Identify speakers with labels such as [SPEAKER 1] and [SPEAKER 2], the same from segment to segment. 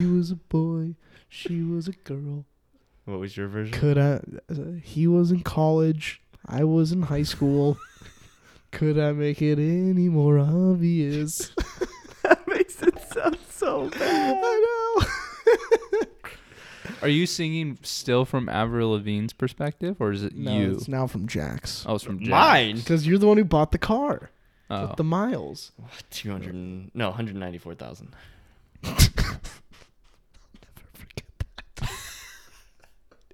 [SPEAKER 1] was a boy, she was a girl.
[SPEAKER 2] What was your version?
[SPEAKER 1] Could I? Uh, he was in college. I was in high school. Could I make it any more obvious?
[SPEAKER 2] that makes it sound so
[SPEAKER 1] I know.
[SPEAKER 2] Are you singing still from Avril Lavigne's perspective, or is it
[SPEAKER 1] No,
[SPEAKER 2] you?
[SPEAKER 1] it's now from Jax.
[SPEAKER 2] Oh, it's from
[SPEAKER 3] Mine?
[SPEAKER 2] Jack's.
[SPEAKER 1] Because you're the one who bought the car
[SPEAKER 2] Oh.
[SPEAKER 1] with the miles.
[SPEAKER 3] Two hundred no, one hundred ninety-four thousand.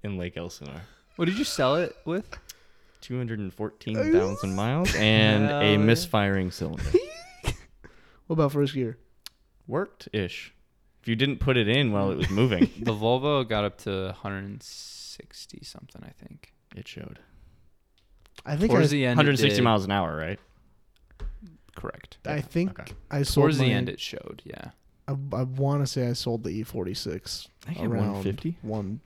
[SPEAKER 3] In Lake Elsinore,
[SPEAKER 2] What did you sell it with?
[SPEAKER 3] two hundred and fourteen thousand miles and a
[SPEAKER 2] Hell yeah.
[SPEAKER 3] misfiring cylinder.
[SPEAKER 1] What about first gear?
[SPEAKER 3] Worked ish. If you didn't put it in while it was moving,
[SPEAKER 2] The Volvo got up to 160 something, I think.
[SPEAKER 3] it showed.
[SPEAKER 1] I think
[SPEAKER 2] Towards
[SPEAKER 1] I,
[SPEAKER 2] the end, it
[SPEAKER 3] 160
[SPEAKER 2] did-
[SPEAKER 3] miles an hour, right?
[SPEAKER 2] Correct.
[SPEAKER 1] I think
[SPEAKER 3] okay.
[SPEAKER 1] I sold
[SPEAKER 2] Towards the
[SPEAKER 1] my-
[SPEAKER 2] end, it showed. Yeah.
[SPEAKER 1] I, I want to say I sold the E E46
[SPEAKER 3] I think I had
[SPEAKER 1] around
[SPEAKER 3] 150.
[SPEAKER 1] One,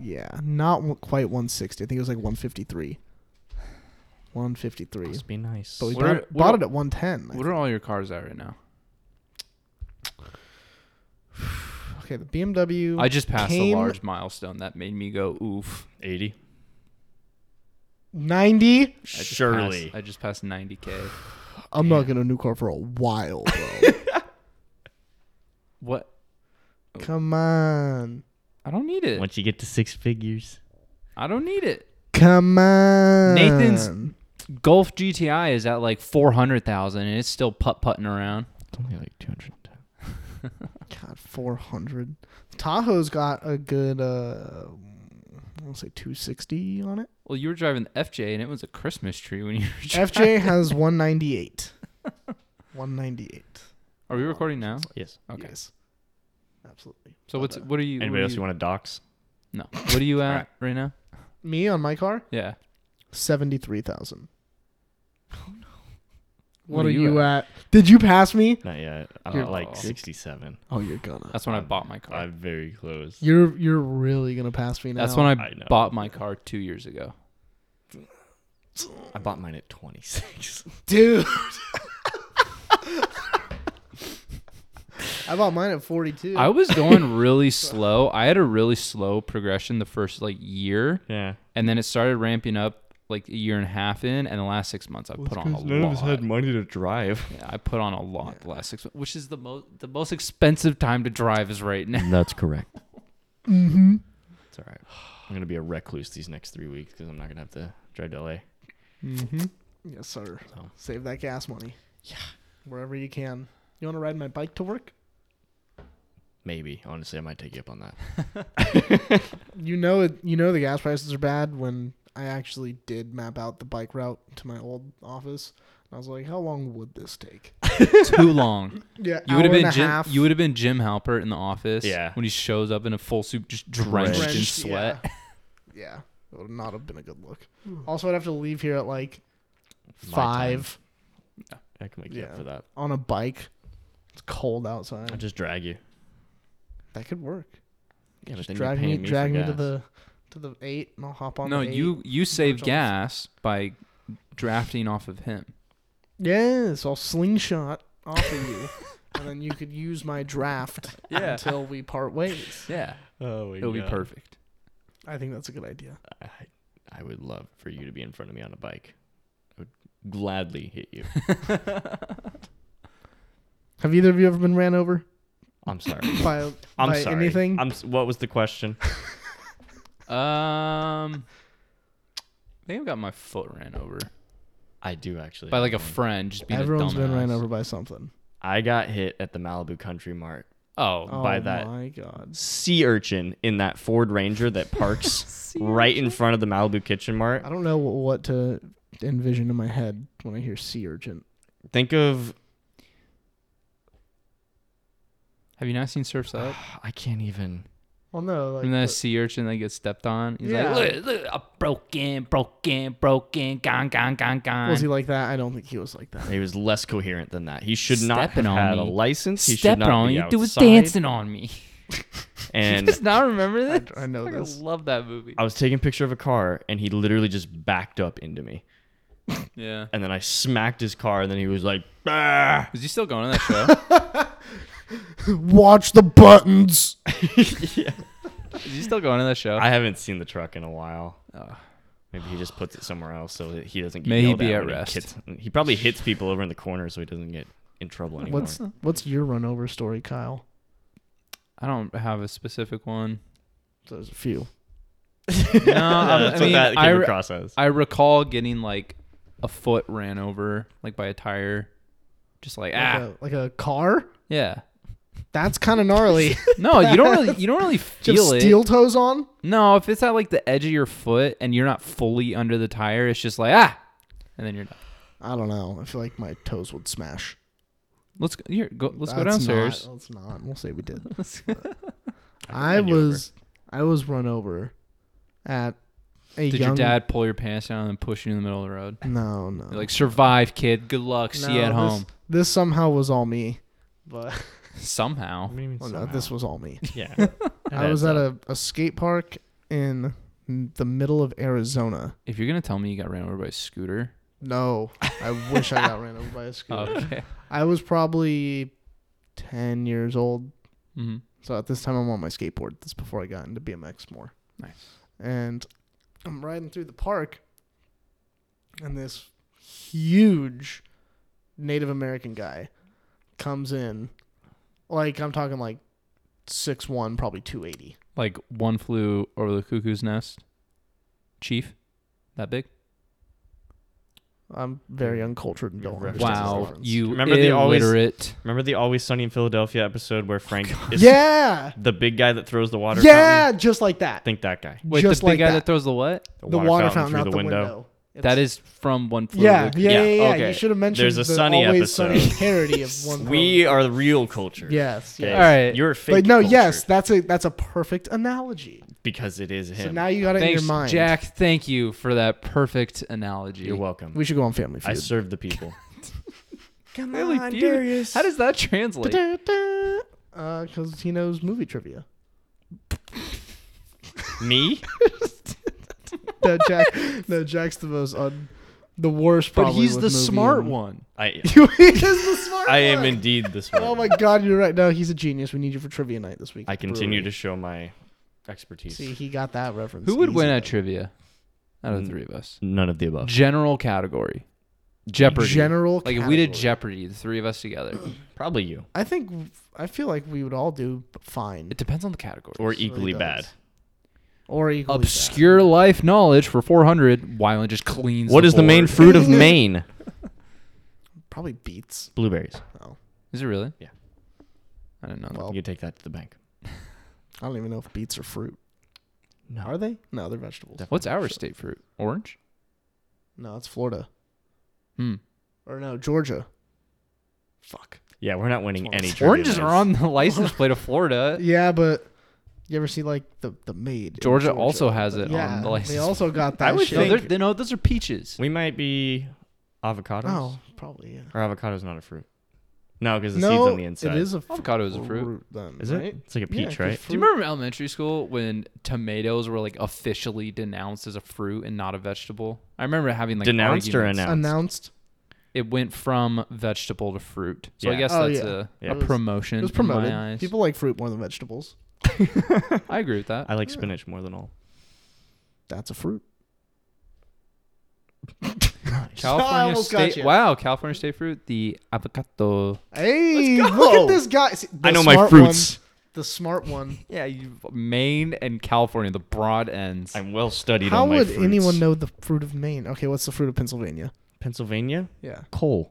[SPEAKER 1] yeah, not w- quite 160. I think it was like 153. 153.
[SPEAKER 3] Must be nice.
[SPEAKER 1] But we
[SPEAKER 2] What
[SPEAKER 1] bought,
[SPEAKER 2] are-
[SPEAKER 1] it-
[SPEAKER 2] what
[SPEAKER 1] bought
[SPEAKER 2] are-
[SPEAKER 1] it at 110. I
[SPEAKER 2] What are all your cars at right now?
[SPEAKER 1] think. okay, the BMW.
[SPEAKER 2] I just passed
[SPEAKER 1] came-
[SPEAKER 2] a large milestone that made me go oof.
[SPEAKER 3] 80.
[SPEAKER 1] 90.
[SPEAKER 2] I just
[SPEAKER 3] Surely.
[SPEAKER 2] passed- I just passed 90k.
[SPEAKER 1] I'm not getting a new car for a while, bro.
[SPEAKER 2] What?
[SPEAKER 1] Come on.
[SPEAKER 2] I don't need it.
[SPEAKER 3] Once you get to six figures,
[SPEAKER 2] I don't need it.
[SPEAKER 1] Come on.
[SPEAKER 2] Nathan's- Golf GTI is at like 400,000 and it's still putt putting around.
[SPEAKER 3] it's only like 210.
[SPEAKER 1] God, 400. Tahoe's got a good, uh, I want to say 260 on it.
[SPEAKER 2] Well, you were driving the FJ and it was a Christmas tree when you were driving.
[SPEAKER 1] FJ has 198. 198.
[SPEAKER 2] Are we recording now?
[SPEAKER 3] Yes.
[SPEAKER 2] Okay.
[SPEAKER 1] Yes. Absolutely.
[SPEAKER 2] So what's
[SPEAKER 1] Okay.
[SPEAKER 2] what are you? what
[SPEAKER 3] Anybody
[SPEAKER 2] are
[SPEAKER 3] else you want to dox?
[SPEAKER 2] No. What are you at
[SPEAKER 3] Alright.
[SPEAKER 2] right now?
[SPEAKER 1] Me on my car?
[SPEAKER 2] Yeah.
[SPEAKER 1] 73,000.
[SPEAKER 2] What
[SPEAKER 1] Oh, What,
[SPEAKER 2] are
[SPEAKER 1] are,
[SPEAKER 2] you
[SPEAKER 1] you at? Did you pass me?
[SPEAKER 3] Not yet. I'm
[SPEAKER 1] You're-
[SPEAKER 3] at like
[SPEAKER 2] Oh.
[SPEAKER 3] 67.
[SPEAKER 1] Oh, you're gonna.
[SPEAKER 2] That's when I bought my car.
[SPEAKER 3] I'm very close.
[SPEAKER 1] You're you're really gonna pass me now.
[SPEAKER 2] That's when I,
[SPEAKER 3] I know.
[SPEAKER 2] bought my car two years ago.
[SPEAKER 3] I bought mine at 26.
[SPEAKER 1] dude. I bought mine at 42.
[SPEAKER 2] I was going really slow. I had a really slow progression the first like year,
[SPEAKER 3] yeah.
[SPEAKER 2] and then it started ramping up like a year and a half in, and the last six months I put on a
[SPEAKER 3] none of us
[SPEAKER 2] lot.
[SPEAKER 3] had money to drive.
[SPEAKER 2] yeah, I put on a lot the last six months, which is the most the most expensive time to drive is right now.
[SPEAKER 3] That's correct.
[SPEAKER 1] Mm-hmm.
[SPEAKER 3] It's all right. I'm gonna be a recluse these next three weeks because I'm not gonna have to drive to LA.
[SPEAKER 1] Mm-hmm. Yes, sir.
[SPEAKER 3] So
[SPEAKER 1] Save that gas money. Yeah. Wherever you can. You want to ride my bike to work?
[SPEAKER 3] maybe, honestly, I might take you up on that.
[SPEAKER 1] You know it. You know the gas prices are bad. When I actually did map out the bike route to my old office, and I was like, "How long would this take?"
[SPEAKER 2] Too long.
[SPEAKER 1] Yeah,
[SPEAKER 2] You would
[SPEAKER 1] hour
[SPEAKER 2] have
[SPEAKER 1] and
[SPEAKER 2] been
[SPEAKER 1] a
[SPEAKER 2] Jim,
[SPEAKER 1] half.
[SPEAKER 2] you would have been Jim Halpert in the office.
[SPEAKER 3] Yeah.
[SPEAKER 2] When he shows up in a full suit, just drenched, in
[SPEAKER 1] Drenched,
[SPEAKER 2] sweat.
[SPEAKER 1] Yeah. Hmm. yeah, it would not have been a good look. Also, I'd have to leave here at like
[SPEAKER 3] My
[SPEAKER 1] five
[SPEAKER 3] I can make you
[SPEAKER 1] Yeah.
[SPEAKER 3] up for that.
[SPEAKER 1] on a bike. It's cold
[SPEAKER 3] I'll
[SPEAKER 1] outside.
[SPEAKER 3] just drag you.
[SPEAKER 1] that could work.
[SPEAKER 3] Yeah,
[SPEAKER 1] Just drag me, drag me to the to the eight, and I'll hop on.
[SPEAKER 2] No,
[SPEAKER 1] the eight.
[SPEAKER 2] you you save
[SPEAKER 1] Marshall's.
[SPEAKER 2] gas by drafting off of him.
[SPEAKER 1] Yes, I'll slingshot off of you, and then you could use my draft
[SPEAKER 2] Yeah.
[SPEAKER 1] until we part ways.
[SPEAKER 2] Yeah,
[SPEAKER 3] Oh, my
[SPEAKER 2] it'll be
[SPEAKER 3] God.
[SPEAKER 2] perfect.
[SPEAKER 1] I think that's a good idea.
[SPEAKER 3] I, I would love for you to be in front of me on a bike. I would gladly hit you.
[SPEAKER 1] Have either of you ever been ran over
[SPEAKER 3] I'm sorry.
[SPEAKER 1] by,
[SPEAKER 3] I'm
[SPEAKER 1] by
[SPEAKER 3] sorry.
[SPEAKER 1] anything?
[SPEAKER 3] I'm. s- What was the question?
[SPEAKER 2] Um, I think I've got my foot ran over
[SPEAKER 3] I do actually.
[SPEAKER 2] by like a
[SPEAKER 3] have one.
[SPEAKER 2] friend just being
[SPEAKER 1] Everyone's
[SPEAKER 2] a
[SPEAKER 1] been ran
[SPEAKER 2] dumbass.
[SPEAKER 1] over by something.
[SPEAKER 3] I got hit at the Malibu Country Mart.
[SPEAKER 2] Oh,
[SPEAKER 1] Oh
[SPEAKER 3] by that.
[SPEAKER 1] my god.
[SPEAKER 3] Sea urchin in that Ford Ranger that parks right in front of the Malibu Kitchen Mart.
[SPEAKER 1] I don't know wh- what to envision in my head when I hear sea urchin.
[SPEAKER 3] Think of.
[SPEAKER 2] have you not seen Surf's Up?
[SPEAKER 3] I can't even.
[SPEAKER 1] Well, no, like
[SPEAKER 2] and that sea urchin that gets stepped on. He's
[SPEAKER 1] Yeah.
[SPEAKER 2] like, look, look, I'm broken, broken, broken, gone, gone, gone, gone.
[SPEAKER 1] was he like that? I don't think he was like that.
[SPEAKER 3] He was less coherent than that. He should not have
[SPEAKER 2] Stepping on
[SPEAKER 3] had a
[SPEAKER 2] me.
[SPEAKER 3] license. He should
[SPEAKER 2] stepping
[SPEAKER 3] not
[SPEAKER 2] on
[SPEAKER 3] be
[SPEAKER 2] me? Dude was
[SPEAKER 3] outside.
[SPEAKER 2] dancing on me.
[SPEAKER 3] And
[SPEAKER 2] Does not remember
[SPEAKER 1] I,
[SPEAKER 2] that?
[SPEAKER 1] I know this.
[SPEAKER 2] love that movie.
[SPEAKER 3] I was taking a picture of a car, and he literally just backed up into me.
[SPEAKER 2] Yeah.
[SPEAKER 3] And then I smacked his car, and then he was like, "Bah!"
[SPEAKER 2] Was he still going to that show?
[SPEAKER 1] Watch the buttons.
[SPEAKER 2] Is he still going to that show?
[SPEAKER 3] I haven't seen the truck in a while.
[SPEAKER 2] Oh.
[SPEAKER 3] Maybe he just puts it somewhere else so that he doesn't get
[SPEAKER 2] May he
[SPEAKER 3] yelled
[SPEAKER 2] be
[SPEAKER 3] at,
[SPEAKER 2] at
[SPEAKER 3] when
[SPEAKER 2] rest.
[SPEAKER 3] He, hits, he probably hits people over in the corner so he doesn't get in trouble anymore.
[SPEAKER 1] What's what's your run over story, Kyle?
[SPEAKER 2] I don't have a specific one.
[SPEAKER 1] There's a few.
[SPEAKER 2] No, Um, I,
[SPEAKER 3] that's
[SPEAKER 2] I
[SPEAKER 3] what
[SPEAKER 2] mean,
[SPEAKER 3] that
[SPEAKER 2] I,
[SPEAKER 3] came
[SPEAKER 2] re-
[SPEAKER 3] across as.
[SPEAKER 2] I recall getting like a foot ran over, like by a tire, just like ah,
[SPEAKER 1] Like, a, like a car?
[SPEAKER 2] yeah.
[SPEAKER 1] That's kind of gnarly.
[SPEAKER 2] No, you don't really, you don't really
[SPEAKER 1] Just
[SPEAKER 2] feel it.
[SPEAKER 1] steel toes on.
[SPEAKER 2] No, if it's at like the edge of your foot and you're not fully under the tire, it's just like ah, and then you're done.
[SPEAKER 1] I don't know. I feel like my toes would smash.
[SPEAKER 2] Let's go, here, go let's go
[SPEAKER 1] That's
[SPEAKER 2] downstairs.
[SPEAKER 1] Not, let's not. We'll say we did.
[SPEAKER 3] can
[SPEAKER 1] I
[SPEAKER 3] run you over.
[SPEAKER 1] was I was run over at a
[SPEAKER 2] Did
[SPEAKER 1] young
[SPEAKER 2] your dad pull your pants down and push you in the middle of the road?
[SPEAKER 1] No, no.
[SPEAKER 2] You're like survive, kid. Good luck. See you
[SPEAKER 1] No,
[SPEAKER 2] at
[SPEAKER 1] this-
[SPEAKER 2] home.
[SPEAKER 1] This somehow was all me. But
[SPEAKER 2] Somehow.
[SPEAKER 3] What do you mean
[SPEAKER 1] well, no,
[SPEAKER 3] somehow?
[SPEAKER 1] this was all me.
[SPEAKER 3] yeah.
[SPEAKER 1] I was at a, a skate park in the middle of Arizona.
[SPEAKER 2] If you're gonna tell me you got ran over by a scooter,
[SPEAKER 1] No, I wish I got ran over by a scooter.
[SPEAKER 2] okay.
[SPEAKER 1] I was probably 10 years old.
[SPEAKER 2] hmm
[SPEAKER 1] So at this time, I'm on my skateboard. This is before I got into BMX more.
[SPEAKER 2] Nice.
[SPEAKER 1] And I'm riding through the park, and this huge Native American guy comes in. Like, I'm talking like 6'1, probably 280.
[SPEAKER 2] Like one flew over the cuckoo's nest. Chief, that big?
[SPEAKER 1] I'm very uncultured and
[SPEAKER 3] Your
[SPEAKER 1] don't
[SPEAKER 3] references
[SPEAKER 1] understand.
[SPEAKER 3] are
[SPEAKER 1] this
[SPEAKER 2] Wow,
[SPEAKER 1] reference.
[SPEAKER 2] you
[SPEAKER 3] Remember they always-
[SPEAKER 2] illiterate.
[SPEAKER 3] Remember the Always Sunny in Philadelphia episode
[SPEAKER 1] Oh
[SPEAKER 3] where Frank is
[SPEAKER 1] Yeah!
[SPEAKER 3] the big guy that throws the water
[SPEAKER 1] Yeah!
[SPEAKER 3] fountain?
[SPEAKER 1] Just like that.
[SPEAKER 3] Think that guy.
[SPEAKER 2] Wait,
[SPEAKER 1] just
[SPEAKER 2] the big
[SPEAKER 1] like
[SPEAKER 2] guy that.
[SPEAKER 1] that.
[SPEAKER 2] throws the what?
[SPEAKER 1] the water, fountain, out
[SPEAKER 3] through
[SPEAKER 1] the window. It's-
[SPEAKER 2] that is from one flew.
[SPEAKER 1] Yeah,
[SPEAKER 2] Over the-
[SPEAKER 1] yeah, yeah,
[SPEAKER 3] Yeah,
[SPEAKER 1] yeah.
[SPEAKER 2] okay.
[SPEAKER 1] You should have mentioned
[SPEAKER 3] There's a
[SPEAKER 1] the
[SPEAKER 3] Sunny
[SPEAKER 1] always sunny
[SPEAKER 3] episode.
[SPEAKER 1] parody of one.
[SPEAKER 3] We are the real culture.
[SPEAKER 1] Yes,
[SPEAKER 3] Okay?
[SPEAKER 1] yes.
[SPEAKER 2] All right.
[SPEAKER 3] You're fake.
[SPEAKER 1] But no,
[SPEAKER 3] culture
[SPEAKER 1] yes, that's a that's a perfect analogy.
[SPEAKER 3] Because it is him.
[SPEAKER 1] So now you got it
[SPEAKER 2] Thanks,
[SPEAKER 1] in your mind.
[SPEAKER 2] Jack. Thank you for that perfect analogy.
[SPEAKER 3] You're welcome.
[SPEAKER 1] we should go on Family
[SPEAKER 3] I
[SPEAKER 1] Feud.
[SPEAKER 3] serve the people.
[SPEAKER 1] Come
[SPEAKER 2] Really,
[SPEAKER 1] on,
[SPEAKER 2] dude?
[SPEAKER 1] Darius.
[SPEAKER 2] How does that translate?
[SPEAKER 1] Because uh, he knows movie trivia.
[SPEAKER 3] Me?
[SPEAKER 1] No, Jack. no, Jack's the most un, the worst.
[SPEAKER 2] But
[SPEAKER 1] probably
[SPEAKER 2] he's
[SPEAKER 1] with
[SPEAKER 2] the
[SPEAKER 1] movie
[SPEAKER 2] smart
[SPEAKER 1] and-
[SPEAKER 2] one.
[SPEAKER 3] I
[SPEAKER 1] he is the smart.
[SPEAKER 3] I am
[SPEAKER 1] one.
[SPEAKER 3] indeed this one.
[SPEAKER 1] Oh my god, you're right. No, he's a genius. We need you for trivia night this week.
[SPEAKER 3] I
[SPEAKER 1] at the
[SPEAKER 3] continue to
[SPEAKER 1] brewery.
[SPEAKER 3] show my expertise.
[SPEAKER 1] see. He got that reference.
[SPEAKER 2] Who would
[SPEAKER 1] easy,
[SPEAKER 2] win
[SPEAKER 1] though.
[SPEAKER 2] at trivia? Out of the
[SPEAKER 3] Mm.
[SPEAKER 2] three of us.
[SPEAKER 3] None of the above.
[SPEAKER 2] General category. Jeopardy.
[SPEAKER 1] General.
[SPEAKER 2] Oh. like if we did
[SPEAKER 1] category.
[SPEAKER 2] Jeopardy, the three of us together.
[SPEAKER 3] Probably you.
[SPEAKER 1] I think I feel like we would all do fine
[SPEAKER 2] It depends on the category.
[SPEAKER 3] Or
[SPEAKER 1] really
[SPEAKER 3] equally
[SPEAKER 1] does.
[SPEAKER 3] bad.
[SPEAKER 1] or equally bad.
[SPEAKER 2] obscure life knowledge for 400 Wyland just cleans
[SPEAKER 3] What is the main
[SPEAKER 2] board.
[SPEAKER 3] fruit of Maine?
[SPEAKER 1] Probably beats.
[SPEAKER 3] Blueberries.
[SPEAKER 1] Oh,
[SPEAKER 2] is it really
[SPEAKER 3] Yeah.
[SPEAKER 2] i don't know
[SPEAKER 1] well,
[SPEAKER 3] You take that to the bank.
[SPEAKER 1] I don't even know if beets are fruit.
[SPEAKER 3] No.
[SPEAKER 1] Are they? No, they're vegetables.
[SPEAKER 3] Definitely.
[SPEAKER 2] what's our state fruit orange
[SPEAKER 1] No, it's Florida
[SPEAKER 2] hmm.
[SPEAKER 1] or no Georgia. Fuck.
[SPEAKER 3] Yeah, we're not winning any.
[SPEAKER 1] Oranges
[SPEAKER 3] trivia
[SPEAKER 2] oranges are
[SPEAKER 3] nights.
[SPEAKER 2] on the license plate of florida
[SPEAKER 1] Yeah, but you ever see like the the maid? in
[SPEAKER 2] Georgia also has it on
[SPEAKER 1] yeah,
[SPEAKER 2] the license
[SPEAKER 1] They also got that.
[SPEAKER 3] I would
[SPEAKER 1] shit.
[SPEAKER 2] no,
[SPEAKER 3] think-
[SPEAKER 2] they're- they- no those are peaches
[SPEAKER 3] We might be avocados.
[SPEAKER 1] Oh, probably yeah.
[SPEAKER 3] Or avocado's not a fruit. No, because the
[SPEAKER 1] no,
[SPEAKER 3] seeds on the inside.
[SPEAKER 1] it is a f-
[SPEAKER 2] avocado is a fruit
[SPEAKER 1] then,
[SPEAKER 3] Is it?
[SPEAKER 1] right?
[SPEAKER 3] It's like a
[SPEAKER 1] Yeah,
[SPEAKER 3] peach,
[SPEAKER 1] 'cause
[SPEAKER 3] right?
[SPEAKER 2] do you
[SPEAKER 1] fruit-
[SPEAKER 2] remember elementary school when tomatoes were like officially denounced as a fruit and not a vegetable? I remember having like
[SPEAKER 3] Denounced or
[SPEAKER 2] arguments.
[SPEAKER 1] announced?
[SPEAKER 3] announced?
[SPEAKER 2] It went from vegetable to fruit, so I
[SPEAKER 3] Yeah.
[SPEAKER 2] guess
[SPEAKER 1] Oh,
[SPEAKER 2] that's
[SPEAKER 1] yeah.
[SPEAKER 2] a,
[SPEAKER 3] Yeah.
[SPEAKER 2] a
[SPEAKER 1] It was-
[SPEAKER 2] promotion.
[SPEAKER 1] It was
[SPEAKER 2] In my
[SPEAKER 1] promoted.
[SPEAKER 2] eyes.
[SPEAKER 1] People like fruit more than vegetables.
[SPEAKER 2] I agree with that.
[SPEAKER 3] I like spinach more than all.
[SPEAKER 1] That's a fruit. I
[SPEAKER 2] California
[SPEAKER 1] almost got
[SPEAKER 2] state.
[SPEAKER 1] you.
[SPEAKER 2] Wow, California state fruit, the avocado.
[SPEAKER 1] Hey,
[SPEAKER 3] Let's
[SPEAKER 1] look
[SPEAKER 3] go.
[SPEAKER 1] at this guy. See, the
[SPEAKER 3] I know my
[SPEAKER 1] smart one-
[SPEAKER 3] fruits.
[SPEAKER 1] the smart one.
[SPEAKER 2] Yeah, you, Maine and California, the broad ends.
[SPEAKER 3] I'm well studied
[SPEAKER 1] How
[SPEAKER 3] on my
[SPEAKER 1] would
[SPEAKER 3] fruits.
[SPEAKER 1] anyone know the fruit of Maine? Okay, what's the fruit of Pennsylvania?
[SPEAKER 3] Pennsylvania?
[SPEAKER 1] Yeah.
[SPEAKER 3] Coal.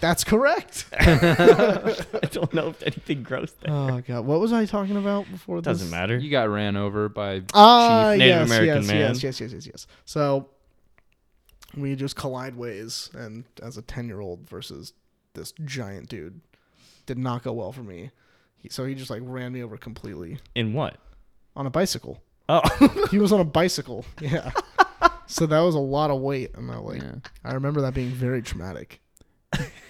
[SPEAKER 1] That's correct.
[SPEAKER 3] I don't know if anything grows there.
[SPEAKER 1] oh god, what was I talking about before this?
[SPEAKER 3] Doesn't matter.
[SPEAKER 2] you got ran over by.
[SPEAKER 1] Ah,
[SPEAKER 3] Chief Native
[SPEAKER 1] yes,
[SPEAKER 3] American
[SPEAKER 1] yes,
[SPEAKER 3] man.
[SPEAKER 1] yes, yes, yes, yes, yes. So we just collide ways and as a 10-year-old versus this giant dude did not go well for me. He, so he just like ran me over completely
[SPEAKER 3] In what?
[SPEAKER 1] on a bicycle.
[SPEAKER 3] Oh,
[SPEAKER 1] He was on a bicycle. Yeah. so that was a lot of weight and I like
[SPEAKER 2] Yeah.
[SPEAKER 1] I remember that being very traumatic.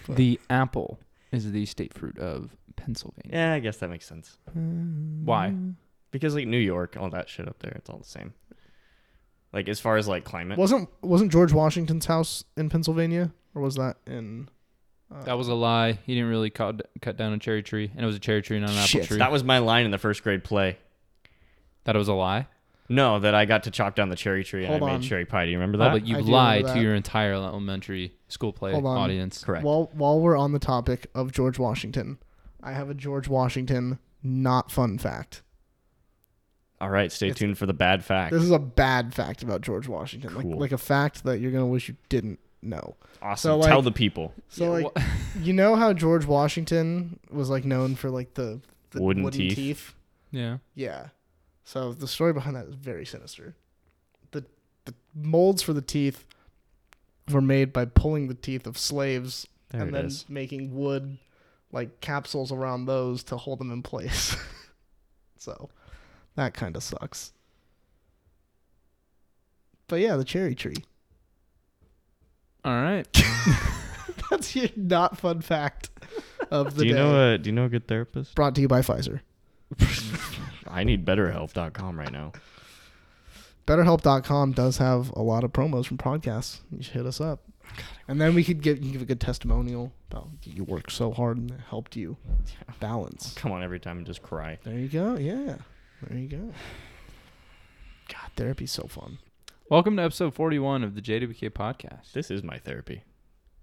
[SPEAKER 2] The apple is the state fruit of Pennsylvania.
[SPEAKER 3] yeah, I guess that makes sense.
[SPEAKER 2] Why?
[SPEAKER 1] Mm.
[SPEAKER 3] Because like New York, all that shit up there, it's all the same. Like as far as like climate,
[SPEAKER 1] Wasn't wasn't George Washington's house in Pennsylvania, or was that in Uh,
[SPEAKER 2] That was a lie. He didn't really cut cut down a cherry tree, and it was a cherry tree, not an apple
[SPEAKER 3] Shit,
[SPEAKER 2] tree.
[SPEAKER 3] that was my line in the first grade play.
[SPEAKER 2] that it was a lie.
[SPEAKER 3] No, that I got to chop down the cherry tree and
[SPEAKER 1] Hold
[SPEAKER 3] I
[SPEAKER 1] on.
[SPEAKER 3] made cherry pie. Do you remember
[SPEAKER 2] Oh,
[SPEAKER 3] that?
[SPEAKER 2] but you
[SPEAKER 1] I do remember
[SPEAKER 2] lied
[SPEAKER 1] that.
[SPEAKER 2] to your entire elementary school play
[SPEAKER 1] Hold on.
[SPEAKER 2] audience.
[SPEAKER 3] Correct.
[SPEAKER 1] While while we're on the topic of George Washington, I have a George Washington not fun fact.
[SPEAKER 3] All right, stay
[SPEAKER 1] It's-
[SPEAKER 3] tuned for the bad fact.
[SPEAKER 1] This is a bad fact about George Washington, like
[SPEAKER 3] Cool.
[SPEAKER 1] like a fact that you're gonna wish you didn't know.
[SPEAKER 3] awesome.
[SPEAKER 1] so, like-
[SPEAKER 3] Tell the people.
[SPEAKER 1] So
[SPEAKER 2] Yeah,
[SPEAKER 1] like
[SPEAKER 2] wha-
[SPEAKER 1] you know how George Washington was like known for like the, the
[SPEAKER 3] Wooden teeth.
[SPEAKER 2] yeah.
[SPEAKER 1] Yeah. So the story behind that is very sinister. The the molds for the teeth were made by pulling the teeth of slaves
[SPEAKER 3] There
[SPEAKER 1] and
[SPEAKER 3] it
[SPEAKER 1] then
[SPEAKER 3] is.
[SPEAKER 1] making wood like capsules around those to hold them in place. so that kind of sucks. But yeah, the cherry tree.
[SPEAKER 2] All right.
[SPEAKER 1] That's your not fun fact of the
[SPEAKER 3] Do you
[SPEAKER 1] day.
[SPEAKER 3] know a Do you know a good therapist?
[SPEAKER 1] Brought to you by Pfizer.
[SPEAKER 3] I need BetterHelp.com right now.
[SPEAKER 1] BetterHelp.com does have a lot of promos from podcasts. You should hit us up, and then we could get you can give a good testimonial about you worked so hard and it helped you balance.
[SPEAKER 3] Come on, every time and just cry.
[SPEAKER 1] There you go. Yeah, there you go. God, therapy's so fun.
[SPEAKER 2] Welcome to episode 41 of the JWK podcast.
[SPEAKER 3] This is my therapy.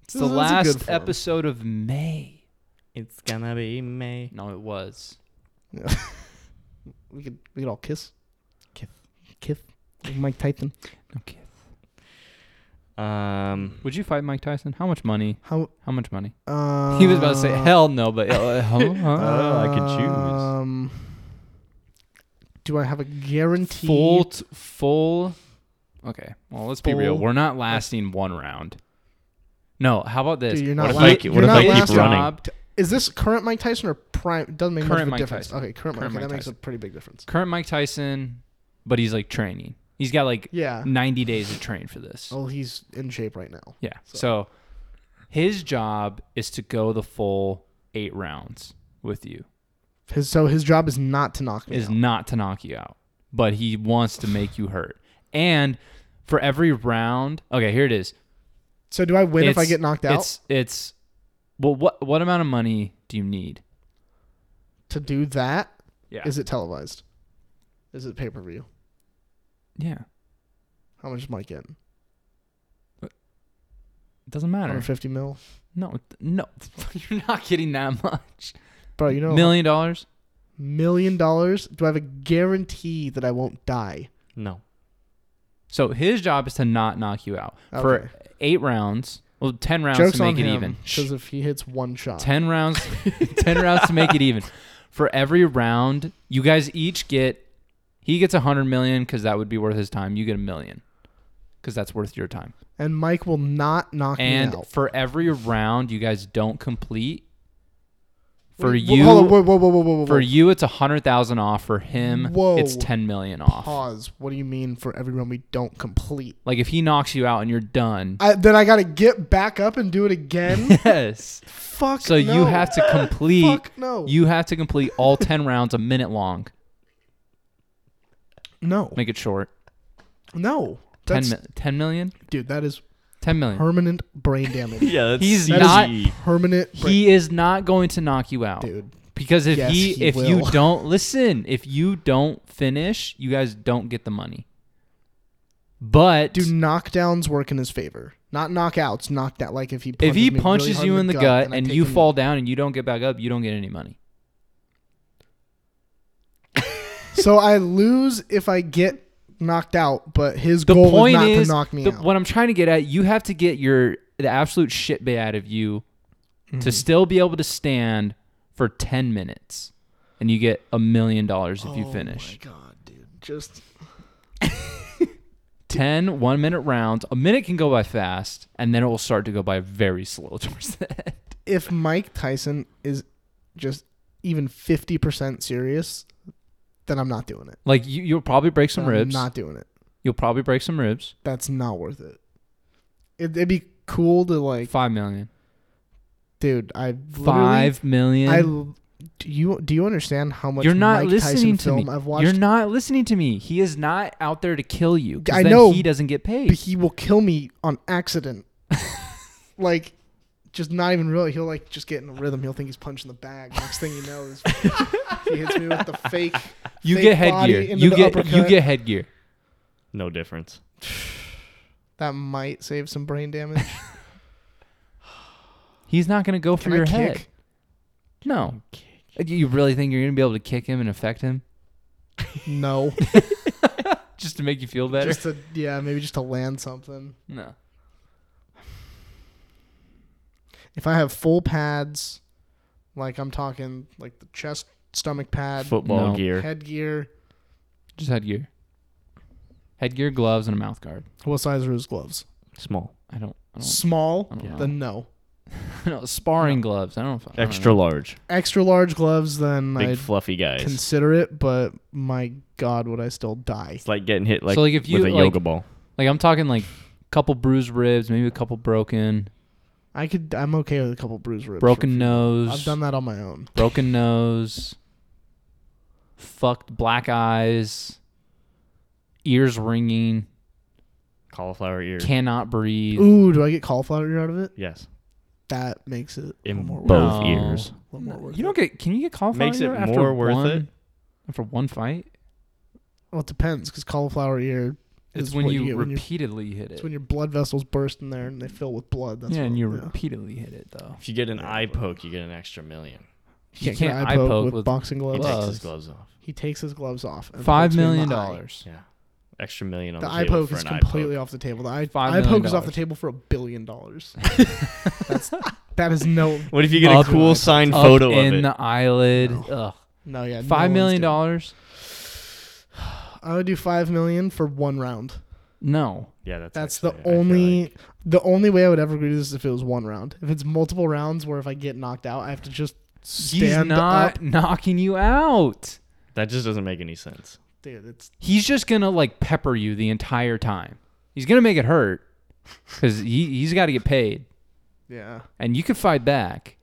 [SPEAKER 2] It's
[SPEAKER 1] This
[SPEAKER 2] the
[SPEAKER 1] is a good
[SPEAKER 2] last
[SPEAKER 1] form.
[SPEAKER 2] episode of May.
[SPEAKER 3] It's gonna be May.
[SPEAKER 2] No, it was.
[SPEAKER 1] We could we could all kiss,
[SPEAKER 3] Kiss.
[SPEAKER 1] kiss. Like Mike Tyson.
[SPEAKER 2] Okay.
[SPEAKER 3] Um,
[SPEAKER 2] Would you fight Mike Tyson? How much money?
[SPEAKER 1] How
[SPEAKER 2] How much money?
[SPEAKER 1] uh,
[SPEAKER 2] he was about to say hell no, but uh, huh? Huh?
[SPEAKER 3] Oh, I could choose.
[SPEAKER 1] Um, do I have a guarantee?
[SPEAKER 2] full t- full. Okay. Well, let's be real.
[SPEAKER 1] Full-
[SPEAKER 2] We're not lasting one round. No. How about this?
[SPEAKER 1] Dude, you're
[SPEAKER 3] What
[SPEAKER 1] not.
[SPEAKER 3] if
[SPEAKER 1] la-
[SPEAKER 3] I ke- what
[SPEAKER 1] you're
[SPEAKER 3] if
[SPEAKER 1] not
[SPEAKER 3] I keep
[SPEAKER 1] lasting-
[SPEAKER 3] running?
[SPEAKER 2] Robbed.
[SPEAKER 1] Is this current Mike Tyson or prime? Doesn't make much
[SPEAKER 2] Current
[SPEAKER 1] of a
[SPEAKER 2] Mike
[SPEAKER 1] difference.
[SPEAKER 2] Tyson.
[SPEAKER 1] Okay, current,
[SPEAKER 2] Current
[SPEAKER 1] Mike.
[SPEAKER 2] Mike
[SPEAKER 1] okay, that makes a
[SPEAKER 2] Tyson.
[SPEAKER 1] pretty big difference.
[SPEAKER 2] Current Mike Tyson, but he's like training. He's got like
[SPEAKER 1] Yeah.
[SPEAKER 2] 90 days to train for this.
[SPEAKER 1] Well, he's in shape right now.
[SPEAKER 2] Yeah.
[SPEAKER 1] So-
[SPEAKER 2] So. his job is to go the full eight rounds with you.
[SPEAKER 1] His so his job is not to knock me
[SPEAKER 2] Is
[SPEAKER 1] out.
[SPEAKER 2] not to knock you out, but he wants to make you hurt. And for every round, okay, here it is.
[SPEAKER 1] So do I win if I
[SPEAKER 2] It's-
[SPEAKER 1] get knocked out?
[SPEAKER 2] It's it's well, what what amount of money do you need?
[SPEAKER 1] To do that,
[SPEAKER 2] Yeah.
[SPEAKER 1] is it televised? Is it pay per view?
[SPEAKER 2] yeah.
[SPEAKER 1] How much is Mike getting?
[SPEAKER 2] It doesn't matter.
[SPEAKER 1] 150 mil,
[SPEAKER 2] No, no, you're not getting that much.
[SPEAKER 1] bro. You know,
[SPEAKER 2] Million dollars?
[SPEAKER 1] million dollars. Do I have a guarantee that I won't die?
[SPEAKER 3] no.
[SPEAKER 2] So his job is to not knock you out
[SPEAKER 1] Okay.
[SPEAKER 2] for eight rounds. Well, ten rounds
[SPEAKER 1] Jokes
[SPEAKER 2] to
[SPEAKER 1] on
[SPEAKER 2] make it
[SPEAKER 1] him
[SPEAKER 2] even.
[SPEAKER 1] because if he hits one shot,
[SPEAKER 2] 10 Uh, rounds 10 rounds to make it even for every round you guys each get he gets a 100 million because that would be worth his time you get a million because that's worth your time
[SPEAKER 1] and Mike will not knock
[SPEAKER 2] and
[SPEAKER 1] me out.
[SPEAKER 2] for every round you guys don't complete for
[SPEAKER 1] Wait, whoa,
[SPEAKER 2] you
[SPEAKER 1] hold on, whoa, whoa, whoa, whoa, whoa, whoa,
[SPEAKER 2] for you it's a 100000 off for him
[SPEAKER 1] Whoa.
[SPEAKER 2] it's 10 million off
[SPEAKER 1] pause. What do you mean for every run we don't complete?
[SPEAKER 2] like if he knocks you out and you're done
[SPEAKER 1] I, then I gotta get back up and do it again.
[SPEAKER 2] yes
[SPEAKER 1] Fuck.
[SPEAKER 2] so you
[SPEAKER 1] no.
[SPEAKER 2] have to complete
[SPEAKER 1] Fuck no.
[SPEAKER 2] you have to complete all 10 rounds a minute long
[SPEAKER 1] no
[SPEAKER 2] make it short
[SPEAKER 1] no.
[SPEAKER 2] 10,
[SPEAKER 1] That's,
[SPEAKER 2] mi- 10 million
[SPEAKER 1] dude, that is
[SPEAKER 2] 10 million
[SPEAKER 1] permanent brain damage.
[SPEAKER 3] Yeah, that's
[SPEAKER 2] He's
[SPEAKER 3] CG.
[SPEAKER 2] not-
[SPEAKER 1] permanent. brain-
[SPEAKER 2] He is not going to knock you out.
[SPEAKER 1] dude.
[SPEAKER 2] Because if
[SPEAKER 1] Yes,
[SPEAKER 2] he,
[SPEAKER 1] he
[SPEAKER 2] if you
[SPEAKER 1] will.
[SPEAKER 2] don't listen, if you don't finish, you guys don't get the money. But
[SPEAKER 1] Do knockdowns work in his favor? Not knockouts. Knockdown. Like if he punches
[SPEAKER 2] if he
[SPEAKER 1] me really
[SPEAKER 2] punches
[SPEAKER 1] hard
[SPEAKER 2] you in the gut,
[SPEAKER 1] I
[SPEAKER 2] and
[SPEAKER 1] take
[SPEAKER 2] you
[SPEAKER 1] him-
[SPEAKER 2] fall down and you don't get back up, you don't get any money.
[SPEAKER 1] so I lose if I get knocked out. But his
[SPEAKER 2] The
[SPEAKER 1] goal is
[SPEAKER 2] point
[SPEAKER 1] not
[SPEAKER 2] is
[SPEAKER 1] to knock me
[SPEAKER 2] the-
[SPEAKER 1] out.
[SPEAKER 2] what I'm trying to get at, you have to get your the absolute shit bit out of you
[SPEAKER 1] Mm-hmm.
[SPEAKER 2] to still be able to stand for 10 minutes. And you get a million dollars if you finish.
[SPEAKER 1] Oh my god, dude! Just
[SPEAKER 2] 10 one minute rounds. A minute can go by fast, and then it will start to go by very slow towards the end.
[SPEAKER 1] if Mike Tyson is just even fifty percent serious, then I'm not doing it.
[SPEAKER 2] Like you, you'll probably break some
[SPEAKER 1] I'm
[SPEAKER 2] ribs.
[SPEAKER 1] Not doing it.
[SPEAKER 2] You'll probably break some ribs.
[SPEAKER 1] That's not worth it. it it'd be cool to like,
[SPEAKER 2] Five million.
[SPEAKER 1] dude. I literally-
[SPEAKER 2] Five million.
[SPEAKER 1] I l- do you do you understand how much
[SPEAKER 2] You're not
[SPEAKER 1] Mike Tyson
[SPEAKER 2] listening to
[SPEAKER 1] film
[SPEAKER 2] me.
[SPEAKER 1] I've watched?
[SPEAKER 2] You're not listening to me. He is not out there to kill you. 'cause
[SPEAKER 1] I
[SPEAKER 2] then
[SPEAKER 1] know,
[SPEAKER 2] he doesn't get
[SPEAKER 1] but
[SPEAKER 2] paid.
[SPEAKER 1] he will kill me on accident. like, just not even really. He'll like just get in a rhythm. He'll think he's punching the bag. Next thing you know, is he hits me with the fake.
[SPEAKER 2] You
[SPEAKER 1] fake
[SPEAKER 2] get
[SPEAKER 1] body
[SPEAKER 2] headgear.
[SPEAKER 1] into
[SPEAKER 2] You
[SPEAKER 1] the
[SPEAKER 2] get you
[SPEAKER 1] uppercut.
[SPEAKER 2] get headgear.
[SPEAKER 3] No difference.
[SPEAKER 1] That might save some brain damage.
[SPEAKER 2] He's not gonna go for
[SPEAKER 1] Can I
[SPEAKER 2] your
[SPEAKER 1] kick?
[SPEAKER 2] head. No. Uh, You really think you're gonna be able to kick him and affect him
[SPEAKER 1] No.
[SPEAKER 2] just to make you feel better?
[SPEAKER 1] Just to yeah, maybe just to land something.
[SPEAKER 2] no.
[SPEAKER 1] If I have full pads, like I'm talking like the chest, stomach pad,
[SPEAKER 3] Football
[SPEAKER 2] No.
[SPEAKER 3] gear.
[SPEAKER 1] headgear.
[SPEAKER 2] Just headgear. Headgear, gloves, and a mouth guard.
[SPEAKER 1] What size are his gloves?
[SPEAKER 3] Small.
[SPEAKER 2] I don't. I don't,
[SPEAKER 1] Small.
[SPEAKER 2] I don't know.
[SPEAKER 1] Then no.
[SPEAKER 2] no, sparring gloves. I don't. I don't
[SPEAKER 3] Extra
[SPEAKER 2] know.
[SPEAKER 3] large.
[SPEAKER 1] Extra large gloves. Then
[SPEAKER 3] Big
[SPEAKER 1] I
[SPEAKER 3] fluffy guys.
[SPEAKER 1] consider it, but my God, would I still die?
[SPEAKER 3] it's like getting hit like,
[SPEAKER 2] so like if you
[SPEAKER 3] with a
[SPEAKER 2] like,
[SPEAKER 3] yoga ball.
[SPEAKER 2] like I'm talking like couple bruised ribs, maybe a couple broken,
[SPEAKER 1] I could. I'm okay with a couple bruised ribs. for
[SPEAKER 2] broken
[SPEAKER 1] free.
[SPEAKER 2] nose.
[SPEAKER 1] I've done that on my own.
[SPEAKER 2] broken nose, fucked black eyes, ears ringing,
[SPEAKER 3] Cauliflower ear.
[SPEAKER 2] cannot breathe.
[SPEAKER 1] Ooh, do I get cauliflower ear out of it?
[SPEAKER 3] Yes.
[SPEAKER 2] Oh,
[SPEAKER 1] That makes it a
[SPEAKER 3] In
[SPEAKER 1] little more worth,
[SPEAKER 3] both
[SPEAKER 2] No.
[SPEAKER 3] ears.
[SPEAKER 1] a little more worth.
[SPEAKER 2] you
[SPEAKER 1] it.
[SPEAKER 2] don't get. Can you get cauliflower
[SPEAKER 3] Makes it
[SPEAKER 2] ear after
[SPEAKER 3] more worth
[SPEAKER 2] one,
[SPEAKER 3] it.
[SPEAKER 2] after one fight?
[SPEAKER 1] Well, it depends because cauliflower ear.
[SPEAKER 2] It's
[SPEAKER 1] is
[SPEAKER 2] when
[SPEAKER 1] what
[SPEAKER 2] you,
[SPEAKER 1] get when your-
[SPEAKER 2] repeatedly hit it.
[SPEAKER 1] It's when your blood vessels burst in there and they fill with blood. That's
[SPEAKER 2] yeah,
[SPEAKER 1] what,
[SPEAKER 2] and you
[SPEAKER 1] yeah.
[SPEAKER 2] repeatedly hit it though.
[SPEAKER 3] If you get an
[SPEAKER 1] Yeah.
[SPEAKER 3] eye poke, you get an extra million.
[SPEAKER 1] You can't,
[SPEAKER 2] You can't
[SPEAKER 1] get eye poke, with, boxing
[SPEAKER 3] He
[SPEAKER 1] gloves.
[SPEAKER 3] takes his
[SPEAKER 2] Gloves.
[SPEAKER 3] gloves off.
[SPEAKER 1] He takes his gloves off. and
[SPEAKER 2] Five
[SPEAKER 1] puts me in
[SPEAKER 2] million
[SPEAKER 1] the eye.
[SPEAKER 2] dollars.
[SPEAKER 3] Yeah. Extra million on
[SPEAKER 1] The
[SPEAKER 3] the
[SPEAKER 1] eye
[SPEAKER 3] table
[SPEAKER 1] poke
[SPEAKER 3] for
[SPEAKER 1] is
[SPEAKER 3] an eye
[SPEAKER 1] completely
[SPEAKER 3] poke.
[SPEAKER 1] off the table. The eye,
[SPEAKER 2] Five
[SPEAKER 1] eye
[SPEAKER 2] million
[SPEAKER 1] poke is off the
[SPEAKER 2] dollars.
[SPEAKER 1] table for a billion dollars. That's that is no
[SPEAKER 3] What if you get
[SPEAKER 2] Up-
[SPEAKER 3] a cool signed
[SPEAKER 2] Up
[SPEAKER 3] photo of
[SPEAKER 2] in
[SPEAKER 3] it?
[SPEAKER 2] the eyelid.
[SPEAKER 1] No.
[SPEAKER 2] Ugh.
[SPEAKER 1] no yeah
[SPEAKER 2] Five
[SPEAKER 1] no
[SPEAKER 2] million
[SPEAKER 1] one's doing
[SPEAKER 2] dollars?
[SPEAKER 1] it. I would do five million for one round.
[SPEAKER 2] No.
[SPEAKER 3] Yeah, that's
[SPEAKER 1] That's the
[SPEAKER 3] actually- I feel
[SPEAKER 1] only
[SPEAKER 3] like-
[SPEAKER 1] the only way I would ever agree to this is if it was one round. If it's multiple rounds where if I get knocked out, I have to just
[SPEAKER 2] He's
[SPEAKER 1] stand
[SPEAKER 2] not
[SPEAKER 1] up.
[SPEAKER 2] knocking you out.
[SPEAKER 3] that just doesn't make any sense.
[SPEAKER 1] Dude, it's
[SPEAKER 2] He's just gonna like pepper you the entire time. He's gonna make it hurt because he he's got to get paid,
[SPEAKER 1] yeah.
[SPEAKER 2] and you can fight back.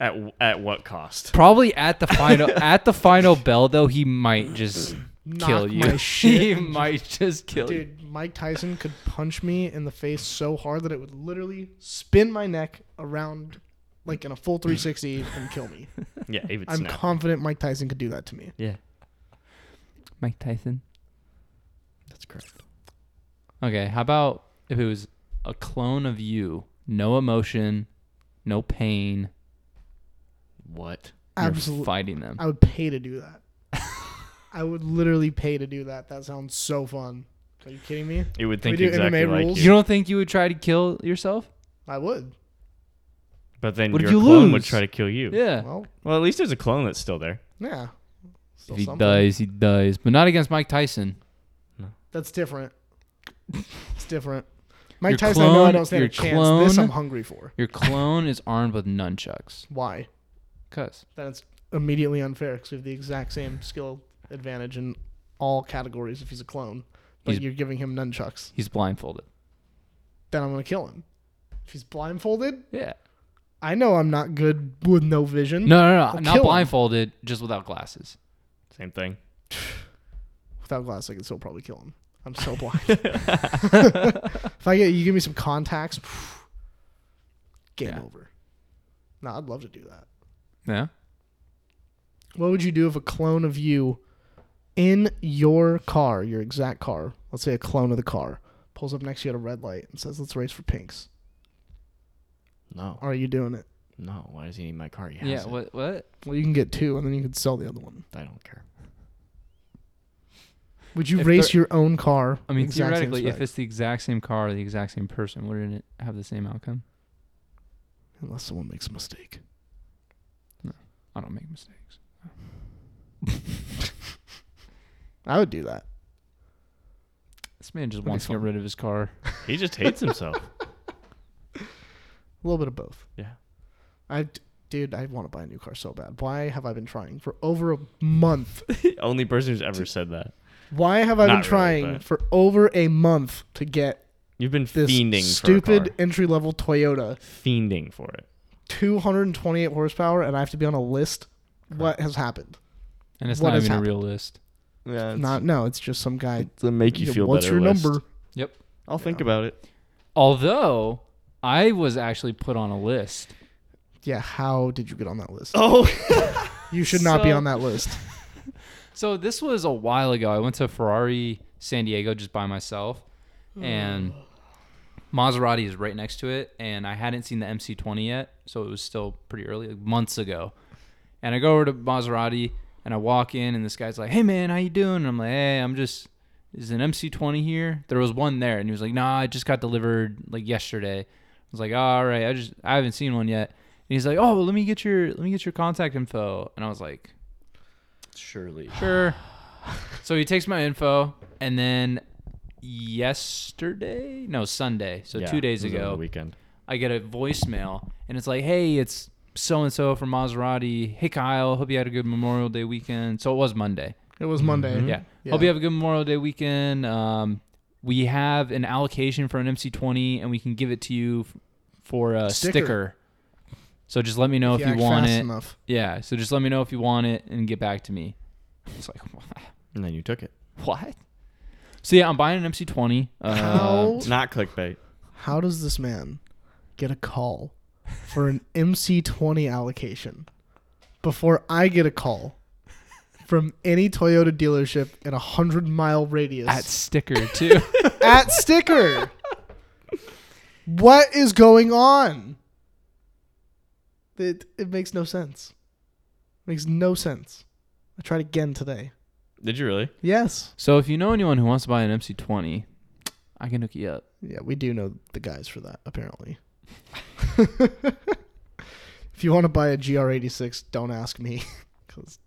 [SPEAKER 3] At w- at what cost?
[SPEAKER 2] Probably at the final at the final bell though, he might just kill
[SPEAKER 1] Knock
[SPEAKER 2] you.
[SPEAKER 1] my shit
[SPEAKER 2] he
[SPEAKER 1] and just-
[SPEAKER 2] might just kill you.
[SPEAKER 1] Dude, Mike Tyson could punch me in the face so hard that it would literally spin my neck around like in a full 360 and kill me.
[SPEAKER 3] Yeah, if it's
[SPEAKER 1] I'm
[SPEAKER 3] not.
[SPEAKER 1] confident Mike Tyson could do that to me.
[SPEAKER 3] yeah,
[SPEAKER 2] Mike Tyson.
[SPEAKER 3] that's correct.
[SPEAKER 2] Okay, how about if it was a clone of you, no emotion, no pain,
[SPEAKER 3] What?
[SPEAKER 2] you're
[SPEAKER 1] Absolutely.
[SPEAKER 2] fighting them.
[SPEAKER 1] I would pay to do that. I would literally pay to do that. That sounds so fun. Are you kidding me?
[SPEAKER 3] It would
[SPEAKER 1] Can we
[SPEAKER 3] think
[SPEAKER 1] do
[SPEAKER 3] exactly
[SPEAKER 1] MMA
[SPEAKER 3] like
[SPEAKER 1] rules?
[SPEAKER 2] You
[SPEAKER 3] you.
[SPEAKER 2] don't think you would try to kill yourself?
[SPEAKER 1] I would.
[SPEAKER 3] But then
[SPEAKER 2] What if
[SPEAKER 3] your
[SPEAKER 2] you
[SPEAKER 3] clone would
[SPEAKER 2] lose?
[SPEAKER 3] try to kill you.
[SPEAKER 2] Yeah.
[SPEAKER 1] Well,
[SPEAKER 3] Well, at least there's a clone that's still there.
[SPEAKER 1] yeah. Still
[SPEAKER 2] if he
[SPEAKER 1] something.
[SPEAKER 2] dies, he dies, but not against Mike Tyson.
[SPEAKER 1] That's different. It's different. Mike
[SPEAKER 2] Your
[SPEAKER 1] Tyson, I know I
[SPEAKER 2] clone-
[SPEAKER 1] don't stand a
[SPEAKER 2] your
[SPEAKER 1] chance. This
[SPEAKER 2] clone-
[SPEAKER 1] I'm hungry for.
[SPEAKER 2] Your clone is armed with nunchucks.
[SPEAKER 1] Why?
[SPEAKER 2] Cuz
[SPEAKER 1] Then it's immediately unfair because we have the exact same skill advantage in all categories if he's a clone. But
[SPEAKER 2] He's-
[SPEAKER 1] you're giving him nunchucks.
[SPEAKER 2] he's blindfolded.
[SPEAKER 1] Then I'm going to kill him. If he's blindfolded,
[SPEAKER 2] Yeah.
[SPEAKER 1] I know I'm not good with no vision
[SPEAKER 2] No, no, no,
[SPEAKER 1] Well, kill
[SPEAKER 2] not
[SPEAKER 1] him.
[SPEAKER 2] blindfolded, just without glasses.
[SPEAKER 3] Same thing.
[SPEAKER 1] without glasses. I can still probably kill him. I'm so blind. if I get you give me some contacts, phew, game
[SPEAKER 2] Yeah.
[SPEAKER 1] over. No, I'd love to do that.
[SPEAKER 2] Yeah.
[SPEAKER 1] What would you do if a clone of you in your car, your exact car, let's say a clone of the car, pulls up next to you at a red light and says, let's race for pinks?
[SPEAKER 3] No,
[SPEAKER 1] Are you doing it?
[SPEAKER 3] no. Why does he need my car? He has
[SPEAKER 2] Yeah,
[SPEAKER 3] it.
[SPEAKER 2] what what?
[SPEAKER 1] Well, you can get two and then you can sell the other one.
[SPEAKER 3] I don't care.
[SPEAKER 1] Would you
[SPEAKER 2] If
[SPEAKER 1] race your own car?
[SPEAKER 2] I mean,
[SPEAKER 1] exact same
[SPEAKER 2] theoretically, if
[SPEAKER 1] spec?
[SPEAKER 2] it's the exact same car, the exact same person, wouldn't it have the same outcome?
[SPEAKER 1] Unless someone makes a mistake.
[SPEAKER 2] I don't make mistakes.
[SPEAKER 1] I would do that.
[SPEAKER 2] This man just
[SPEAKER 1] That'd be
[SPEAKER 2] wants to get
[SPEAKER 1] fun.
[SPEAKER 2] rid of his car.
[SPEAKER 3] He just hates himself.
[SPEAKER 1] A little bit of both.
[SPEAKER 3] Yeah.
[SPEAKER 1] I, d- dude, I want to buy a new car so bad. Why have I been trying for over a month?
[SPEAKER 3] The only person who's ever said that.
[SPEAKER 1] Why have I
[SPEAKER 3] Not
[SPEAKER 1] been
[SPEAKER 3] really,
[SPEAKER 1] trying
[SPEAKER 3] but-
[SPEAKER 1] for over a month to get
[SPEAKER 3] You've been
[SPEAKER 1] this
[SPEAKER 3] fiending for
[SPEAKER 1] stupid
[SPEAKER 3] a car.
[SPEAKER 1] entry level Toyota,
[SPEAKER 3] Fiending for it.
[SPEAKER 1] 228 horsepower, and I have to be on a list? What has happened?
[SPEAKER 2] And it's
[SPEAKER 1] What
[SPEAKER 2] not
[SPEAKER 1] has
[SPEAKER 2] even a real list.
[SPEAKER 3] Yeah.
[SPEAKER 1] Not no, it's just some guy.
[SPEAKER 3] to make you
[SPEAKER 1] Yeah,
[SPEAKER 3] feel
[SPEAKER 1] What's
[SPEAKER 3] better.
[SPEAKER 1] your
[SPEAKER 3] list.
[SPEAKER 1] number?
[SPEAKER 2] Yep.
[SPEAKER 3] I'll think
[SPEAKER 1] Yeah.
[SPEAKER 3] about it.
[SPEAKER 2] Although I was actually put on a list.
[SPEAKER 1] Yeah, how did you get on that list?
[SPEAKER 3] Oh,
[SPEAKER 1] You should not be
[SPEAKER 2] so-
[SPEAKER 1] on that list.
[SPEAKER 2] So this was a while ago. I went to Ferrari San Diego just by myself, and Maserati is right next to it. And I hadn't seen the MC20 yet, so it was still pretty early, like months ago. And I go over to Maserati and I walk in, and this guy's like, "Hey man, how you doing?" And I'm like, "Hey, I'm just is an MC20 here?" There was one there, and he was like, "Nah, I just got delivered like yesterday." I was like, "Oh, "All right, I just I haven't seen one yet." And he's like, "Oh, well, let me get your let me get your contact info." And I was like,
[SPEAKER 3] surely.
[SPEAKER 2] Sure. so he takes my info, and then yesterday, no Sunday, so
[SPEAKER 3] Yeah,
[SPEAKER 2] two days
[SPEAKER 3] it was over the
[SPEAKER 2] ago,
[SPEAKER 3] weekend.
[SPEAKER 2] I get a voicemail, and it's like, "Hey, it's so and so from Maserati. Hey Kyle, hope you had a good Memorial Day weekend." So it was Monday.
[SPEAKER 1] It was Monday.
[SPEAKER 3] Mm-hmm. Hmm.
[SPEAKER 2] Yeah. Hope you have a good Memorial Day weekend. Um, we have an allocation for an MC20, and we can give it to you f- for a
[SPEAKER 1] Sticker.
[SPEAKER 2] sticker. So just let me know if,
[SPEAKER 1] act
[SPEAKER 2] you want
[SPEAKER 1] fast
[SPEAKER 2] it.
[SPEAKER 1] enough.
[SPEAKER 2] Yeah. So just let me know if you want it and get back to me. It's like,
[SPEAKER 3] And then you took it.
[SPEAKER 2] What? So yeah, I'm buying an MC20. Uh,
[SPEAKER 1] How?
[SPEAKER 3] Not clickbait.
[SPEAKER 1] How does this man get a call for an MC20 allocation before I get a call from any Toyota dealership in a hundred mile radius
[SPEAKER 2] At sticker too.
[SPEAKER 1] at sticker? What is going on? It it makes no sense. makes no sense. I tried again today.
[SPEAKER 3] Did you really?
[SPEAKER 1] Yes.
[SPEAKER 2] so if you know anyone who wants to buy an MC20, I can hook you up.
[SPEAKER 1] Yeah, we do know the guys for that, apparently. if you want to buy a GR86, don't ask me because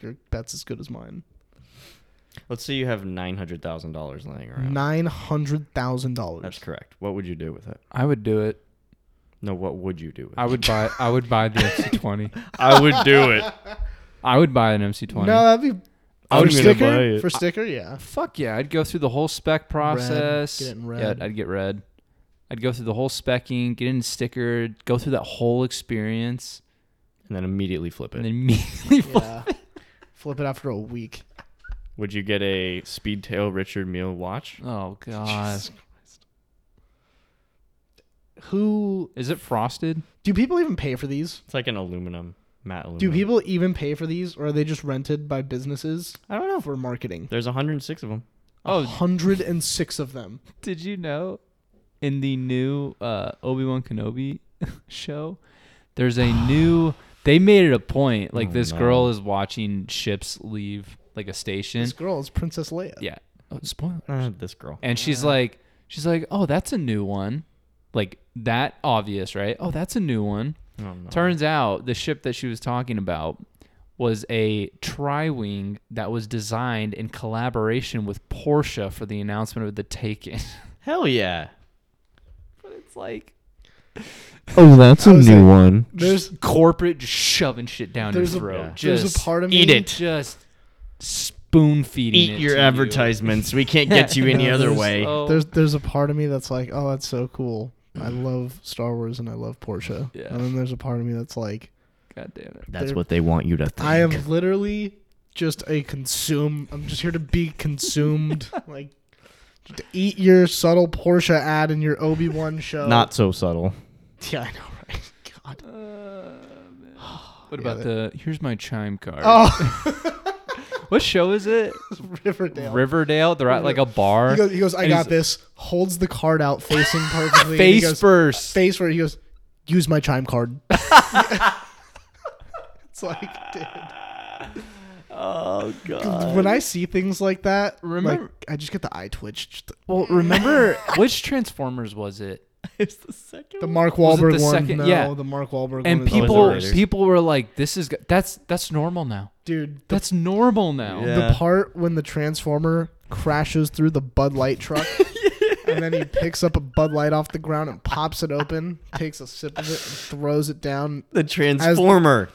[SPEAKER 1] your bet's as good as mine.
[SPEAKER 3] Let's say you have nine hundred thousand dollars laying around. That's
[SPEAKER 1] $900,000.
[SPEAKER 3] correct. What would you do with it?
[SPEAKER 2] I would do it.
[SPEAKER 3] No, what would you do with
[SPEAKER 2] I
[SPEAKER 3] it?
[SPEAKER 2] would buy. I would buy the MC20.
[SPEAKER 3] I would do it.
[SPEAKER 2] I would buy an MC20.
[SPEAKER 1] No, that'd be.
[SPEAKER 3] I'm
[SPEAKER 1] for
[SPEAKER 3] gonna
[SPEAKER 1] sticker?
[SPEAKER 3] buy it.
[SPEAKER 1] For sticker, yeah.
[SPEAKER 2] Fuck yeah! I'd go through the whole spec process.
[SPEAKER 1] Get it in
[SPEAKER 2] Yeah,
[SPEAKER 1] red.
[SPEAKER 2] I'd- I'd get red. I'd go through the whole specking, get in sticker, go through that whole experience,
[SPEAKER 3] And then immediately flip
[SPEAKER 2] and
[SPEAKER 3] it.
[SPEAKER 2] then immediately.
[SPEAKER 1] Yeah. Flip it after a week.
[SPEAKER 3] Would you get a Speedtail Richard Mille watch?
[SPEAKER 2] Oh god!
[SPEAKER 1] Jesus Christ. Who.
[SPEAKER 2] Is it frosted?
[SPEAKER 1] Do people even pay for these?
[SPEAKER 3] It's like an aluminum matte aluminum.
[SPEAKER 1] Do people even pay for these, or are they just rented by businesses
[SPEAKER 3] I don't know.
[SPEAKER 1] for marketing?
[SPEAKER 3] There's 106 of them.
[SPEAKER 2] Oh,
[SPEAKER 1] 106 of them.
[SPEAKER 2] Did you know in the new uh, Obi Wan Kenobi show, there's a new. They made it a point. Like
[SPEAKER 3] Oh,
[SPEAKER 2] this
[SPEAKER 3] no.
[SPEAKER 2] girl is watching ships leave like a station.
[SPEAKER 1] This girl is Princess Leia.
[SPEAKER 2] Yeah. Oh, spoiler.
[SPEAKER 3] Uh, this girl.
[SPEAKER 2] And she's like, she's like, oh, that's a new one. Like that obvious, right? Oh, that's a new one.
[SPEAKER 3] Oh, no.
[SPEAKER 2] Turns out the ship that she was talking about was a tri-wing that was designed in collaboration with Porsche for the announcement of the Taken.
[SPEAKER 3] Hell yeah.
[SPEAKER 2] but it's like
[SPEAKER 3] Oh, that's
[SPEAKER 1] a I was new
[SPEAKER 3] one.
[SPEAKER 1] There's
[SPEAKER 2] corporate just shoving shit down your
[SPEAKER 1] there's a,
[SPEAKER 2] throat.
[SPEAKER 3] Yeah.
[SPEAKER 1] there's
[SPEAKER 2] Just
[SPEAKER 1] a part of me.
[SPEAKER 3] eat it.
[SPEAKER 2] Just spoon feeding.
[SPEAKER 3] Eat your advertisements. We can't get you any
[SPEAKER 1] No,
[SPEAKER 3] other
[SPEAKER 1] there's-
[SPEAKER 3] way.
[SPEAKER 2] oh,
[SPEAKER 1] There's there's a part of me that's like, oh, that's so cool. I love Star Wars and I love Porsche.
[SPEAKER 2] Yeah.
[SPEAKER 1] And then there's a part of me that's like,
[SPEAKER 2] God damn it.
[SPEAKER 3] That's
[SPEAKER 1] there-
[SPEAKER 3] what they want you to think.
[SPEAKER 1] I am literally just a consume. I'm just here to be consumed. like, just eat your subtle Porsche ad in your Obi Wan show.
[SPEAKER 3] Not so subtle.
[SPEAKER 1] Yeah, I know, right? God.
[SPEAKER 2] What
[SPEAKER 1] Yeah,
[SPEAKER 2] about the? Here's my chime card.
[SPEAKER 1] Oh,
[SPEAKER 2] What show is it?
[SPEAKER 1] Riverdale.
[SPEAKER 2] Riverdale. They're at like a bar.
[SPEAKER 1] he, goes, he goes, I
[SPEAKER 2] And
[SPEAKER 1] got
[SPEAKER 2] he's-
[SPEAKER 1] this. Holds the card out facing perfectly. and he
[SPEAKER 2] Face
[SPEAKER 1] goes,
[SPEAKER 2] first.
[SPEAKER 1] face where he goes, use my chime card. it's like, dude.
[SPEAKER 3] Oh god.
[SPEAKER 1] When I see things like that, remember,
[SPEAKER 2] Remember-
[SPEAKER 1] I just get the eye twitch. Just the,
[SPEAKER 2] well, remember which Transformers was it?
[SPEAKER 3] It's the second.
[SPEAKER 1] the Mark
[SPEAKER 2] Was it
[SPEAKER 1] Wahlberg
[SPEAKER 2] the
[SPEAKER 1] one,
[SPEAKER 2] second-
[SPEAKER 1] no,
[SPEAKER 2] yeah.
[SPEAKER 1] the Mark Wahlberg one.
[SPEAKER 2] And
[SPEAKER 1] is
[SPEAKER 3] always
[SPEAKER 2] people,
[SPEAKER 3] overrated.
[SPEAKER 2] people were like, "This is that's that's normal now.
[SPEAKER 1] dude, the,
[SPEAKER 2] That's normal now."
[SPEAKER 3] Yeah.
[SPEAKER 1] the part when the transformer crashes through the Bud Light truck, and then he picks up a Bud Light off the ground and pops it open, takes a sip of it, and throws it down.
[SPEAKER 3] The Transformer.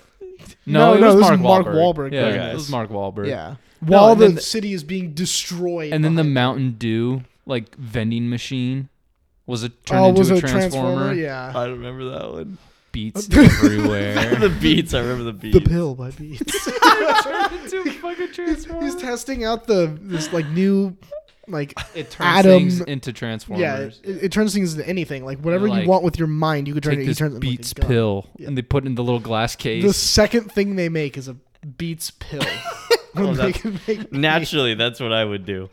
[SPEAKER 2] No,
[SPEAKER 1] No,
[SPEAKER 2] it
[SPEAKER 1] no,
[SPEAKER 2] was
[SPEAKER 1] this
[SPEAKER 2] Mark
[SPEAKER 1] is Mark
[SPEAKER 2] Wahlberg.
[SPEAKER 1] Wahlberg,
[SPEAKER 2] Yeah,
[SPEAKER 3] guys.
[SPEAKER 2] it was Mark Wahlberg.
[SPEAKER 1] Yeah,
[SPEAKER 2] No,
[SPEAKER 1] while
[SPEAKER 2] and
[SPEAKER 1] the,
[SPEAKER 2] then the-
[SPEAKER 1] city is being destroyed,
[SPEAKER 2] And then the
[SPEAKER 1] behind it.
[SPEAKER 2] Mountain Dew like vending machine was a turned
[SPEAKER 1] oh,
[SPEAKER 2] into
[SPEAKER 1] was
[SPEAKER 2] a
[SPEAKER 1] it
[SPEAKER 2] transformer.
[SPEAKER 1] Yeah,
[SPEAKER 3] I remember that one.
[SPEAKER 2] Beats everywhere.
[SPEAKER 3] the beats. I remember the beats.
[SPEAKER 1] the pill by Beats.
[SPEAKER 2] turned into a fucking
[SPEAKER 1] He's
[SPEAKER 2] transformer.
[SPEAKER 1] testing out the this like new Like
[SPEAKER 2] It turns
[SPEAKER 1] Adam-
[SPEAKER 2] things into
[SPEAKER 1] yeah, it,
[SPEAKER 2] Transformers.
[SPEAKER 1] it turns things into anything. Like whatever
[SPEAKER 2] You're
[SPEAKER 1] you
[SPEAKER 2] like,
[SPEAKER 1] want with your mind, you can turn
[SPEAKER 2] Take
[SPEAKER 1] it.
[SPEAKER 2] this
[SPEAKER 1] You turn it into like a
[SPEAKER 2] Beats
[SPEAKER 1] gun.
[SPEAKER 2] pill,
[SPEAKER 1] Yeah.
[SPEAKER 2] and they put it in the little glass case.
[SPEAKER 1] The second thing they make is a Beats pill. When
[SPEAKER 2] Oh,
[SPEAKER 3] Well,
[SPEAKER 1] they
[SPEAKER 3] that's
[SPEAKER 1] can make-
[SPEAKER 3] Naturally, that's what I would do.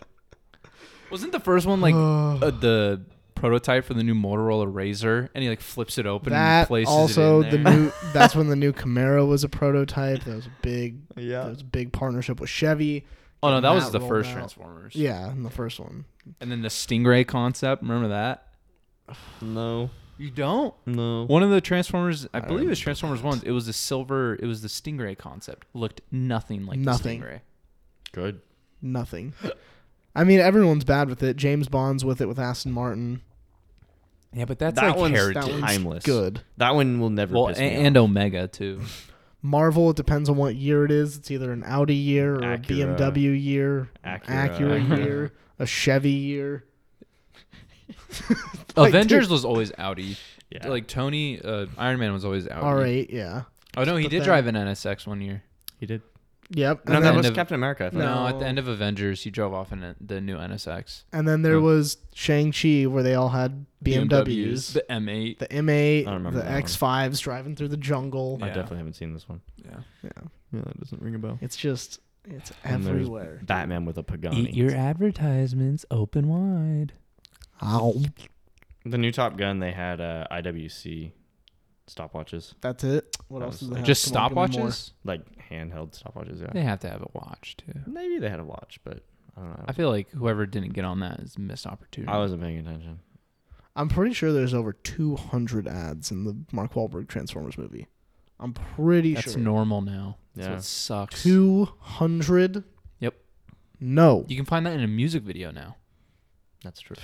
[SPEAKER 2] Wasn't the first one like uh, the prototype for the new Motorola Razor, and he like flips it open and
[SPEAKER 1] that
[SPEAKER 2] places
[SPEAKER 1] also
[SPEAKER 2] it
[SPEAKER 1] the
[SPEAKER 2] in there?
[SPEAKER 1] new. That's when the new Camaro was a prototype. That was a big.
[SPEAKER 2] Uh.
[SPEAKER 3] Yeah.
[SPEAKER 1] That was a big partnership with Chevy.
[SPEAKER 2] oh no, that
[SPEAKER 1] that
[SPEAKER 2] was the
[SPEAKER 1] rolled
[SPEAKER 2] first
[SPEAKER 1] out.
[SPEAKER 2] Transformers.
[SPEAKER 1] Yeah, in the first one.
[SPEAKER 2] and then the Stingray concept. Remember that?
[SPEAKER 3] No,
[SPEAKER 2] You don't.
[SPEAKER 3] no.
[SPEAKER 2] One of the Transformers, I, believe it
[SPEAKER 3] remember
[SPEAKER 2] was Transformers one. It was the silver. It was the Stingray concept. Looked nothing like
[SPEAKER 1] Nothing.
[SPEAKER 2] the Stingray.
[SPEAKER 3] Good.
[SPEAKER 1] Nothing. I mean, everyone's bad with it. James Bond's with it with Aston Martin.
[SPEAKER 2] Yeah, but that's
[SPEAKER 3] That
[SPEAKER 2] like
[SPEAKER 3] one's-
[SPEAKER 2] heritage.
[SPEAKER 1] That one's
[SPEAKER 3] Timeless.
[SPEAKER 1] Good.
[SPEAKER 3] That one will never.
[SPEAKER 2] well,
[SPEAKER 3] piss
[SPEAKER 2] and,
[SPEAKER 3] me
[SPEAKER 2] and
[SPEAKER 3] off.
[SPEAKER 2] Omega too.
[SPEAKER 1] Marvel, it depends on what year it is. It's either an Audi year or a
[SPEAKER 3] Acura.
[SPEAKER 1] BMW year, an
[SPEAKER 3] Acura.
[SPEAKER 1] Acura, year, a Chevy year. Like,
[SPEAKER 2] Avengers was always Audi.
[SPEAKER 3] yeah.
[SPEAKER 2] Like Tony, uh, Iron Man was always Audi.
[SPEAKER 1] All right, yeah.
[SPEAKER 2] Oh no, he
[SPEAKER 1] But
[SPEAKER 2] did
[SPEAKER 1] then-
[SPEAKER 2] drive an NSX one year.
[SPEAKER 3] he did.
[SPEAKER 1] Yep. And,
[SPEAKER 3] No, that
[SPEAKER 1] then,
[SPEAKER 2] end
[SPEAKER 3] was
[SPEAKER 2] of-
[SPEAKER 3] Captain America. I thought.
[SPEAKER 2] No.
[SPEAKER 1] No.
[SPEAKER 2] at the end of Avengers, he drove off in a, the new NSX.
[SPEAKER 1] and then there
[SPEAKER 2] Oh.
[SPEAKER 1] was Shang-Chi where they all had BMWs.
[SPEAKER 2] the M8.
[SPEAKER 1] The
[SPEAKER 3] I
[SPEAKER 1] M8,
[SPEAKER 3] remember
[SPEAKER 1] the
[SPEAKER 3] that one.
[SPEAKER 1] X5s driving through the jungle.
[SPEAKER 3] I
[SPEAKER 2] Yeah.
[SPEAKER 3] definitely haven't seen this one.
[SPEAKER 2] yeah.
[SPEAKER 1] Yeah.
[SPEAKER 3] Yeah, that doesn't ring a bell.
[SPEAKER 1] It's just, it's
[SPEAKER 3] And there's
[SPEAKER 1] everywhere.
[SPEAKER 3] Batman with a Pagani.
[SPEAKER 2] advertisements open wide.
[SPEAKER 1] Ow.
[SPEAKER 3] the new Top Gun. They had uh, IWC stopwatches,
[SPEAKER 1] That's it. What
[SPEAKER 3] That
[SPEAKER 1] else
[SPEAKER 3] was-
[SPEAKER 1] does it have?
[SPEAKER 2] Just
[SPEAKER 1] Come on, give me more.
[SPEAKER 2] stopwatches?
[SPEAKER 3] like handheld stopwatches. Yeah.
[SPEAKER 2] They have to have a watch too.
[SPEAKER 3] Maybe they had a watch, but I don't know.
[SPEAKER 2] I feel like whoever didn't get on that is a missed opportunity.
[SPEAKER 3] I wasn't paying attention.
[SPEAKER 1] I'm pretty sure there's over 200 ads in the Mark Wahlberg Transformers movie. I'm pretty
[SPEAKER 2] That's
[SPEAKER 1] sure.
[SPEAKER 2] normal now. That's
[SPEAKER 3] Yeah.
[SPEAKER 2] what sucks.
[SPEAKER 1] 200?
[SPEAKER 2] Yep.
[SPEAKER 1] No.
[SPEAKER 2] You can find that in a music video now.
[SPEAKER 3] That's true.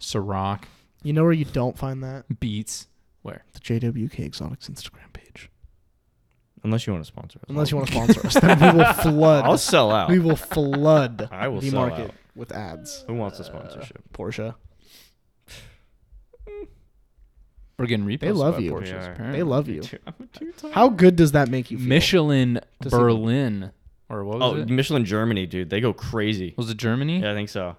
[SPEAKER 2] Ciroc,
[SPEAKER 1] You know where you don't find that?
[SPEAKER 2] Beats. Where?
[SPEAKER 1] The JWK Exotics Instagram page.
[SPEAKER 3] Unless you want to sponsor us.
[SPEAKER 1] Unless you
[SPEAKER 3] I'll-
[SPEAKER 1] want to sponsor us, then we will
[SPEAKER 3] Oh. I'll
[SPEAKER 1] flood.
[SPEAKER 3] sell out.
[SPEAKER 1] We will flood
[SPEAKER 3] I will
[SPEAKER 1] the
[SPEAKER 3] sell
[SPEAKER 1] market
[SPEAKER 3] out.
[SPEAKER 1] with ads.
[SPEAKER 3] Who wants a
[SPEAKER 2] Uh,
[SPEAKER 3] sponsorship?
[SPEAKER 1] Porsche.
[SPEAKER 2] We're getting reposts.
[SPEAKER 1] love
[SPEAKER 2] about
[SPEAKER 1] you.
[SPEAKER 2] Porsches,
[SPEAKER 3] They are.
[SPEAKER 2] apparently.
[SPEAKER 1] They love you.
[SPEAKER 3] I'm too tired.
[SPEAKER 1] How good does that make you feel?
[SPEAKER 2] Michelin
[SPEAKER 1] Does it-
[SPEAKER 2] Berlin. Or what was
[SPEAKER 3] Oh,
[SPEAKER 2] it?
[SPEAKER 3] Michelin Germany, dude. They go crazy.
[SPEAKER 2] Was it Germany?
[SPEAKER 3] Yeah, I think so.
[SPEAKER 2] Or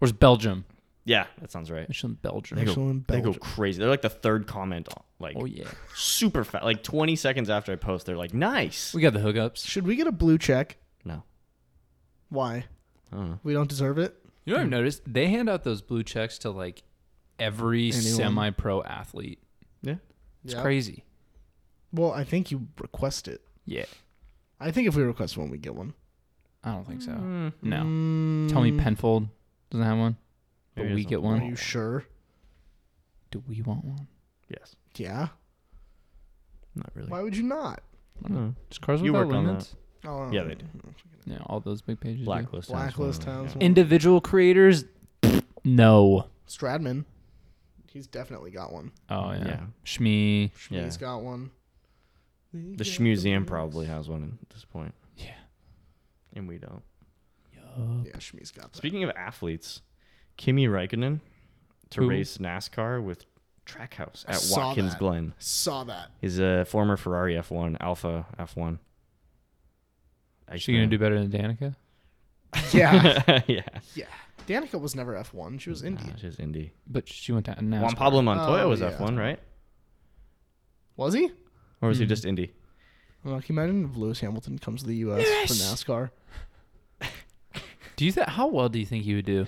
[SPEAKER 2] was it Belgium?
[SPEAKER 3] Yeah, that sounds right.
[SPEAKER 2] Michelin Belgium.
[SPEAKER 3] They go-
[SPEAKER 1] Michelin
[SPEAKER 3] They go
[SPEAKER 1] Belgium.
[SPEAKER 3] crazy. They're like the third comment, on- like
[SPEAKER 2] Oh yeah.
[SPEAKER 3] super fast. Like 20 seconds after I post, they're like, nice.
[SPEAKER 2] We got the hookups.
[SPEAKER 1] Should we get a blue check?
[SPEAKER 3] No.
[SPEAKER 1] Why?
[SPEAKER 3] I don't know.
[SPEAKER 1] We don't deserve it?
[SPEAKER 2] You know
[SPEAKER 1] Mm.
[SPEAKER 2] what I've noticed? They hand out those blue checks to like every
[SPEAKER 1] Anyone.
[SPEAKER 2] semi-pro athlete.
[SPEAKER 3] Yeah.
[SPEAKER 2] It's
[SPEAKER 1] Yeah.
[SPEAKER 2] crazy.
[SPEAKER 1] Well, I think you request it.
[SPEAKER 2] Yeah.
[SPEAKER 1] I think if we request one, we get one.
[SPEAKER 2] I don't think so.
[SPEAKER 1] Hmm.
[SPEAKER 2] No.
[SPEAKER 1] Mm,
[SPEAKER 2] Tell me Penfold doesn't have one. But
[SPEAKER 3] Maybe
[SPEAKER 2] we
[SPEAKER 3] it's
[SPEAKER 2] get
[SPEAKER 1] Are
[SPEAKER 2] one.
[SPEAKER 1] you sure?
[SPEAKER 2] Do we want one?
[SPEAKER 3] Yes.
[SPEAKER 1] Yeah.
[SPEAKER 3] Not really.
[SPEAKER 1] Why would you not?
[SPEAKER 3] No.
[SPEAKER 2] Just cars
[SPEAKER 3] You
[SPEAKER 2] without
[SPEAKER 3] work on
[SPEAKER 2] limits.
[SPEAKER 1] Oh,
[SPEAKER 3] Yeah, they do.
[SPEAKER 2] Yeah, all those big pages. do.
[SPEAKER 3] Blacklist. has one of
[SPEAKER 1] Blacklist has
[SPEAKER 3] them, yeah.
[SPEAKER 1] one.
[SPEAKER 2] Individual creators. No.
[SPEAKER 1] Stradman. He's definitely got one.
[SPEAKER 2] Oh yeah.
[SPEAKER 3] Yeah.
[SPEAKER 2] Shmi.
[SPEAKER 1] Schmee's got one.
[SPEAKER 3] The Schmuseum probably has one at this point,
[SPEAKER 2] Yeah.
[SPEAKER 3] and we don't.
[SPEAKER 1] Yeah, Schmee's got that.
[SPEAKER 3] Speaking of athletes, Kimi Räikkönen to
[SPEAKER 2] Who?
[SPEAKER 3] race NASCAR with Trackhouse
[SPEAKER 1] I
[SPEAKER 3] at
[SPEAKER 1] saw
[SPEAKER 3] Watkins
[SPEAKER 1] that.
[SPEAKER 3] Glen.
[SPEAKER 1] Saw that.
[SPEAKER 3] He's a former Ferrari F1, Alpha F1.
[SPEAKER 2] Is she gonna do better than Danica?
[SPEAKER 1] Yeah.
[SPEAKER 3] yeah.
[SPEAKER 1] yeah. Danica was never F1. She was Indy.
[SPEAKER 3] Nah, just Indy.
[SPEAKER 2] But she went to NASCAR.
[SPEAKER 3] Juan Pablo Montoya
[SPEAKER 1] Oh,
[SPEAKER 3] was
[SPEAKER 1] yeah.
[SPEAKER 3] F1, right?
[SPEAKER 1] Was he?
[SPEAKER 3] Or was he
[SPEAKER 1] Hmm.
[SPEAKER 2] Mhm.
[SPEAKER 3] just Indy?
[SPEAKER 1] Well, can you imagine if Lewis Hamilton comes to the U.S.
[SPEAKER 2] Yes!
[SPEAKER 1] for
[SPEAKER 2] Do you think how well do you think he would do?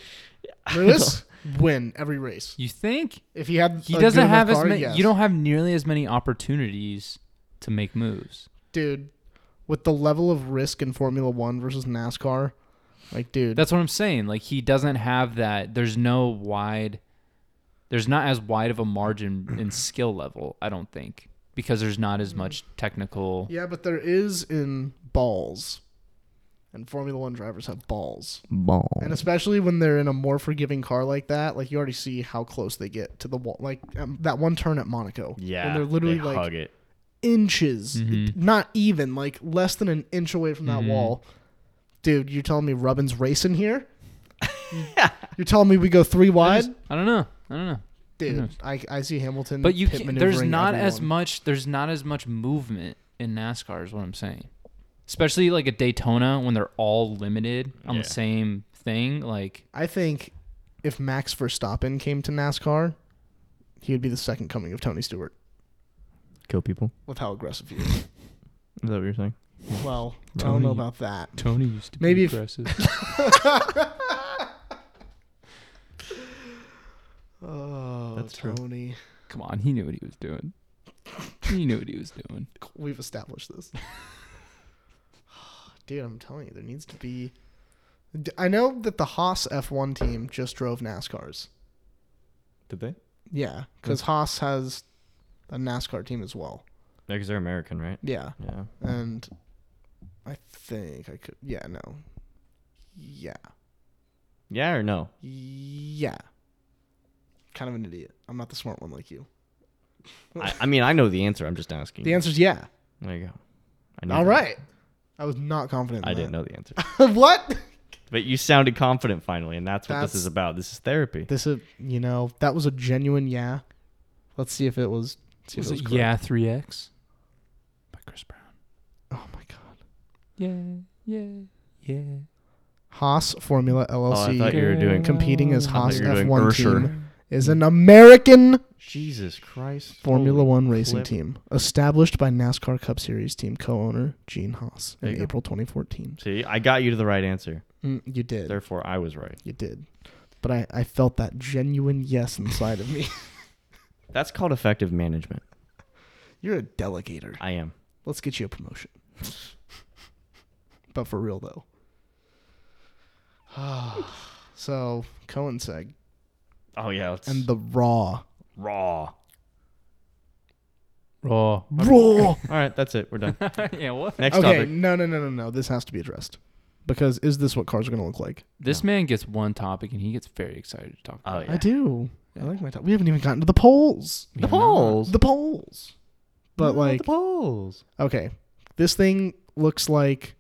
[SPEAKER 1] NASCAR? Lewis win every race.
[SPEAKER 2] You think
[SPEAKER 1] If he had,
[SPEAKER 2] he
[SPEAKER 1] a good
[SPEAKER 2] doesn't
[SPEAKER 1] enough
[SPEAKER 2] have as
[SPEAKER 1] car,
[SPEAKER 2] many?
[SPEAKER 1] yes.
[SPEAKER 2] You don't have nearly as many opportunities to make moves.
[SPEAKER 1] dude. With the level of risk in Formula One versus NASCAR, like, dude,
[SPEAKER 2] That's what I'm saying. Like he doesn't have that. There's no wide. There's not as wide of a margin in skill level. I don't think because there's not as much technical.
[SPEAKER 1] Yeah, but there is in balls. And Formula One drivers have balls.
[SPEAKER 3] Ball.
[SPEAKER 1] And especially when they're in a more forgiving car like that, like you already see how close they get to the wall. Like um, that one turn at Monaco.
[SPEAKER 3] Yeah.
[SPEAKER 1] When they're literally
[SPEAKER 3] they
[SPEAKER 1] like
[SPEAKER 3] hug it.
[SPEAKER 1] inches,
[SPEAKER 2] Mhm.
[SPEAKER 1] not even, like less than an inch away from that
[SPEAKER 2] Mhm.
[SPEAKER 1] wall. Dude, you're telling me Rubin's racing here? you're telling me we go three
[SPEAKER 2] I,
[SPEAKER 1] wide?
[SPEAKER 2] just- I don't know. I don't know.
[SPEAKER 1] Dude,
[SPEAKER 2] knows?
[SPEAKER 1] I, I see Hamilton.
[SPEAKER 2] But you
[SPEAKER 1] pit
[SPEAKER 2] can, there's
[SPEAKER 1] Mm-hmm. maneuvering
[SPEAKER 2] not as
[SPEAKER 1] everyone.
[SPEAKER 2] much. There's not as much movement in NASCAR is what I'm saying. Especially like at Daytona when they're all limited on
[SPEAKER 3] Yeah.
[SPEAKER 2] the same thing. Like
[SPEAKER 1] I think if Max Verstappen came to NASCAR, he would be the second coming of Tony Stewart
[SPEAKER 3] Kill people.
[SPEAKER 1] with how aggressive he is.
[SPEAKER 3] Is that what you're saying?
[SPEAKER 1] well, I don't know
[SPEAKER 2] Tony.
[SPEAKER 1] about that.
[SPEAKER 2] Tony used to
[SPEAKER 1] be Maybe if-
[SPEAKER 2] aggressive.
[SPEAKER 1] Oh,
[SPEAKER 3] That's true.
[SPEAKER 1] Tony.
[SPEAKER 2] Come on, he knew what he was doing. He knew what he was doing.
[SPEAKER 1] We've established this. Dude, I'm telling you, there needs to be. D- I know that the Haas F1 team just drove NASCARs.
[SPEAKER 3] Did they?
[SPEAKER 1] Yeah, because Haas has a NASCAR team as well.
[SPEAKER 3] Yeah, because they're American, right?
[SPEAKER 1] Yeah,
[SPEAKER 3] Yeah.
[SPEAKER 1] and I think I could. Yeah, no. Yeah,
[SPEAKER 3] Yeah or no?
[SPEAKER 1] yeah. Kind of an idiot. I'm not the smart one like you.
[SPEAKER 3] I, I mean, I know the answer. I'm just asking.
[SPEAKER 1] The answer's yeah.
[SPEAKER 3] There you go. I knew
[SPEAKER 1] All
[SPEAKER 3] that.
[SPEAKER 1] right. I was not confident. In
[SPEAKER 3] I didn't know the answer.
[SPEAKER 1] know. what?
[SPEAKER 3] But you sounded confident finally, and that's what this
[SPEAKER 1] That's-
[SPEAKER 3] is about. This is therapy.
[SPEAKER 1] This is, you know, that was a genuine yeah. Let's see if it was. see if
[SPEAKER 2] Was it
[SPEAKER 1] correct.
[SPEAKER 2] Yeah 3X? By Chris Brown.
[SPEAKER 1] Oh my god.
[SPEAKER 2] Yeah, yeah, yeah.
[SPEAKER 1] Haas Formula
[SPEAKER 3] oh, I
[SPEAKER 1] LLC
[SPEAKER 3] thought you were doing.
[SPEAKER 2] Com-
[SPEAKER 1] competing as
[SPEAKER 2] I thought
[SPEAKER 1] Haas
[SPEAKER 3] you were doing
[SPEAKER 1] F1
[SPEAKER 3] Ursher.
[SPEAKER 1] team is an American
[SPEAKER 3] Jesus Christ.
[SPEAKER 1] Formula
[SPEAKER 3] Holy
[SPEAKER 1] One racing
[SPEAKER 3] flip.
[SPEAKER 1] team established by NASCAR Cup Series team co-owner Gene Haas
[SPEAKER 3] There you
[SPEAKER 1] in
[SPEAKER 3] go.
[SPEAKER 1] April 2014.
[SPEAKER 3] See, I got you to the right answer.
[SPEAKER 1] Mm, you did.
[SPEAKER 3] Therefore, I was right.
[SPEAKER 1] You did. But I, I felt that genuine yes inside of me.
[SPEAKER 3] That's called effective management.
[SPEAKER 1] You're a delegator.
[SPEAKER 3] I am.
[SPEAKER 1] Let's get you a promotion. but for real though. so Cohen seg
[SPEAKER 3] Oh yeah. It's
[SPEAKER 1] and the raw
[SPEAKER 3] raw.
[SPEAKER 2] Raw.
[SPEAKER 1] raw.
[SPEAKER 3] All right, that's it. We're done.
[SPEAKER 2] yeah, what?
[SPEAKER 3] Next
[SPEAKER 1] okay,
[SPEAKER 3] topic.
[SPEAKER 1] no, no, no, no, no. This has to be addressed because is this what cars are going to look like?
[SPEAKER 2] This man gets one topic and he gets very excited to talk
[SPEAKER 3] Oh
[SPEAKER 2] about
[SPEAKER 3] yeah.
[SPEAKER 1] I do. I like my top. We haven't even gotten to the polls.
[SPEAKER 2] The
[SPEAKER 3] polls?
[SPEAKER 1] The polls. But like,
[SPEAKER 3] the polls.
[SPEAKER 1] okay, this thing looks like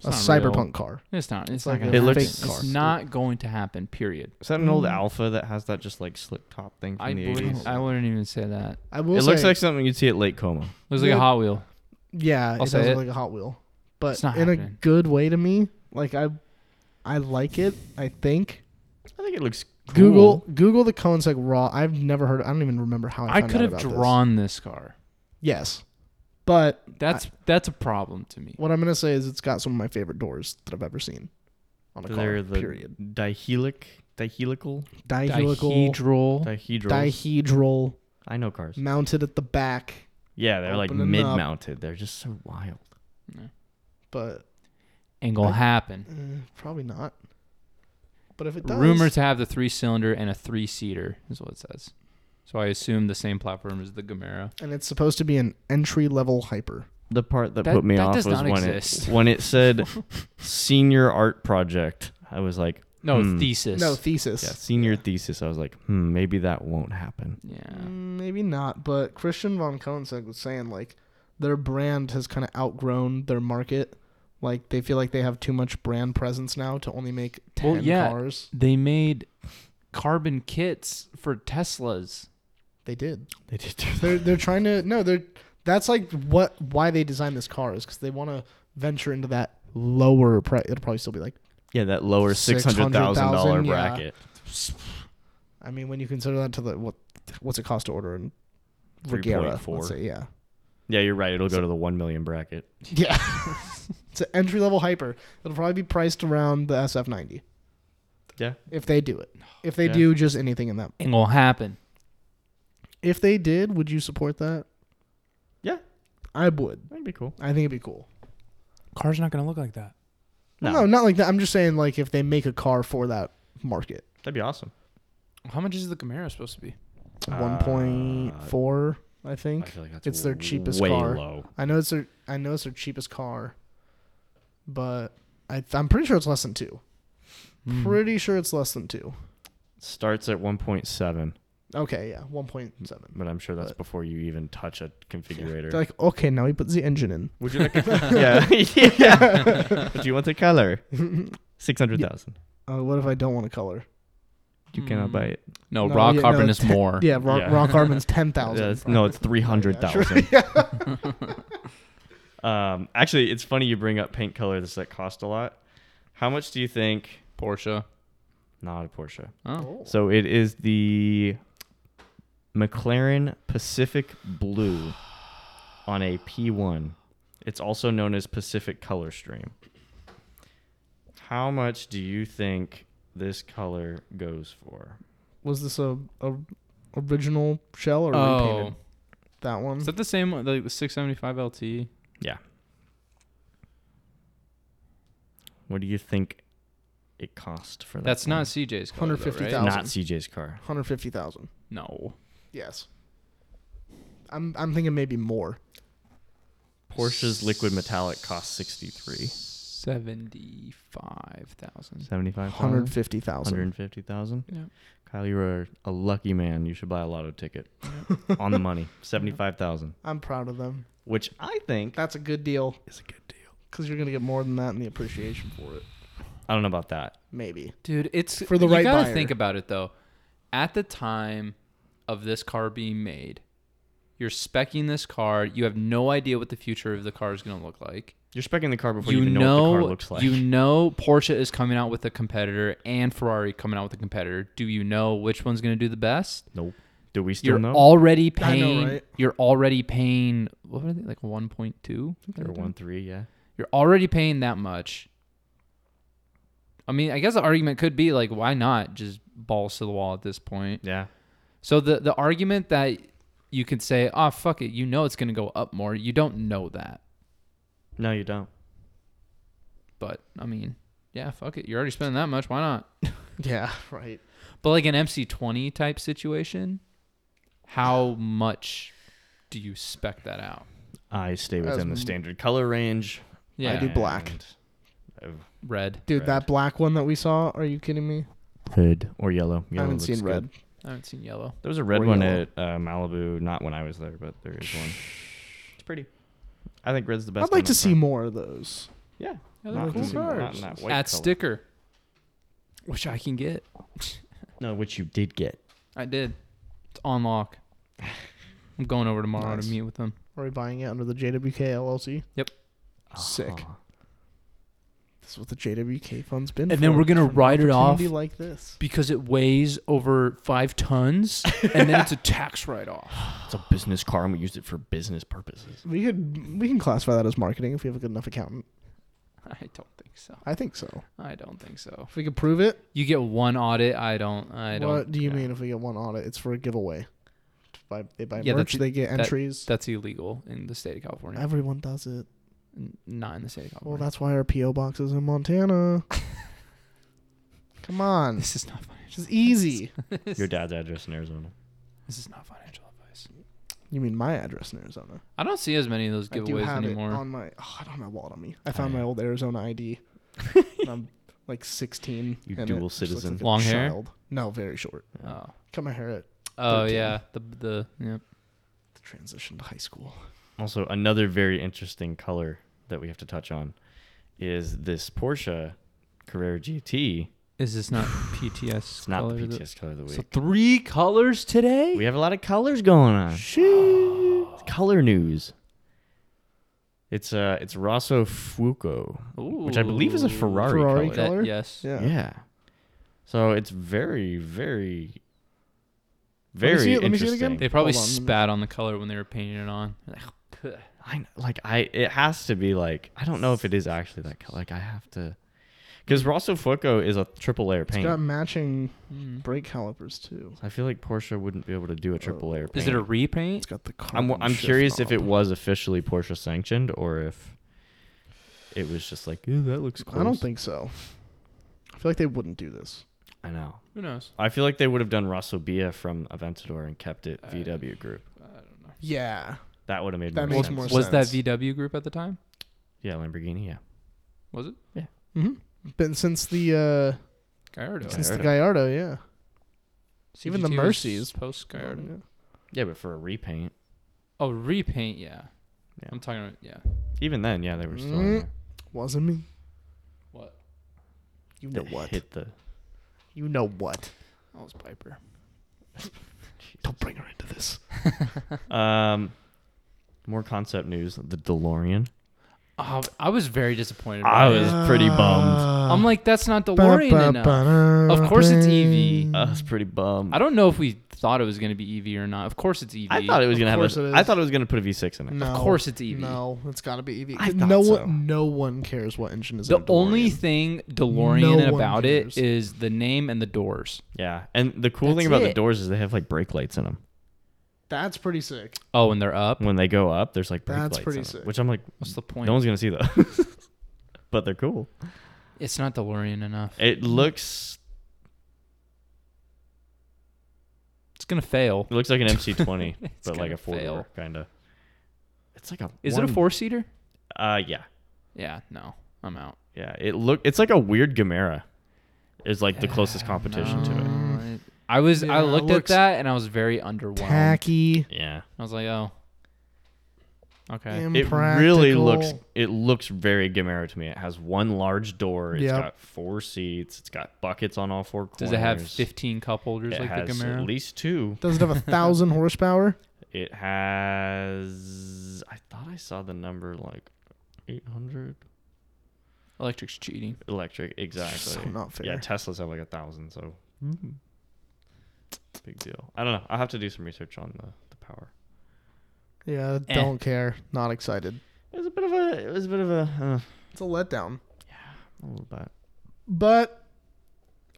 [SPEAKER 2] It's
[SPEAKER 1] a
[SPEAKER 2] not real.
[SPEAKER 1] cyberpunk car.
[SPEAKER 2] It's not. It's,
[SPEAKER 1] It's
[SPEAKER 2] not
[SPEAKER 1] like a
[SPEAKER 2] going to
[SPEAKER 3] It
[SPEAKER 2] happen.
[SPEAKER 3] looks-
[SPEAKER 2] It's
[SPEAKER 1] car.
[SPEAKER 2] not going to happen, period.
[SPEAKER 3] Is that an old
[SPEAKER 1] Mm.
[SPEAKER 3] alpha that has that just like slick top thing from
[SPEAKER 2] I
[SPEAKER 3] the
[SPEAKER 2] wouldn't,
[SPEAKER 3] eighties?
[SPEAKER 2] I wouldn't even say that.
[SPEAKER 1] I will.
[SPEAKER 3] It
[SPEAKER 1] say,
[SPEAKER 3] looks like something you'd see at Lake Como.
[SPEAKER 2] Looks like
[SPEAKER 1] Yeah.
[SPEAKER 2] a Hot Wheel.
[SPEAKER 1] yeah,
[SPEAKER 2] I'll
[SPEAKER 1] it does
[SPEAKER 2] say
[SPEAKER 1] look
[SPEAKER 2] it.
[SPEAKER 1] like a Hot Wheel, but
[SPEAKER 2] It's not
[SPEAKER 1] in
[SPEAKER 2] happening.
[SPEAKER 1] a good way to me. Like I, I like it. I think
[SPEAKER 3] I think it looks cool.
[SPEAKER 1] Google Google the Cohen seg raw. I've never heard. I don't even remember how I,
[SPEAKER 2] I
[SPEAKER 1] found
[SPEAKER 2] could
[SPEAKER 1] out
[SPEAKER 2] have
[SPEAKER 1] about this.
[SPEAKER 2] drawn this car.
[SPEAKER 1] Yes, but
[SPEAKER 2] That's that's a problem to me.
[SPEAKER 1] What I'm gonna say is it's got some of my favorite doors that I've ever seen on a
[SPEAKER 3] They're
[SPEAKER 1] car.
[SPEAKER 3] the
[SPEAKER 1] period.
[SPEAKER 3] dihelic, dihelical,
[SPEAKER 1] Dihelical,
[SPEAKER 2] Dihedral.
[SPEAKER 3] dihedral.
[SPEAKER 1] dihedral,
[SPEAKER 3] I know cars.
[SPEAKER 1] mounted at the back,
[SPEAKER 3] Yeah, they're like
[SPEAKER 1] Opening up.
[SPEAKER 3] mid-mounted. They're just so wild.
[SPEAKER 1] but
[SPEAKER 2] Ain't gonna
[SPEAKER 1] I-
[SPEAKER 2] happen.
[SPEAKER 1] uh, probably not. But if it does,
[SPEAKER 2] Rumored to have the three cylinder and a three seater is what it says. So I assume the same platform as the Gamera.
[SPEAKER 1] and it's supposed to be an entry level hyper.
[SPEAKER 3] The part that,
[SPEAKER 2] That-
[SPEAKER 3] put me
[SPEAKER 2] that
[SPEAKER 3] off
[SPEAKER 2] does
[SPEAKER 3] was
[SPEAKER 2] not
[SPEAKER 3] when
[SPEAKER 2] exist.
[SPEAKER 3] it when it said senior art project. I was like,
[SPEAKER 2] No
[SPEAKER 3] Hmm.
[SPEAKER 2] thesis.
[SPEAKER 1] No thesis.
[SPEAKER 3] yeah, senior thesis. I was like, hmm, maybe that won't happen.
[SPEAKER 2] yeah.
[SPEAKER 1] Mm, Maybe not, but Christian von Koenigsegg was saying like their brand has kind of outgrown their market. Like they feel like they have too much brand presence now to only make ten
[SPEAKER 2] Well, yeah.
[SPEAKER 1] cars.
[SPEAKER 2] They made carbon kits for Teslas.
[SPEAKER 1] They did.
[SPEAKER 3] They did do that.
[SPEAKER 1] They're they're trying to no. They're that's like what why they designed this car is because they want to venture into that lower price. It'll probably still be like
[SPEAKER 3] Yeah, that lower six hundred thousand dollar
[SPEAKER 1] $600,000, yeah.
[SPEAKER 3] bracket.
[SPEAKER 1] I mean when you consider that to the what what's it cost to order in Regera?
[SPEAKER 3] 3.4.
[SPEAKER 1] Let's say, yeah,
[SPEAKER 3] Yeah, you're right. It'll go to the one million bracket.
[SPEAKER 1] yeah. it's an entry level hyper. It'll probably be priced around the SF90
[SPEAKER 3] Yeah,
[SPEAKER 1] if they do it. If they
[SPEAKER 3] Yeah.
[SPEAKER 1] do just anything in that.
[SPEAKER 2] Ain't gonna happen.
[SPEAKER 1] If they did, would you support that?
[SPEAKER 3] Yeah.
[SPEAKER 1] I would.
[SPEAKER 3] that'd be cool.
[SPEAKER 1] I think it'd be cool.
[SPEAKER 2] Car's not gonna look like that.
[SPEAKER 1] No,
[SPEAKER 3] No.
[SPEAKER 1] no not like that. I'm just saying like if they make a car for that market.
[SPEAKER 3] That'd be awesome.
[SPEAKER 2] How much is the Gamera supposed to be?
[SPEAKER 1] one point four, I think.
[SPEAKER 3] feel like that's
[SPEAKER 1] It's their cheapest
[SPEAKER 3] way
[SPEAKER 1] car.
[SPEAKER 3] low.
[SPEAKER 1] I know it's their I know it's their cheapest car, but I I'm pretty sure it's less than two.
[SPEAKER 2] Mm-hmm. Hmm.
[SPEAKER 1] Pretty sure it's less than two.
[SPEAKER 3] Starts at one point seven,
[SPEAKER 1] Okay, yeah, one point seven.
[SPEAKER 3] but I'm sure that's
[SPEAKER 1] But-
[SPEAKER 3] before you even touch a configurator.
[SPEAKER 1] They're like, okay, now we put the engine in.
[SPEAKER 3] Would you like? A, yeah, yeah. but you want the color? Six hundred thousand.
[SPEAKER 1] Uh, what if I don't want to color?
[SPEAKER 3] You cannot
[SPEAKER 2] Mm.
[SPEAKER 3] buy it.
[SPEAKER 2] No,
[SPEAKER 1] No,
[SPEAKER 2] raw
[SPEAKER 1] yeah, no,
[SPEAKER 2] carbon is
[SPEAKER 1] te-
[SPEAKER 2] more.
[SPEAKER 1] Yeah, Ron,
[SPEAKER 3] Yeah.
[SPEAKER 1] Ron Carbon's ten
[SPEAKER 3] Yeah,
[SPEAKER 1] thousand.
[SPEAKER 3] it's- no, it's three hundred thousand. Um, actually, it's funny you bring up paint color. This that cost a lot. How much do you think
[SPEAKER 2] Porsche.
[SPEAKER 3] Not a Porsche.
[SPEAKER 2] Oh,
[SPEAKER 1] Oh.
[SPEAKER 3] So it is the McLaren Pacific Blue on a P1. It's also known as Pacific Color Stream. How much do you think this color goes for?
[SPEAKER 1] Was this a, a original shell or repainted?
[SPEAKER 2] oh.
[SPEAKER 1] That one.
[SPEAKER 2] is that the same one, like the 675 LT?
[SPEAKER 3] What do you think it cost for that?
[SPEAKER 2] That's
[SPEAKER 3] one?
[SPEAKER 2] not CJ's. Color, though, right?
[SPEAKER 1] 150,000.
[SPEAKER 3] not CJ's car.
[SPEAKER 1] Hundred fifty thousand.
[SPEAKER 2] No,
[SPEAKER 1] Yes. I'm I'm thinking maybe more.
[SPEAKER 3] Porsche's liquid metallic cost 63.
[SPEAKER 2] Seventy-five thousand.
[SPEAKER 3] 75
[SPEAKER 1] Hundred fifty thousand.
[SPEAKER 3] 150,000.
[SPEAKER 2] Yeah.
[SPEAKER 3] Kyle, you're a, a lucky man. You should buy a lotto ticket on the money. 75,000,
[SPEAKER 1] I'm proud of them.
[SPEAKER 3] which I think
[SPEAKER 1] That's a good deal
[SPEAKER 3] is a good deal.
[SPEAKER 1] because you're gonna get more than that in the appreciation for it.
[SPEAKER 3] I don't know about that.
[SPEAKER 1] Maybe.
[SPEAKER 2] Dude, it's
[SPEAKER 1] For the
[SPEAKER 2] you
[SPEAKER 1] right
[SPEAKER 2] gotta
[SPEAKER 1] buyer.
[SPEAKER 2] think about it though. At the time of this car being made, you're specking this car. You have no idea what the future of the car is going to look like.
[SPEAKER 3] You're specking the car before you,
[SPEAKER 2] you
[SPEAKER 3] even know,
[SPEAKER 2] know,
[SPEAKER 3] what the car looks like.
[SPEAKER 2] you know, Porsche is coming out with a competitor, and Ferrari coming out with a competitor. Do you know which one's going to do the best?
[SPEAKER 3] nope. Do we still
[SPEAKER 2] You're
[SPEAKER 3] know?
[SPEAKER 2] already
[SPEAKER 1] I know,
[SPEAKER 2] paying.
[SPEAKER 1] right?
[SPEAKER 2] You're already paying. What were they like? One point two.
[SPEAKER 3] They're one three, yeah.
[SPEAKER 2] You're already paying that much. I mean, I guess the argument could be like, why not just balls to the wall at this point?
[SPEAKER 3] Yeah.
[SPEAKER 2] So the the argument that you could say, oh fuck it, you know it's gonna go up more. You don't know that,
[SPEAKER 3] No, you don't.
[SPEAKER 2] but I mean, yeah, fuck it, you're already spending that much. Why not?
[SPEAKER 1] Yeah. Right.
[SPEAKER 2] But like an MC20 type situation, how much do you spec that out?
[SPEAKER 3] I stay
[SPEAKER 1] As
[SPEAKER 3] within the
[SPEAKER 1] m-
[SPEAKER 3] standard color range.
[SPEAKER 2] Yeah,
[SPEAKER 1] I do black.
[SPEAKER 3] and-
[SPEAKER 2] red.
[SPEAKER 1] Dude,
[SPEAKER 3] Red.
[SPEAKER 1] that black one that we saw. Are you kidding me?
[SPEAKER 3] Red or yellow.
[SPEAKER 1] I
[SPEAKER 3] Yellow
[SPEAKER 1] haven't seen
[SPEAKER 3] looks
[SPEAKER 1] red.
[SPEAKER 3] good.
[SPEAKER 2] I haven't seen yellow.
[SPEAKER 3] There was a red
[SPEAKER 1] Or
[SPEAKER 3] one
[SPEAKER 1] yellow.
[SPEAKER 3] at uh, Malibu, not when I was there, but there is one. It's pretty. I think red's the best.
[SPEAKER 1] I'd like to see more of those.
[SPEAKER 3] Yeah.
[SPEAKER 2] Yeah,
[SPEAKER 1] they're
[SPEAKER 3] not
[SPEAKER 1] cool
[SPEAKER 3] in-
[SPEAKER 1] cars.
[SPEAKER 3] Not in that white
[SPEAKER 2] At
[SPEAKER 3] color.
[SPEAKER 2] sticker, which I can get.
[SPEAKER 3] No, which you did get.
[SPEAKER 2] I did. It's on lock. I'm going over tomorrow
[SPEAKER 3] Nice.
[SPEAKER 2] to meet with them.
[SPEAKER 1] Are we buying it under the JWK LLC? Sick.
[SPEAKER 3] Ah.
[SPEAKER 1] That's what the JWK fund's been.
[SPEAKER 2] And then
[SPEAKER 1] for.
[SPEAKER 2] we're gonna
[SPEAKER 1] It's an
[SPEAKER 2] write it off.
[SPEAKER 1] opportunity like this.
[SPEAKER 2] Because it weighs over five tons, and then it's a tax write-off.
[SPEAKER 3] It's a business car, and we used it for business purposes.
[SPEAKER 1] We could we can classify that as marketing if we have a good enough accountant.
[SPEAKER 2] I don't think so.
[SPEAKER 1] I think so.
[SPEAKER 2] I don't think so.
[SPEAKER 1] If we could prove it,
[SPEAKER 2] You get one audit. I don't. I don't.
[SPEAKER 1] what do you
[SPEAKER 2] yeah.
[SPEAKER 1] mean if we get one audit? It's for a giveaway. Buy, they buy
[SPEAKER 2] Yeah,
[SPEAKER 1] merch,
[SPEAKER 2] that's-
[SPEAKER 1] they get entries.
[SPEAKER 2] That's illegal in the state of California.
[SPEAKER 1] Everyone does it.
[SPEAKER 2] N- Not in the state of
[SPEAKER 1] Well,
[SPEAKER 2] California.
[SPEAKER 1] that's why our PO box is in Montana. Come on,
[SPEAKER 2] this is not financial.
[SPEAKER 1] this is easy.
[SPEAKER 3] Your dad's address in Arizona.
[SPEAKER 2] This is not financial advice.
[SPEAKER 1] You mean my address in Arizona?
[SPEAKER 2] I don't see as many of those
[SPEAKER 1] I do
[SPEAKER 2] giveaways
[SPEAKER 1] have
[SPEAKER 2] anymore.
[SPEAKER 1] it on my. Oh, I don't have my wallet on me. I found
[SPEAKER 3] I-
[SPEAKER 1] my old Arizona ID. And I'm like 16.
[SPEAKER 3] You
[SPEAKER 1] and it
[SPEAKER 3] dual
[SPEAKER 1] just looks
[SPEAKER 3] citizen.
[SPEAKER 1] like a
[SPEAKER 2] Long hair?
[SPEAKER 1] child. No, very short.
[SPEAKER 2] oh,
[SPEAKER 1] Cut my hair at
[SPEAKER 2] oh
[SPEAKER 1] 13.
[SPEAKER 2] yeah. The the yeah.
[SPEAKER 1] the transition to high school.
[SPEAKER 3] Also, another very interesting color that we have to touch on is this Porsche Carrera GT.
[SPEAKER 2] Is this not PTS?
[SPEAKER 3] It's not
[SPEAKER 2] color
[SPEAKER 3] the
[SPEAKER 2] that-
[SPEAKER 3] PTS color of the week.
[SPEAKER 2] So three colors today.
[SPEAKER 3] we have a lot of colors going on. color news. It's uh, it's Rosso Fuoco, which I believe is a
[SPEAKER 2] Ooh.
[SPEAKER 3] Ferrari,
[SPEAKER 1] Ferrari
[SPEAKER 3] color.
[SPEAKER 2] That-
[SPEAKER 1] color?
[SPEAKER 2] yes.
[SPEAKER 1] Yeah.
[SPEAKER 3] Yeah. So it's very, very,
[SPEAKER 1] Let me see
[SPEAKER 3] very
[SPEAKER 1] it- let me see it
[SPEAKER 3] interesting.
[SPEAKER 1] again.
[SPEAKER 2] They probably
[SPEAKER 1] Hold on, let me-
[SPEAKER 2] spat on the color when they were painting it on. Like,
[SPEAKER 3] I kn- like I it has to be like I don't know if it is actually that color. Like I have to because Rosso Fuoco is a triple layer
[SPEAKER 1] It's
[SPEAKER 3] paint.
[SPEAKER 1] got matching
[SPEAKER 2] hmm.
[SPEAKER 1] brake calipers too.
[SPEAKER 3] I feel like Porsche wouldn't be able to do a triple layer paint.
[SPEAKER 2] Is it a
[SPEAKER 1] It's
[SPEAKER 2] repaint?
[SPEAKER 1] got the.
[SPEAKER 3] I'm
[SPEAKER 1] carbon
[SPEAKER 3] I'm
[SPEAKER 1] shift
[SPEAKER 3] curious if it
[SPEAKER 1] knob.
[SPEAKER 3] was officially Porsche sanctioned or if it was just like yeah, that looks cool.
[SPEAKER 1] I don't think so. I feel like they wouldn't do this.
[SPEAKER 3] I know.
[SPEAKER 2] Who knows?
[SPEAKER 3] I feel like they would have done Rosso Bia from Aventador and kept it
[SPEAKER 2] Uh,
[SPEAKER 3] VW Group.
[SPEAKER 2] I don't know.
[SPEAKER 1] Yeah.
[SPEAKER 3] That would have made
[SPEAKER 1] that
[SPEAKER 3] more
[SPEAKER 1] makes
[SPEAKER 3] sense.
[SPEAKER 1] more
[SPEAKER 2] Was that
[SPEAKER 1] sense.
[SPEAKER 2] VW group at the time?
[SPEAKER 3] Yeah, Lamborghini. Yeah.
[SPEAKER 2] Was it
[SPEAKER 1] hmm
[SPEAKER 2] Mm-hmm.
[SPEAKER 1] Been since the uh,
[SPEAKER 2] Gallardo?
[SPEAKER 1] since the
[SPEAKER 3] Gallardo.
[SPEAKER 1] Gallardo, yeah.
[SPEAKER 2] CGT
[SPEAKER 1] even the
[SPEAKER 2] was
[SPEAKER 1] Mercies.
[SPEAKER 2] post Gallardo.
[SPEAKER 3] Yeah, but for a repaint,
[SPEAKER 2] Oh, repaint. Yeah.
[SPEAKER 3] Yeah.
[SPEAKER 2] I'm talking about yeah.
[SPEAKER 3] even then, yeah, they were still. in
[SPEAKER 1] Mm.
[SPEAKER 3] there.
[SPEAKER 1] Wasn't me.
[SPEAKER 2] What?
[SPEAKER 1] You know
[SPEAKER 3] They
[SPEAKER 1] what?
[SPEAKER 3] Hit the
[SPEAKER 1] You know what?
[SPEAKER 2] That was Piper.
[SPEAKER 1] Don't bring her into this.
[SPEAKER 3] Um, more concept news: the DeLorean.
[SPEAKER 2] Oh, Ah, I was very disappointed.
[SPEAKER 3] I
[SPEAKER 2] by
[SPEAKER 3] was
[SPEAKER 1] uh,
[SPEAKER 2] it.
[SPEAKER 3] pretty bummed.
[SPEAKER 2] I'm like, that's not the worrying enough. Of course it's EV.
[SPEAKER 3] Mm. I was Oh, Uh, pretty bummed.
[SPEAKER 2] I don't know if we thought it was going to be EV or not. Of course it's EV.
[SPEAKER 3] I thought it was
[SPEAKER 1] Of
[SPEAKER 3] gonna have.
[SPEAKER 1] course
[SPEAKER 3] A,
[SPEAKER 1] it
[SPEAKER 3] I
[SPEAKER 1] is.
[SPEAKER 3] thought it was gonna put a V6 in it.
[SPEAKER 1] No,
[SPEAKER 2] course it's E EV.
[SPEAKER 1] No, it's got to be EV.
[SPEAKER 3] I thought
[SPEAKER 1] no
[SPEAKER 3] so.
[SPEAKER 1] one, no one cares what engine is. in
[SPEAKER 2] the
[SPEAKER 1] a
[SPEAKER 2] only
[SPEAKER 1] DeLorean.
[SPEAKER 2] thing DeLorean
[SPEAKER 1] No one
[SPEAKER 2] about
[SPEAKER 1] cares.
[SPEAKER 2] it is the name and the doors.
[SPEAKER 3] Yeah, and the cool
[SPEAKER 2] That's
[SPEAKER 3] thing about the
[SPEAKER 2] it.
[SPEAKER 3] doors is they have like brake lights in them.
[SPEAKER 1] that's pretty sick.
[SPEAKER 2] Oh, and they're up.
[SPEAKER 3] When they go up, there's like brake
[SPEAKER 1] That's
[SPEAKER 3] lights,
[SPEAKER 1] pretty
[SPEAKER 3] in 'em,
[SPEAKER 1] sick.
[SPEAKER 3] which I'm like,
[SPEAKER 2] What's the point?
[SPEAKER 3] no one's gonna see those, but they're cool.
[SPEAKER 2] It's not DeLorean enough.
[SPEAKER 3] It looks
[SPEAKER 2] It's gonna fail.
[SPEAKER 3] it looks like an MC20,
[SPEAKER 2] It's
[SPEAKER 3] but like
[SPEAKER 2] gonna
[SPEAKER 3] a four door
[SPEAKER 2] fail.
[SPEAKER 3] kind of. It's like a.
[SPEAKER 2] Is it
[SPEAKER 3] one-
[SPEAKER 2] a four seater?
[SPEAKER 3] Uh, yeah,
[SPEAKER 2] Yeah. No, I'm out.
[SPEAKER 3] yeah. It look. It's like a weird Gamera. Is like the closest competition to it.
[SPEAKER 1] no.
[SPEAKER 2] it. I was.
[SPEAKER 1] Yeah,
[SPEAKER 2] I
[SPEAKER 1] it
[SPEAKER 2] looked at
[SPEAKER 1] looks
[SPEAKER 2] that and I was very underwhelmed.
[SPEAKER 1] Tacky,
[SPEAKER 3] Yeah.
[SPEAKER 2] I was like, oh, okay.
[SPEAKER 3] It
[SPEAKER 1] impractical.
[SPEAKER 3] really looks it looks very Gamera to me. It has one large door. It's
[SPEAKER 1] Yep.
[SPEAKER 3] got four seats. It's got buckets on all four corners.
[SPEAKER 2] Does it have 15 cup holders
[SPEAKER 3] It
[SPEAKER 2] like
[SPEAKER 3] has
[SPEAKER 2] the
[SPEAKER 3] at
[SPEAKER 2] Camaro?
[SPEAKER 3] least two.
[SPEAKER 1] Does it have a thousand horsepower?
[SPEAKER 3] It has. I thought I saw the number like 800
[SPEAKER 2] Electric's cheating.
[SPEAKER 3] electric. Exactly.
[SPEAKER 1] So not fair.
[SPEAKER 3] Yeah, Teslas have like a thousand. So
[SPEAKER 2] Mm-hmm.
[SPEAKER 3] big deal. I don't know. I'll have to do some research on the, the power.
[SPEAKER 1] Yeah,
[SPEAKER 2] Eh.
[SPEAKER 1] don't care. Not excited.
[SPEAKER 3] It was a bit of a. It was a bit of a.
[SPEAKER 1] It's a letdown.
[SPEAKER 3] Uh, a little bit.
[SPEAKER 1] But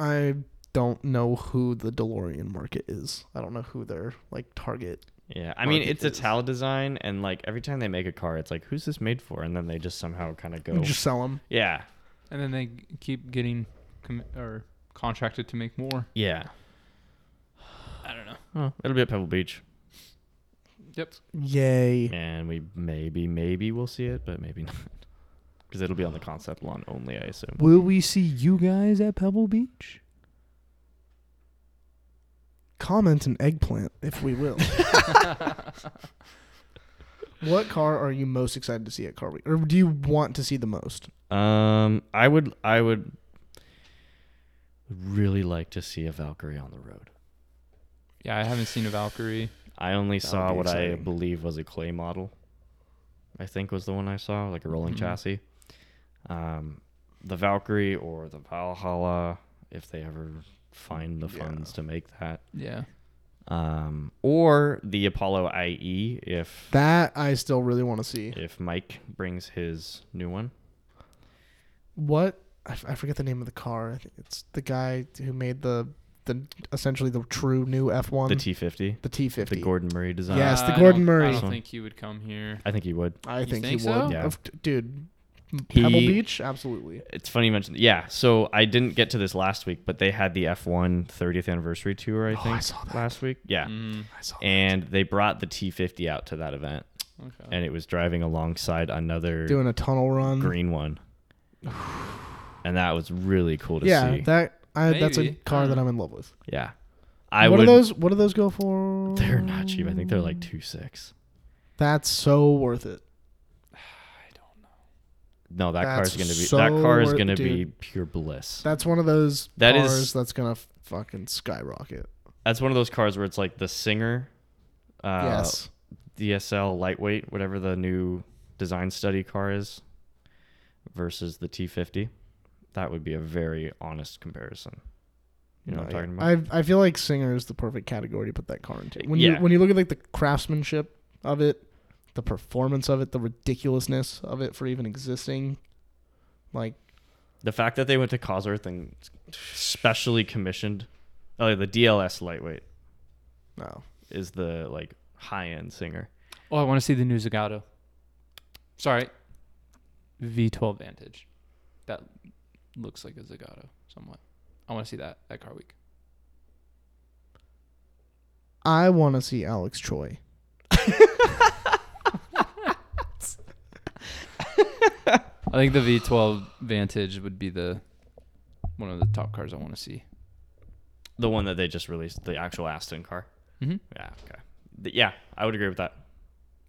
[SPEAKER 1] I don't know who the DeLorean market is. I don't know who their like target.
[SPEAKER 3] Yeah, I mean
[SPEAKER 1] market
[SPEAKER 3] it's a
[SPEAKER 1] is.
[SPEAKER 3] towel design, and like every time they make a car, it's like, who's this made for? And then they just somehow kind of go,
[SPEAKER 1] Just sell them.
[SPEAKER 3] yeah,
[SPEAKER 2] And then they g- keep getting com- or contracted to make more.
[SPEAKER 3] yeah.
[SPEAKER 2] I don't know.
[SPEAKER 3] Oh, it'll be at Pebble Beach,
[SPEAKER 2] Yep.
[SPEAKER 1] Yay.
[SPEAKER 3] and we maybe, maybe we'll see it, but maybe not, because it'll be on the concept lawn only, I assume.
[SPEAKER 2] Will we see you guys at Pebble Beach?
[SPEAKER 1] Comment an eggplant if we will. what car are you most excited to see at Car Week, or do you want to see the most?
[SPEAKER 3] Um, I would, I would really like to see a Valkyrie on the road.
[SPEAKER 2] Yeah, I haven't seen a Valkyrie.
[SPEAKER 3] I only
[SPEAKER 1] That would
[SPEAKER 3] saw
[SPEAKER 1] be
[SPEAKER 3] what I
[SPEAKER 1] exciting.
[SPEAKER 3] believe was a clay model. I think was the one I saw, like a rolling
[SPEAKER 1] Mm-hmm.
[SPEAKER 2] Mhm.
[SPEAKER 3] chassis. Um, the Valkyrie or the Valhalla, if they ever find the
[SPEAKER 1] Yeah.
[SPEAKER 3] funds to make that,
[SPEAKER 2] Yeah.
[SPEAKER 3] um, or the Apollo IE, if
[SPEAKER 1] That I still really want to see.
[SPEAKER 3] if Mike brings his new one.
[SPEAKER 1] What I, f- I forget the name of the car. I think it's the guy who made the the essentially the true new F one,
[SPEAKER 3] the T50,
[SPEAKER 1] the T fifty.
[SPEAKER 3] the Gordon Murray design.
[SPEAKER 1] Yes, the
[SPEAKER 2] I don't-
[SPEAKER 1] Gordon Murray.
[SPEAKER 2] I don't
[SPEAKER 3] Awesome.
[SPEAKER 2] think he would come here.
[SPEAKER 3] I think he would.
[SPEAKER 1] I
[SPEAKER 2] You
[SPEAKER 1] think,
[SPEAKER 2] think
[SPEAKER 1] he would.
[SPEAKER 2] so?
[SPEAKER 3] Yeah.
[SPEAKER 1] Of- dude,
[SPEAKER 3] He-
[SPEAKER 1] Pebble Beach, absolutely.
[SPEAKER 3] It's funny you mentioned. Yeah, so I didn't get to this last week, but they had the F1 30th anniversary tour. I
[SPEAKER 1] Oh, I
[SPEAKER 3] think
[SPEAKER 1] saw that.
[SPEAKER 3] last week. Yeah.
[SPEAKER 2] Mm,
[SPEAKER 1] I saw
[SPEAKER 3] and they brought the T50 out to that event,
[SPEAKER 2] okay.
[SPEAKER 3] and it was driving alongside another
[SPEAKER 1] that. doing a tunnel run.
[SPEAKER 3] green one, and that was really cool to
[SPEAKER 1] yeah,
[SPEAKER 3] see.
[SPEAKER 1] that I, that's a
[SPEAKER 2] Maybe.
[SPEAKER 1] car
[SPEAKER 2] I don't
[SPEAKER 1] that I'm in love with.
[SPEAKER 3] yeah, I
[SPEAKER 1] what
[SPEAKER 3] would.
[SPEAKER 1] do those? What do those go for?
[SPEAKER 3] They're not cheap. I think they're like two six.
[SPEAKER 1] That's so worth it.
[SPEAKER 3] No, that
[SPEAKER 1] That's
[SPEAKER 3] car's gonna be
[SPEAKER 1] so
[SPEAKER 3] that car is
[SPEAKER 1] worth-
[SPEAKER 3] gonna be
[SPEAKER 1] dude.
[SPEAKER 3] pure bliss.
[SPEAKER 1] That's one of those
[SPEAKER 3] That is-
[SPEAKER 1] cars that's gonna fucking skyrocket.
[SPEAKER 3] That's one of those cars where it's like the Singer, uh,
[SPEAKER 1] yes,
[SPEAKER 3] DSL lightweight, whatever the new design study car is, versus the T50. That would be a very honest comparison. You know what
[SPEAKER 1] No,
[SPEAKER 3] I'm talking about?
[SPEAKER 1] yeah. I I feel like Singer is the perfect category to put that car into. When
[SPEAKER 3] Yeah.
[SPEAKER 1] you when you look at like the craftsmanship of it, the performance of it, the ridiculousness of it for even existing, like
[SPEAKER 3] The fact that they went to Cosworth and specially commissioned, oh, the DLS lightweight
[SPEAKER 1] no,
[SPEAKER 3] is the like high end singer.
[SPEAKER 2] Oh, I want to see the new Zagato. Sorry. V12 Vantage. That looks like a Zagato somewhat. I want to see that at Car Week.
[SPEAKER 1] I want to see Alex Troy.
[SPEAKER 2] I think the V12 Vantage would be the one of the top cars I want to see.
[SPEAKER 3] The one that they just released, the actual Aston car.
[SPEAKER 2] Mhm.
[SPEAKER 3] Yeah, okay. Th- yeah, I would agree with that.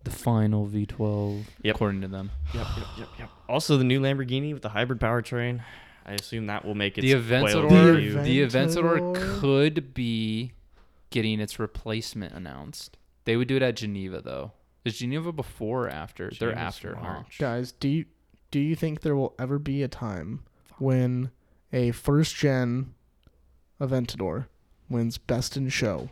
[SPEAKER 2] The final V12,
[SPEAKER 3] Yep.
[SPEAKER 2] according to them.
[SPEAKER 3] Yep, yep, yep, yep. Also, the new Lamborghini with the hybrid powertrain. I assume that will make its
[SPEAKER 2] the
[SPEAKER 3] coil
[SPEAKER 1] The
[SPEAKER 2] Aventador,
[SPEAKER 3] debut.
[SPEAKER 1] event-
[SPEAKER 2] the Aventador
[SPEAKER 1] Aventador.
[SPEAKER 2] could be getting its replacement announced. They would do it at Geneva though. Is Geneva before or after? They're
[SPEAKER 3] Genius
[SPEAKER 2] after, huh?
[SPEAKER 3] March.
[SPEAKER 1] Guys, do you do you think there will ever be a time when a first gen Aventador wins Best in Show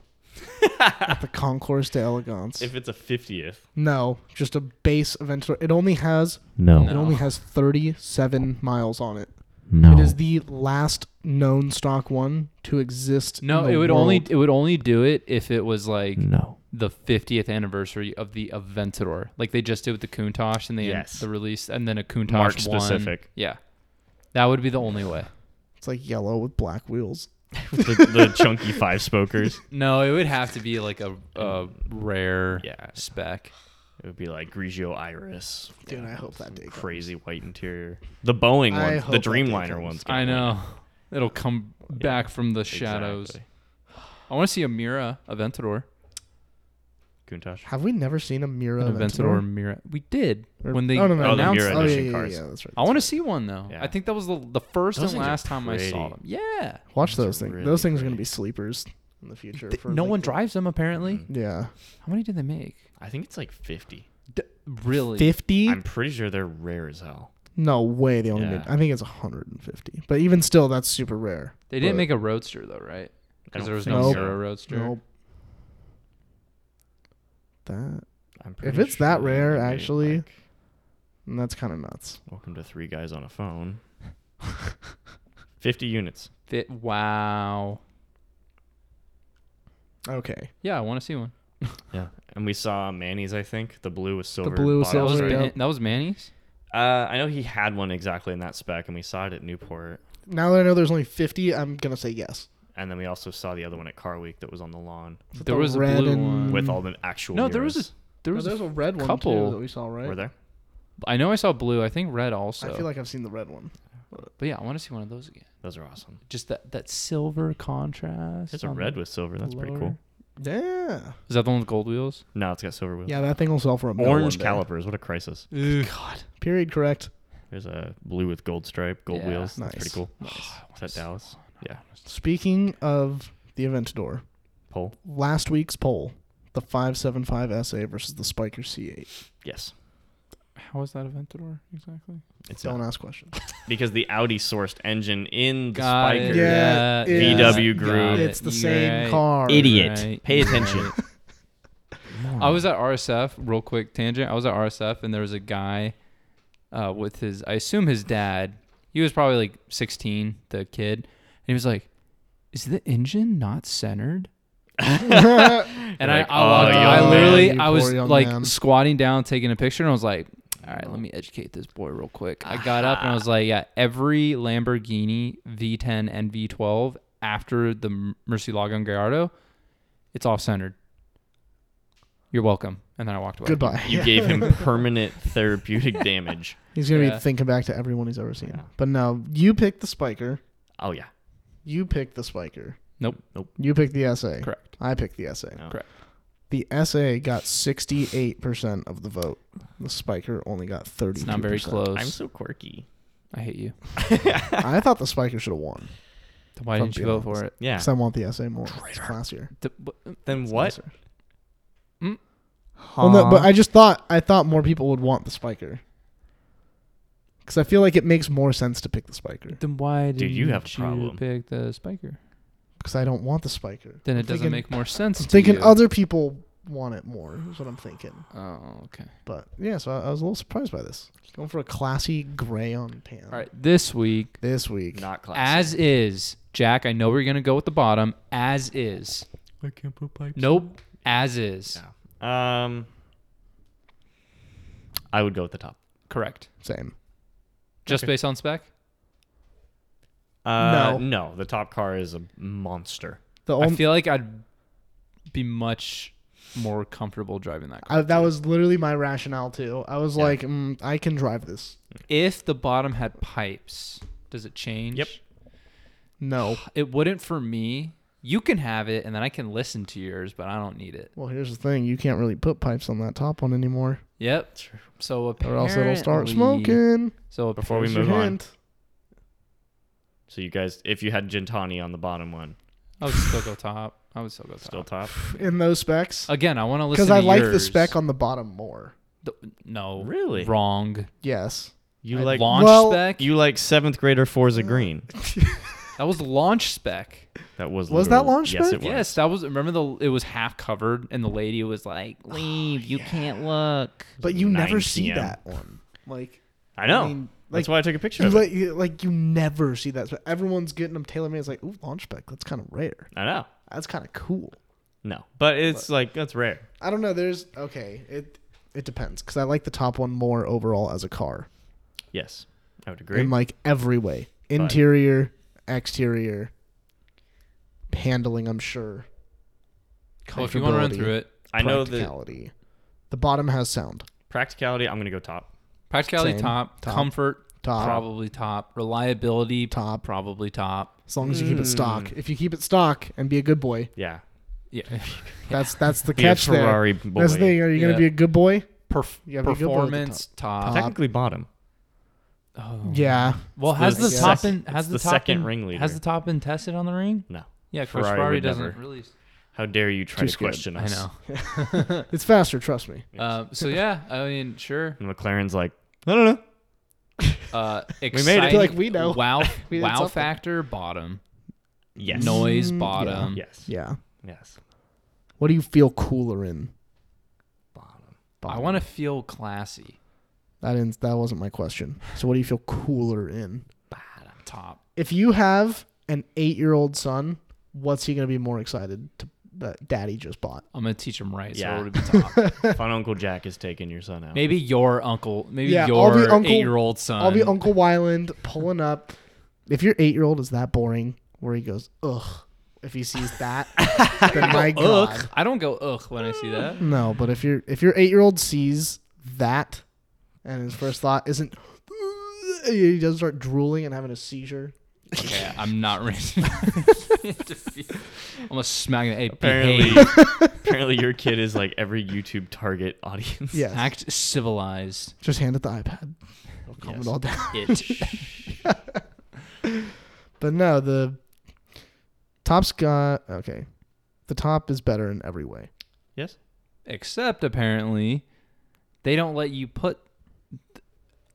[SPEAKER 1] at the Concours d'Elegance.
[SPEAKER 3] If it's a 50th.
[SPEAKER 1] no, just a base Aventador. It only has
[SPEAKER 3] No.
[SPEAKER 1] it
[SPEAKER 2] No.
[SPEAKER 1] only has 37 miles on it.
[SPEAKER 3] No.
[SPEAKER 1] It is the last known stock one to exist.
[SPEAKER 2] No,
[SPEAKER 1] in the
[SPEAKER 2] it would only
[SPEAKER 1] world. Mm.
[SPEAKER 2] it would only do it if it was like
[SPEAKER 3] no.
[SPEAKER 2] the 50th anniversary of the Aventador, like they just did with the Countach and the
[SPEAKER 3] Yes.
[SPEAKER 2] the release, and then a Countach
[SPEAKER 3] March
[SPEAKER 2] won.
[SPEAKER 3] specific.
[SPEAKER 2] Yeah, that would be the only way.
[SPEAKER 1] It's like yellow with black wheels.
[SPEAKER 3] With the, the chunky five spokers.
[SPEAKER 2] No, it would have to be like a, a rare
[SPEAKER 3] Yeah.
[SPEAKER 2] spec.
[SPEAKER 3] It would be like Grigio Iris.
[SPEAKER 1] Dude, I hope that day comes.
[SPEAKER 3] Crazy white interior. The Boeing
[SPEAKER 1] I
[SPEAKER 3] one.
[SPEAKER 1] hope
[SPEAKER 3] The
[SPEAKER 1] that day
[SPEAKER 3] Dreamliner
[SPEAKER 1] comes.
[SPEAKER 3] one's gonna
[SPEAKER 2] I
[SPEAKER 3] win.
[SPEAKER 2] know. It'll come back from the shadows.
[SPEAKER 3] Exactly.
[SPEAKER 2] I want to see a Mira Aventador.
[SPEAKER 3] Countach.
[SPEAKER 1] Have we never seen a Mira
[SPEAKER 2] An Aventador
[SPEAKER 1] Aventador?
[SPEAKER 2] Mira. We did
[SPEAKER 1] Or-
[SPEAKER 2] when they
[SPEAKER 1] oh, no, no,
[SPEAKER 3] Oh, the
[SPEAKER 2] announced.
[SPEAKER 3] Mira
[SPEAKER 2] them.
[SPEAKER 1] Oh yeah,
[SPEAKER 3] edition
[SPEAKER 1] yeah,
[SPEAKER 3] cars.
[SPEAKER 1] yeah, that's right.
[SPEAKER 2] I want to see one though.
[SPEAKER 3] Yeah.
[SPEAKER 2] I think that was the, the first
[SPEAKER 3] Those
[SPEAKER 2] and
[SPEAKER 3] things are
[SPEAKER 2] last time I
[SPEAKER 3] pretty.
[SPEAKER 2] saw them. Yeah.
[SPEAKER 1] Watch
[SPEAKER 3] Those are
[SPEAKER 1] those things.
[SPEAKER 3] really
[SPEAKER 1] those things are gonna
[SPEAKER 3] pretty.
[SPEAKER 1] be sleepers in the future.
[SPEAKER 2] Th-
[SPEAKER 1] for,
[SPEAKER 2] no
[SPEAKER 1] like,
[SPEAKER 2] one
[SPEAKER 1] the-
[SPEAKER 2] drives them apparently.
[SPEAKER 3] Mm.
[SPEAKER 1] Yeah,
[SPEAKER 2] How many did they make?
[SPEAKER 3] I think it's like 50.
[SPEAKER 2] D- really?
[SPEAKER 1] 50
[SPEAKER 3] I'm pretty sure they're rare as hell.
[SPEAKER 1] No way. They only
[SPEAKER 3] Yeah.
[SPEAKER 1] made. I think it's 150. But even still, that's super rare.
[SPEAKER 2] They didn't
[SPEAKER 1] But-
[SPEAKER 2] make a roadster though, right?
[SPEAKER 3] I don't
[SPEAKER 2] Because there was
[SPEAKER 3] think
[SPEAKER 2] no
[SPEAKER 1] so.
[SPEAKER 2] Mira roadster.
[SPEAKER 1] Nope. That
[SPEAKER 3] I'm
[SPEAKER 1] If
[SPEAKER 3] pretty
[SPEAKER 1] it's that
[SPEAKER 3] sure they
[SPEAKER 1] rare,
[SPEAKER 3] made,
[SPEAKER 1] actually-
[SPEAKER 3] like,
[SPEAKER 1] and that's kind of nuts.
[SPEAKER 3] welcome to three guys on a phone. 50 units.
[SPEAKER 2] Fit. Wow.
[SPEAKER 1] Okay.
[SPEAKER 2] Yeah, I want to see one.
[SPEAKER 3] Yeah. And we saw Manny's, I think. The blue was silver.
[SPEAKER 1] blue was
[SPEAKER 2] That
[SPEAKER 1] Oh,
[SPEAKER 2] was,
[SPEAKER 1] right.
[SPEAKER 2] Ma-
[SPEAKER 1] Yep.
[SPEAKER 2] that was Manny's.
[SPEAKER 3] Uh, I know he had one exactly in that spec, and we saw it at Newport.
[SPEAKER 1] Now that I know there's only 50, I'm gonna say yes.
[SPEAKER 3] And then we also saw the other one at Car Week that was on the lawn
[SPEAKER 1] With
[SPEAKER 2] There
[SPEAKER 1] the
[SPEAKER 2] was a
[SPEAKER 1] red
[SPEAKER 2] blue
[SPEAKER 1] and-
[SPEAKER 2] one.
[SPEAKER 3] with
[SPEAKER 1] Mm.
[SPEAKER 3] all the actual.
[SPEAKER 2] No, there was
[SPEAKER 3] mirrors.
[SPEAKER 2] There
[SPEAKER 1] No,
[SPEAKER 2] was. a
[SPEAKER 1] there's a red one
[SPEAKER 2] couple.
[SPEAKER 1] too that we saw, right?
[SPEAKER 3] Were there?
[SPEAKER 2] I know I saw blue. I think red also.
[SPEAKER 1] I feel like I've seen the red one.
[SPEAKER 2] but yeah, I want to see one of those again.
[SPEAKER 3] Those are awesome.
[SPEAKER 2] Just that that silver contrast.
[SPEAKER 3] It's a
[SPEAKER 2] on
[SPEAKER 3] red
[SPEAKER 2] the
[SPEAKER 3] with silver. That's pretty
[SPEAKER 2] lower-
[SPEAKER 3] cool.
[SPEAKER 1] Yeah.
[SPEAKER 2] Is that the one with gold wheels?
[SPEAKER 3] No, it's got silver wheels.
[SPEAKER 1] Yeah, that thing will sell for a mil
[SPEAKER 3] Orange
[SPEAKER 1] one day.
[SPEAKER 3] calipers. What a crisis.
[SPEAKER 2] God.
[SPEAKER 1] Period correct.
[SPEAKER 3] There's a blue with gold stripe, gold
[SPEAKER 2] Yeah.
[SPEAKER 3] wheels.
[SPEAKER 1] Nice.
[SPEAKER 3] That's pretty cool.
[SPEAKER 1] Nice.
[SPEAKER 3] Is that Dallas? Yeah.
[SPEAKER 1] Speaking of the Aventador,
[SPEAKER 3] Pole.
[SPEAKER 1] last week's poll, the 575 SA versus the Spiker C8.
[SPEAKER 3] Yes.
[SPEAKER 2] How was that Aventador exactly?
[SPEAKER 3] It's
[SPEAKER 1] Don't
[SPEAKER 3] not.
[SPEAKER 1] ask questions.
[SPEAKER 3] because the Audi sourced engine in the
[SPEAKER 2] Got
[SPEAKER 3] Spiker.
[SPEAKER 2] it.
[SPEAKER 1] Yeah, it is.
[SPEAKER 3] VW group.
[SPEAKER 2] Got
[SPEAKER 1] it's the
[SPEAKER 2] it.
[SPEAKER 1] same
[SPEAKER 2] Right.
[SPEAKER 1] car.
[SPEAKER 3] Idiot.
[SPEAKER 2] Right,
[SPEAKER 3] Pay
[SPEAKER 2] right.
[SPEAKER 3] attention.
[SPEAKER 2] I was at RSF, real quick tangent. I was at RSF and there was a guy uh, with his, I assume his dad. He was probably like 16, the kid. And he was like, Is the engine not centered? And
[SPEAKER 3] Like,
[SPEAKER 2] I, I, walked,
[SPEAKER 1] "Oh,
[SPEAKER 2] I
[SPEAKER 1] young
[SPEAKER 2] literally,
[SPEAKER 1] man, you
[SPEAKER 2] I
[SPEAKER 1] poor
[SPEAKER 2] was
[SPEAKER 1] young
[SPEAKER 2] like
[SPEAKER 1] man."
[SPEAKER 2] squatting down, taking a picture, and I was like, all right, let me educate this boy real quick. I got up and I was like, yeah, every Lamborghini V10 and V12 after the M- Murcielago and Gallardo, it's off centered. You're welcome. And then I walked away.
[SPEAKER 1] Goodbye.
[SPEAKER 3] You gave him permanent therapeutic damage.
[SPEAKER 1] He's gonna
[SPEAKER 2] Yeah.
[SPEAKER 1] be thinking back to everyone he's ever seen.
[SPEAKER 3] Yeah.
[SPEAKER 1] But no, you picked the spiker.
[SPEAKER 3] Oh yeah.
[SPEAKER 1] You picked the spiker.
[SPEAKER 2] Nope.
[SPEAKER 1] You picked the SA.
[SPEAKER 2] Correct.
[SPEAKER 1] I picked the SA.
[SPEAKER 3] No.
[SPEAKER 2] Correct.
[SPEAKER 1] The SA got sixty-eight percent of the vote. The spiker only got thirty.
[SPEAKER 2] It's not very close.
[SPEAKER 3] I'm so quirky.
[SPEAKER 2] I hate you.
[SPEAKER 1] I thought the spiker should have won
[SPEAKER 2] Then Why
[SPEAKER 1] If I'm
[SPEAKER 2] didn't you
[SPEAKER 1] being
[SPEAKER 2] vote for it?
[SPEAKER 3] Yeah.
[SPEAKER 1] because I want the SA more. It's classier.
[SPEAKER 2] The- but-
[SPEAKER 3] then
[SPEAKER 1] It's
[SPEAKER 3] what?
[SPEAKER 1] nicer.
[SPEAKER 2] Mm.
[SPEAKER 1] Well, no, but I just thought I thought more people would want the spiker because I feel like it makes more sense to pick the spiker
[SPEAKER 2] Then why did
[SPEAKER 3] Dude, you have a problem.
[SPEAKER 2] pick the spiker?
[SPEAKER 1] because I don't want the spiker.
[SPEAKER 2] Then
[SPEAKER 1] I'm
[SPEAKER 2] it doesn't
[SPEAKER 1] thinking-
[SPEAKER 2] make more sense.
[SPEAKER 1] I'm
[SPEAKER 2] to
[SPEAKER 1] thinking
[SPEAKER 2] you.
[SPEAKER 1] other people want it more. Is what I'm thinking.
[SPEAKER 2] Oh, okay.
[SPEAKER 1] But yeah, so I, I was a little surprised by this. Going for a classy gray on pan.
[SPEAKER 2] All right. This week,
[SPEAKER 1] This week.
[SPEAKER 3] Not classic.
[SPEAKER 2] As is, Jack. I know we're gonna go with the bottom. As is.
[SPEAKER 3] I can't put pipes.
[SPEAKER 2] Nope. As is.
[SPEAKER 3] Um. I would go with the top.
[SPEAKER 2] Correct.
[SPEAKER 1] Same.
[SPEAKER 2] Just based on spec.
[SPEAKER 1] No.
[SPEAKER 3] Uh, No, the top car is a monster.
[SPEAKER 1] The
[SPEAKER 2] I
[SPEAKER 1] only
[SPEAKER 2] feel like I'd be much more comfortable driving that. Car.
[SPEAKER 1] I, that was literally my rationale too. I was
[SPEAKER 3] Yeah.
[SPEAKER 1] like, mm, I can drive this.
[SPEAKER 2] If the bottom had pipes, does it change?
[SPEAKER 3] Yep.
[SPEAKER 1] No.
[SPEAKER 2] It wouldn't for me. You can have it, and then I can listen to yours, but I don't need it.
[SPEAKER 1] Well, here's the thing: you can't really put pipes on that top one anymore,
[SPEAKER 2] Yep. So apparently,
[SPEAKER 1] or else it'll start smoking.
[SPEAKER 2] So
[SPEAKER 3] Before we
[SPEAKER 1] Here's
[SPEAKER 2] apparently-
[SPEAKER 1] your
[SPEAKER 3] move on.
[SPEAKER 1] hint.
[SPEAKER 3] So you guys, if you had Gentani on the bottom one,
[SPEAKER 2] I would still go top. I would still go top.
[SPEAKER 3] still top.
[SPEAKER 1] in those specs
[SPEAKER 2] Again, I want to listen.
[SPEAKER 1] because I
[SPEAKER 2] to
[SPEAKER 1] like the
[SPEAKER 2] yours.
[SPEAKER 1] spec on the bottom more.
[SPEAKER 2] Th- No.
[SPEAKER 3] Really?
[SPEAKER 2] Wrong.
[SPEAKER 1] Yes,
[SPEAKER 3] You
[SPEAKER 2] I
[SPEAKER 3] like
[SPEAKER 2] launch
[SPEAKER 1] Well-
[SPEAKER 2] spec.
[SPEAKER 3] you like seventh grader Forza Green.
[SPEAKER 2] that was launch spec.
[SPEAKER 3] That was
[SPEAKER 1] Was that
[SPEAKER 3] literal-
[SPEAKER 1] launch
[SPEAKER 3] Yes,
[SPEAKER 1] spec?
[SPEAKER 3] it was.
[SPEAKER 2] Yes, that was. Remember the it was half covered, and the lady was like,
[SPEAKER 1] Oh,
[SPEAKER 2] "Leave, you can't look."
[SPEAKER 1] But you never
[SPEAKER 3] 9
[SPEAKER 1] see
[SPEAKER 3] PM.
[SPEAKER 1] that one. Like
[SPEAKER 3] I know.
[SPEAKER 1] I mean,
[SPEAKER 3] That's
[SPEAKER 1] like,
[SPEAKER 3] why I took a picture
[SPEAKER 1] you,
[SPEAKER 3] of it.
[SPEAKER 1] like, you, like you never see that. So everyone's getting them tailor made. It's like, ooh, launch spec. That's kind of rare.
[SPEAKER 3] I know.
[SPEAKER 1] That's kind of cool.
[SPEAKER 3] No, but it's like that's rare.
[SPEAKER 1] I don't know. There's okay. It it depends because I like the top one more overall as a car
[SPEAKER 3] Yes, I would agree.
[SPEAKER 1] in like every way: interior, exterior, handling. I'm sure.
[SPEAKER 2] Well, Oh, if you want to run
[SPEAKER 1] Comfortability,
[SPEAKER 2] through it,
[SPEAKER 3] I know that
[SPEAKER 1] practicality. The bottom has sound.
[SPEAKER 3] practicality. I'm gonna go top.
[SPEAKER 2] practicality
[SPEAKER 1] Same.
[SPEAKER 2] top,
[SPEAKER 1] Top.
[SPEAKER 2] comfort
[SPEAKER 1] Top.
[SPEAKER 2] probably top, reliability
[SPEAKER 1] Top.
[SPEAKER 2] probably top.
[SPEAKER 1] As long as you keep it stock.
[SPEAKER 2] Mm.
[SPEAKER 1] If you keep it stock and be a good boy,
[SPEAKER 3] Yeah,
[SPEAKER 2] Yeah,
[SPEAKER 1] that's that's the
[SPEAKER 3] Be a
[SPEAKER 1] catch there.
[SPEAKER 3] Ferrari boy.
[SPEAKER 1] That's the thing. Are you gonna
[SPEAKER 2] Yeah.
[SPEAKER 1] be a good boy?
[SPEAKER 2] Perf-
[SPEAKER 1] You have a good one at the
[SPEAKER 2] performance top.
[SPEAKER 3] Technically bottom.
[SPEAKER 2] Oh.
[SPEAKER 1] Yeah.
[SPEAKER 2] Well, has
[SPEAKER 1] the
[SPEAKER 2] the, top
[SPEAKER 3] sec-
[SPEAKER 2] been has
[SPEAKER 3] it's
[SPEAKER 2] the,
[SPEAKER 3] the
[SPEAKER 2] top
[SPEAKER 3] second
[SPEAKER 2] been-
[SPEAKER 3] ringleader.
[SPEAKER 2] has the top been tested on the ring?
[SPEAKER 3] No.
[SPEAKER 2] Yeah, Ferrari,
[SPEAKER 3] Ferrari
[SPEAKER 2] Ferrari
[SPEAKER 3] would
[SPEAKER 2] doesn't
[SPEAKER 3] never.
[SPEAKER 2] release.
[SPEAKER 3] How dare you try
[SPEAKER 1] Too
[SPEAKER 3] to
[SPEAKER 1] scared.
[SPEAKER 3] question
[SPEAKER 2] I
[SPEAKER 3] us?
[SPEAKER 2] know.
[SPEAKER 1] It's faster. Trust me.
[SPEAKER 2] Uh, so yeah, I mean, sure.
[SPEAKER 3] And McLaren's like, I don't know.
[SPEAKER 2] Uh,
[SPEAKER 3] made it.
[SPEAKER 2] exciting-
[SPEAKER 1] Like, we know.
[SPEAKER 2] Wow,
[SPEAKER 1] We did
[SPEAKER 2] wow
[SPEAKER 1] something.
[SPEAKER 2] factor bottom,
[SPEAKER 3] Yes.
[SPEAKER 2] noise
[SPEAKER 1] Mm,
[SPEAKER 2] bottom.
[SPEAKER 3] Yes.
[SPEAKER 1] Yeah.
[SPEAKER 3] Yes.
[SPEAKER 1] What do you feel cooler in?
[SPEAKER 3] Bottom.
[SPEAKER 2] I want to feel classy.
[SPEAKER 1] That didn't, that wasn't my question. So what do you feel cooler in?
[SPEAKER 2] Bottom top.
[SPEAKER 1] If you have an eight-year-old son, what's he gonna be more excited to that daddy just bought?
[SPEAKER 2] I'm gonna teach him right.
[SPEAKER 3] Yeah.
[SPEAKER 2] So it would be top.
[SPEAKER 3] Fun Uncle Jack is taking your son out.
[SPEAKER 2] maybe your uncle, maybe
[SPEAKER 1] Yeah, I'll be
[SPEAKER 2] your
[SPEAKER 1] Uncle-
[SPEAKER 2] eight-year-old son.
[SPEAKER 1] I'll be Uncle Wyland pulling up. If your eight-year-old is that boring, where he goes ugh, if he sees that, then my god.
[SPEAKER 2] Ugh. I don't go ugh when I see that.
[SPEAKER 1] No, but if your if your eight year old sees that, and his first thought isn't, he doesn't start drooling and having a seizure.
[SPEAKER 2] Okay, I'm not ready. to feel- I'm gonna smack it. Hey,
[SPEAKER 3] Apparently,
[SPEAKER 2] behave.
[SPEAKER 3] apparently your kid is like every YouTube target audience.
[SPEAKER 1] Yes.
[SPEAKER 2] act civilized.
[SPEAKER 1] Just hand it the iPad. It'll calm
[SPEAKER 3] Yes.
[SPEAKER 1] it all down.
[SPEAKER 2] It.
[SPEAKER 1] But no, the top's got okay. The top is better in every way.
[SPEAKER 3] Yes.
[SPEAKER 2] Except apparently, they don't let you put.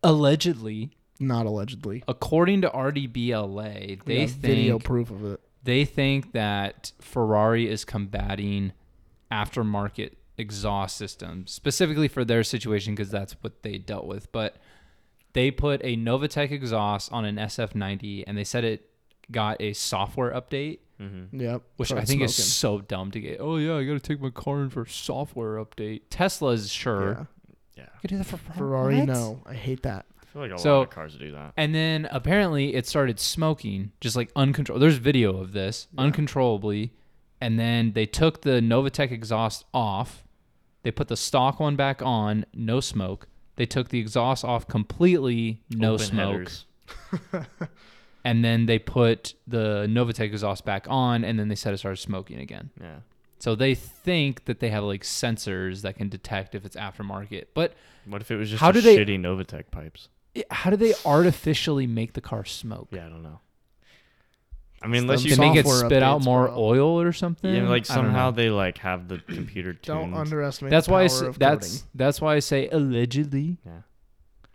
[SPEAKER 2] Allegedly,
[SPEAKER 1] Not allegedly.
[SPEAKER 2] according to RDBLA,
[SPEAKER 1] We
[SPEAKER 2] they
[SPEAKER 1] got video
[SPEAKER 2] think
[SPEAKER 1] proof of it.
[SPEAKER 2] they think that Ferrari is combating aftermarket exhaust systems specifically for their situation because that's what they dealt with. But they put a Novatech exhaust on an SF90, and they said it got a software update
[SPEAKER 3] Mm-hmm.
[SPEAKER 1] Yep.
[SPEAKER 2] which
[SPEAKER 1] Started
[SPEAKER 2] I think is
[SPEAKER 1] smoking.
[SPEAKER 2] so dumb to get. Oh yeah, I gotta take my car in for a software update. Tesla's sure.
[SPEAKER 1] Yeah.
[SPEAKER 3] Yeah.
[SPEAKER 2] You can do that for Ferrari.
[SPEAKER 1] Ferrari.
[SPEAKER 2] What?
[SPEAKER 1] No, I hate that.
[SPEAKER 3] I feel like a
[SPEAKER 2] So-
[SPEAKER 3] lot of cars do that.
[SPEAKER 2] And then apparently it started smoking, just like uncontrollable. There's video of this uncontrollably, and then they took the Novatech exhaust off. They put the stock one back on, no smoke. They took the exhaust off completely, no
[SPEAKER 3] Open
[SPEAKER 2] smoke.
[SPEAKER 3] headers.
[SPEAKER 2] And then they put the Novatech exhaust back on, and then they said it started smoking again.
[SPEAKER 3] Yeah.
[SPEAKER 2] So they think that they have like sensors that can detect if it's aftermarket. But
[SPEAKER 3] What if it was just
[SPEAKER 2] How
[SPEAKER 3] how
[SPEAKER 2] do they-
[SPEAKER 3] shitty Novatech pipes?
[SPEAKER 2] how do they artificially make the car smoke?
[SPEAKER 3] Yeah, I don't know. I mean, unless
[SPEAKER 1] Some
[SPEAKER 3] you
[SPEAKER 2] They make it
[SPEAKER 1] Software
[SPEAKER 2] spit out
[SPEAKER 1] updates,
[SPEAKER 2] more
[SPEAKER 1] bro.
[SPEAKER 2] oil or something.
[SPEAKER 3] yeah, like
[SPEAKER 2] I don't
[SPEAKER 3] somehow
[SPEAKER 2] know.
[SPEAKER 3] they like have the computer tuned.
[SPEAKER 1] Don't underestimate.
[SPEAKER 2] that's
[SPEAKER 1] the
[SPEAKER 2] why
[SPEAKER 1] power
[SPEAKER 2] I say,
[SPEAKER 1] of
[SPEAKER 2] that's that's why I say allegedly.
[SPEAKER 3] Yeah.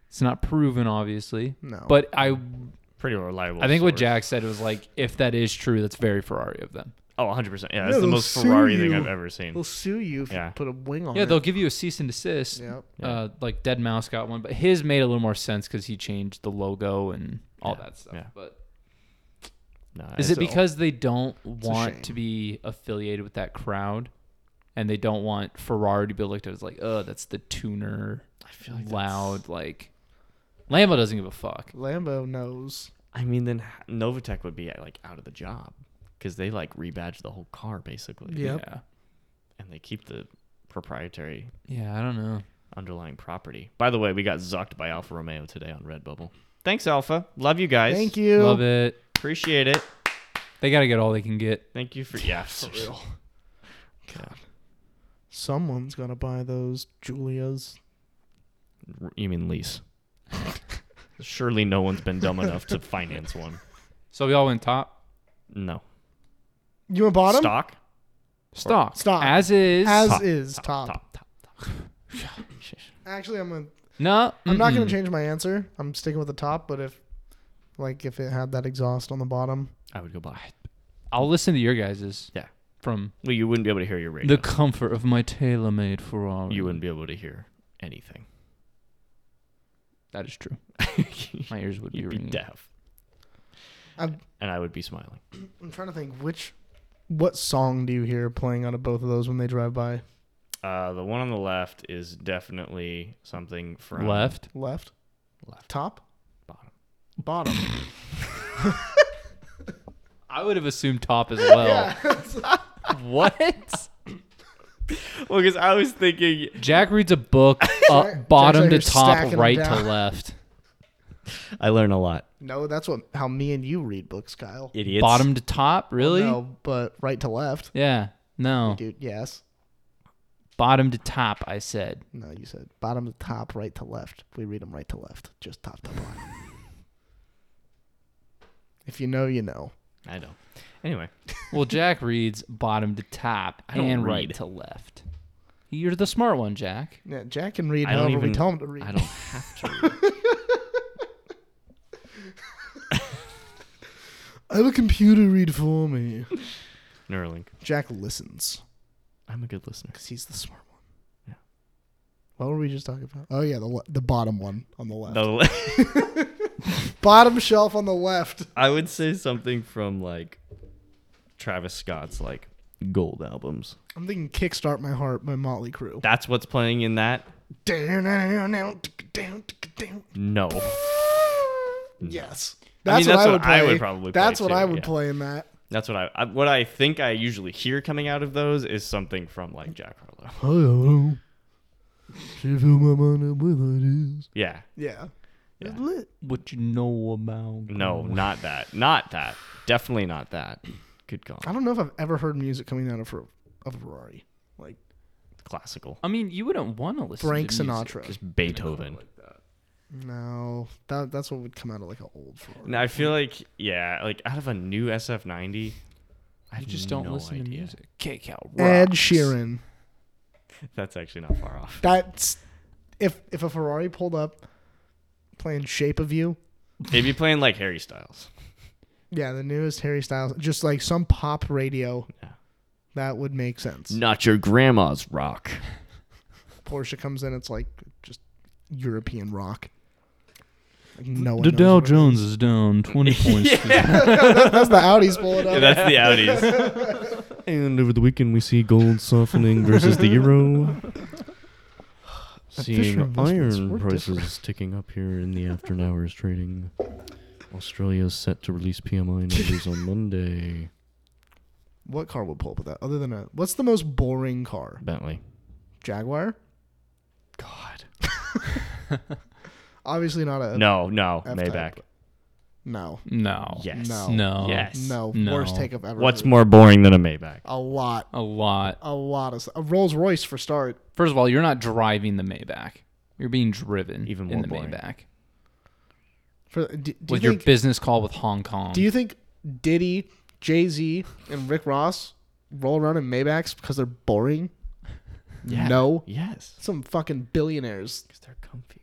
[SPEAKER 2] It's not proven, obviously.
[SPEAKER 1] coding. no.
[SPEAKER 2] But I
[SPEAKER 3] Pretty reliable.
[SPEAKER 2] I think what
[SPEAKER 3] source.
[SPEAKER 2] Jack said was like, if that is true, that's very Ferrari of them.
[SPEAKER 3] Oh, 100 percent. Yeah,
[SPEAKER 1] No,
[SPEAKER 3] that's the
[SPEAKER 1] they'll
[SPEAKER 3] most
[SPEAKER 1] sue
[SPEAKER 3] Ferrari thing
[SPEAKER 1] you.
[SPEAKER 3] I've ever seen.
[SPEAKER 1] they'll sue you if
[SPEAKER 3] Yeah.
[SPEAKER 1] you put a wing on
[SPEAKER 2] Yeah,
[SPEAKER 1] it.
[SPEAKER 2] they'll give you a cease and desist.
[SPEAKER 1] Yep.
[SPEAKER 2] Uh, like Dead Mouse got one, but his made a little more sense because he changed the logo and all
[SPEAKER 3] Yeah,
[SPEAKER 2] that stuff.
[SPEAKER 3] yeah.
[SPEAKER 2] But
[SPEAKER 3] No,
[SPEAKER 2] Is
[SPEAKER 3] it's
[SPEAKER 2] it
[SPEAKER 3] all-
[SPEAKER 2] because they don't
[SPEAKER 1] a
[SPEAKER 2] want
[SPEAKER 1] shame.
[SPEAKER 2] to be affiliated with that crowd, and they don't want Ferrari to be looked at as like, oh, that's the tuner,
[SPEAKER 3] I feel like
[SPEAKER 2] loud, like Lambo doesn't give a fuck.
[SPEAKER 1] Lambo knows.
[SPEAKER 3] I mean, then h- Novatech would be like out of the job because they like rebadge the whole car basically.
[SPEAKER 1] Yep.
[SPEAKER 2] Yeah,
[SPEAKER 3] And they keep the proprietary
[SPEAKER 2] yeah, I don't know.
[SPEAKER 3] underlying property. By the way, we got zucked by Alfa Romeo today on Redbubble. Thanks, Alpha. Love you guys.
[SPEAKER 1] Thank you.
[SPEAKER 2] Love it.
[SPEAKER 3] Appreciate it.
[SPEAKER 2] They gotta get all they can get.
[SPEAKER 3] Thank you for yeah.
[SPEAKER 1] real.
[SPEAKER 3] God.
[SPEAKER 1] Someone's gonna buy those Julias.
[SPEAKER 3] You mean lease? Surely no one's been dumb enough to finance one.
[SPEAKER 2] So we all went top
[SPEAKER 3] No.
[SPEAKER 1] You want bottom?
[SPEAKER 3] Stock?
[SPEAKER 2] stock,
[SPEAKER 1] Stock.
[SPEAKER 2] as is.
[SPEAKER 1] As
[SPEAKER 3] Top,
[SPEAKER 1] is top.
[SPEAKER 3] Top, top, top.
[SPEAKER 1] Actually, I'm gonna
[SPEAKER 2] No,
[SPEAKER 1] I'm not going
[SPEAKER 2] mm-mm.
[SPEAKER 1] to change my answer. I'm sticking with the top, but if like if it had that exhaust on the bottom,
[SPEAKER 3] I would go buy.
[SPEAKER 2] I'll listen to your guys's.
[SPEAKER 3] Yeah.
[SPEAKER 2] From
[SPEAKER 3] Well, you wouldn't be able to hear your radio.
[SPEAKER 2] the comfort of my tailor-made Ferrari.
[SPEAKER 3] you wouldn't be able to hear anything.
[SPEAKER 2] That is true. My ears would be
[SPEAKER 3] You'd be
[SPEAKER 2] ringing.
[SPEAKER 3] deaf,
[SPEAKER 1] I'm,
[SPEAKER 3] and I would be smiling.
[SPEAKER 1] I'm trying to think which what song do you hear playing out of both of those when they drive by?
[SPEAKER 3] Uh, the one on the left is definitely something from
[SPEAKER 2] Left.
[SPEAKER 1] Left,
[SPEAKER 3] Left.
[SPEAKER 1] top,
[SPEAKER 3] Bottom.
[SPEAKER 1] bottom.
[SPEAKER 2] I would have assumed top as well. What?
[SPEAKER 3] Well, because I was thinking,
[SPEAKER 2] Jack reads a book,
[SPEAKER 1] Sorry.
[SPEAKER 2] uh,
[SPEAKER 1] Jack's out
[SPEAKER 2] bottom
[SPEAKER 1] here
[SPEAKER 2] to top,
[SPEAKER 1] stacking 'em
[SPEAKER 2] right to
[SPEAKER 1] down.
[SPEAKER 2] left.
[SPEAKER 3] I learn a lot,
[SPEAKER 1] no, that's what how me and you read books, Kyle.
[SPEAKER 3] idiots.
[SPEAKER 2] Bottom to top, really?
[SPEAKER 1] Oh, No, but right to left,
[SPEAKER 2] Yeah. No.
[SPEAKER 1] dude. Yes.
[SPEAKER 2] Bottom to top, I said.
[SPEAKER 1] No, you said bottom to top, right to left. We read them right to left, just top to bottom. if you know, you know.
[SPEAKER 3] I know. Anyway,
[SPEAKER 2] Well, Jack reads bottom to top
[SPEAKER 3] I don't
[SPEAKER 2] and
[SPEAKER 3] read.
[SPEAKER 2] right to left. You're the smart one, Jack.
[SPEAKER 1] Yeah, Jack can read
[SPEAKER 3] I don't
[SPEAKER 1] however
[SPEAKER 3] even-
[SPEAKER 1] we tell him to read.
[SPEAKER 3] I don't have to.
[SPEAKER 1] I have a computer read for me.
[SPEAKER 3] Neuralink.
[SPEAKER 1] Jack listens
[SPEAKER 3] I'm a good listener.
[SPEAKER 1] because he's the smart one.
[SPEAKER 3] Yeah.
[SPEAKER 1] What were we just talking about? Oh yeah, the le- the bottom one on the left,
[SPEAKER 3] The-
[SPEAKER 1] bottom shelf on the left.
[SPEAKER 3] I would say something from like Travis Scott's like gold albums.
[SPEAKER 1] I'm thinking "Kickstart My Heart" by Motley Crue.
[SPEAKER 3] That's what's playing in that. No,
[SPEAKER 1] Yes,
[SPEAKER 3] Hmm. I mean,
[SPEAKER 1] that's, what, I would play.
[SPEAKER 3] I would probably play
[SPEAKER 1] That's what
[SPEAKER 3] too,
[SPEAKER 1] I would
[SPEAKER 3] yeah.
[SPEAKER 1] play in that.
[SPEAKER 3] that's what I, I what I think I usually hear coming out of those is something from like Jack Harlow.
[SPEAKER 1] Hello. She filled my mind up with ideas.
[SPEAKER 3] Yeah,
[SPEAKER 1] Yeah.
[SPEAKER 3] Yeah.
[SPEAKER 1] It's lit.
[SPEAKER 2] What you know about?
[SPEAKER 3] no, not that, not that, definitely not that. Good call.
[SPEAKER 1] I don't know if I've ever heard music coming out of Fer- of Ferrari, like
[SPEAKER 3] Classical.
[SPEAKER 2] I mean, you wouldn't want to listen.
[SPEAKER 1] Frank
[SPEAKER 2] to music.
[SPEAKER 1] Sinatra.
[SPEAKER 3] Just Beethoven.
[SPEAKER 1] No, that that's what would come out of like an old Ferrari.
[SPEAKER 3] Now I feel like yeah, like out of a new SF90, I
[SPEAKER 2] You
[SPEAKER 3] have
[SPEAKER 2] just don't
[SPEAKER 3] no
[SPEAKER 2] listen to
[SPEAKER 3] idea.
[SPEAKER 2] music. KCAL rocks.
[SPEAKER 1] Ed Sheeran.
[SPEAKER 3] That's actually not far off.
[SPEAKER 1] That's if if a Ferrari pulled up playing "Shape of You."
[SPEAKER 3] They'd be playing like Harry Styles.
[SPEAKER 1] Yeah, the newest Harry Styles, just like some pop radio.
[SPEAKER 3] Yeah.
[SPEAKER 1] That would make sense.
[SPEAKER 3] Not your grandma's rock.
[SPEAKER 1] Porsche comes in, it's like just European rock. Like no one
[SPEAKER 2] The
[SPEAKER 1] knows
[SPEAKER 2] Dow
[SPEAKER 1] what it
[SPEAKER 2] Jones is down 20 points.
[SPEAKER 1] That's the Audi's pulling up.
[SPEAKER 3] that's the Audis.
[SPEAKER 4] And over the weekend, we see gold softening versus the euro.
[SPEAKER 1] Fisher
[SPEAKER 4] Seeing
[SPEAKER 1] investments
[SPEAKER 4] iron
[SPEAKER 1] were
[SPEAKER 4] prices
[SPEAKER 1] different.
[SPEAKER 4] ticking up here in the after hours trading. Australia is set to release PMI numbers on Monday.
[SPEAKER 1] What car would pull up with that? Other than a what's the most boring car?
[SPEAKER 3] Bentley.
[SPEAKER 1] Jaguar?
[SPEAKER 3] God.
[SPEAKER 1] Obviously not a
[SPEAKER 3] No, no,
[SPEAKER 1] F-type.
[SPEAKER 3] Maybach.
[SPEAKER 1] No.
[SPEAKER 2] No.
[SPEAKER 3] Yes.
[SPEAKER 1] No.
[SPEAKER 2] No.
[SPEAKER 3] Yes.
[SPEAKER 1] No.
[SPEAKER 2] No.
[SPEAKER 1] Worst take I've ever.
[SPEAKER 3] What's
[SPEAKER 1] heard.
[SPEAKER 3] more boring than a Maybach?
[SPEAKER 1] A lot.
[SPEAKER 2] A lot.
[SPEAKER 1] A lot of s- a Rolls Royce for start.
[SPEAKER 2] First of all, you're not driving the Maybach. You're being driven
[SPEAKER 3] Even
[SPEAKER 2] in
[SPEAKER 3] more
[SPEAKER 2] the
[SPEAKER 3] boring.
[SPEAKER 2] Maybach
[SPEAKER 1] For do, do
[SPEAKER 2] with
[SPEAKER 1] you
[SPEAKER 2] your
[SPEAKER 1] think,
[SPEAKER 2] business call with Hong Kong.
[SPEAKER 1] Do you think Diddy, Jay Z, and Rick Ross roll around in Maybachs because they're boring?
[SPEAKER 3] Yeah.
[SPEAKER 1] No.
[SPEAKER 3] Yes.
[SPEAKER 1] Some fucking billionaires.
[SPEAKER 3] Because they're comfy.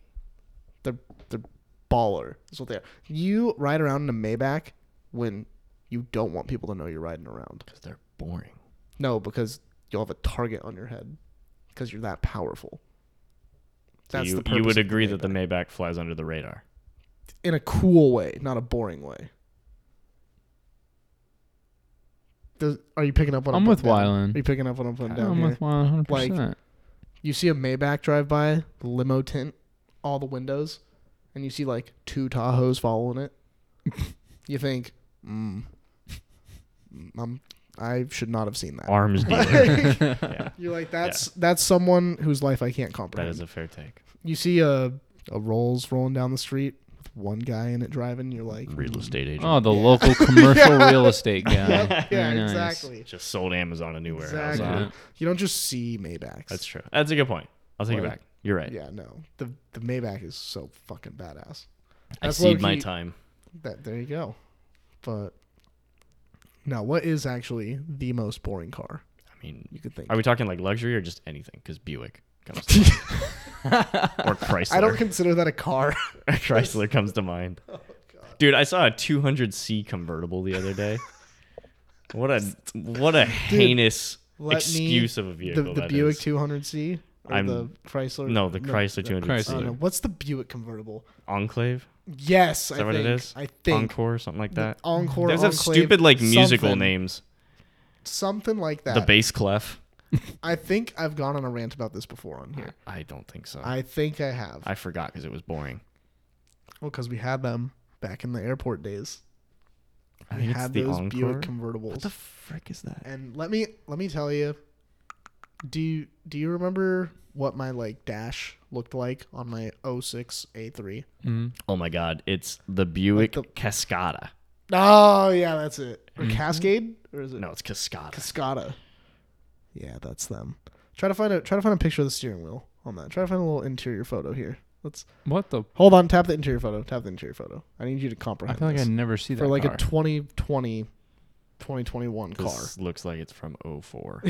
[SPEAKER 1] They're they're baller. Is what they are. You ride around in a Maybach when you don't want people to know you're riding around.
[SPEAKER 3] Because they're boring.
[SPEAKER 1] No, because you'll have a target on your head because you're that powerful.
[SPEAKER 3] That's you,
[SPEAKER 1] purpose
[SPEAKER 3] you
[SPEAKER 1] of
[SPEAKER 3] would
[SPEAKER 1] the
[SPEAKER 3] agree that the
[SPEAKER 1] Maybach.
[SPEAKER 3] Maybach flies under the radar.
[SPEAKER 1] in a cool way, not a boring way. Does, are you picking up what I'm,
[SPEAKER 2] I'm with
[SPEAKER 1] putting down?
[SPEAKER 2] Wyland.
[SPEAKER 1] Are you picking up what I'm putting down
[SPEAKER 2] I'm
[SPEAKER 1] here?
[SPEAKER 2] with 100%.
[SPEAKER 1] Like- you see a Maybach drive by, limo tint, all the windows, and you see like two Tahoes following it. you think, mm, mm, I'm, I should not have seen that.
[SPEAKER 3] Arms dealer.
[SPEAKER 1] Like,
[SPEAKER 3] yeah.
[SPEAKER 1] you're like that's that's someone whose life I can't
[SPEAKER 3] That
[SPEAKER 1] comprehend.
[SPEAKER 3] is a fair take.
[SPEAKER 1] you see a a Rolls rolling down the street with one guy in it driving. You're like,
[SPEAKER 3] Real estate agent.
[SPEAKER 2] oh, the local commercial real estate guy.
[SPEAKER 1] yeah,
[SPEAKER 2] Very nice.
[SPEAKER 1] exactly.
[SPEAKER 3] Just sold Amazon a new warehouse.
[SPEAKER 1] Exactly.
[SPEAKER 2] Yeah.
[SPEAKER 1] You don't just see Maybachs.
[SPEAKER 3] That's true. That's a good point. I'll take it
[SPEAKER 1] Like-
[SPEAKER 3] back. You're right.
[SPEAKER 1] Yeah, no. The the Maybach is so fucking badass.
[SPEAKER 3] I
[SPEAKER 1] That's
[SPEAKER 3] cede my
[SPEAKER 1] low-key-
[SPEAKER 3] time.
[SPEAKER 1] That there you go. But now, what is actually the most boring car
[SPEAKER 3] I mean,
[SPEAKER 1] you could think?
[SPEAKER 3] are we talking like luxury or just anything? Because Buick. comes to mind. or Chrysler.
[SPEAKER 1] I don't consider that a car.
[SPEAKER 3] Chrysler comes to mind.
[SPEAKER 1] Oh,
[SPEAKER 3] Dude, I saw a 200C convertible the other day. What a what a heinous
[SPEAKER 1] let me-
[SPEAKER 3] excuse of a vehicle
[SPEAKER 1] the the
[SPEAKER 3] that
[SPEAKER 1] Buick
[SPEAKER 3] is.
[SPEAKER 1] 200C or
[SPEAKER 3] I'm-
[SPEAKER 1] the Chrysler? Uh,
[SPEAKER 3] no, the Chrysler
[SPEAKER 1] I don't
[SPEAKER 3] 200C
[SPEAKER 1] know. What's the Buick convertible?
[SPEAKER 3] Enclave,
[SPEAKER 1] Yes,
[SPEAKER 3] is
[SPEAKER 1] I
[SPEAKER 3] that what
[SPEAKER 1] think.
[SPEAKER 3] it is?
[SPEAKER 1] I think
[SPEAKER 3] Encore, something like that.
[SPEAKER 1] Encore.
[SPEAKER 3] Those have
[SPEAKER 1] Enclave,
[SPEAKER 3] stupid like musical
[SPEAKER 1] something-
[SPEAKER 3] names.
[SPEAKER 1] something like that.
[SPEAKER 3] The bass clef.
[SPEAKER 1] I think I've gone on a rant about this before on here.
[SPEAKER 3] I don't think so. I,
[SPEAKER 1] I think I have.
[SPEAKER 3] forgot because it was boring.
[SPEAKER 1] Well, because we had them back in the airport days.
[SPEAKER 3] I
[SPEAKER 1] We
[SPEAKER 3] think it's
[SPEAKER 1] had
[SPEAKER 3] the
[SPEAKER 1] those
[SPEAKER 3] Encore.
[SPEAKER 1] Buick convertibles.
[SPEAKER 3] What the frick is that?
[SPEAKER 1] and let me let me tell you. Do you, do you remember what my like dash looked like on my 06 A3?
[SPEAKER 2] Mm-hmm.
[SPEAKER 3] Oh my god, it's the Buick
[SPEAKER 1] Like
[SPEAKER 3] Cascada.
[SPEAKER 1] Oh yeah, that's it. Or Cascade or is it
[SPEAKER 3] No, it's Cascada.
[SPEAKER 1] Cascada? Yeah, that's them. Try to find a try to find a picture of the steering wheel on that. Try to find a little interior photo here. Let's
[SPEAKER 2] What the?
[SPEAKER 1] hold on. Tap the interior photo. Tap the interior photo. I need you to
[SPEAKER 2] I
[SPEAKER 1] comprehend.
[SPEAKER 2] feel like I
[SPEAKER 1] this.
[SPEAKER 2] never see that
[SPEAKER 1] for like
[SPEAKER 2] car.
[SPEAKER 1] a 2020 2021 car.
[SPEAKER 3] This looks like it's from 04.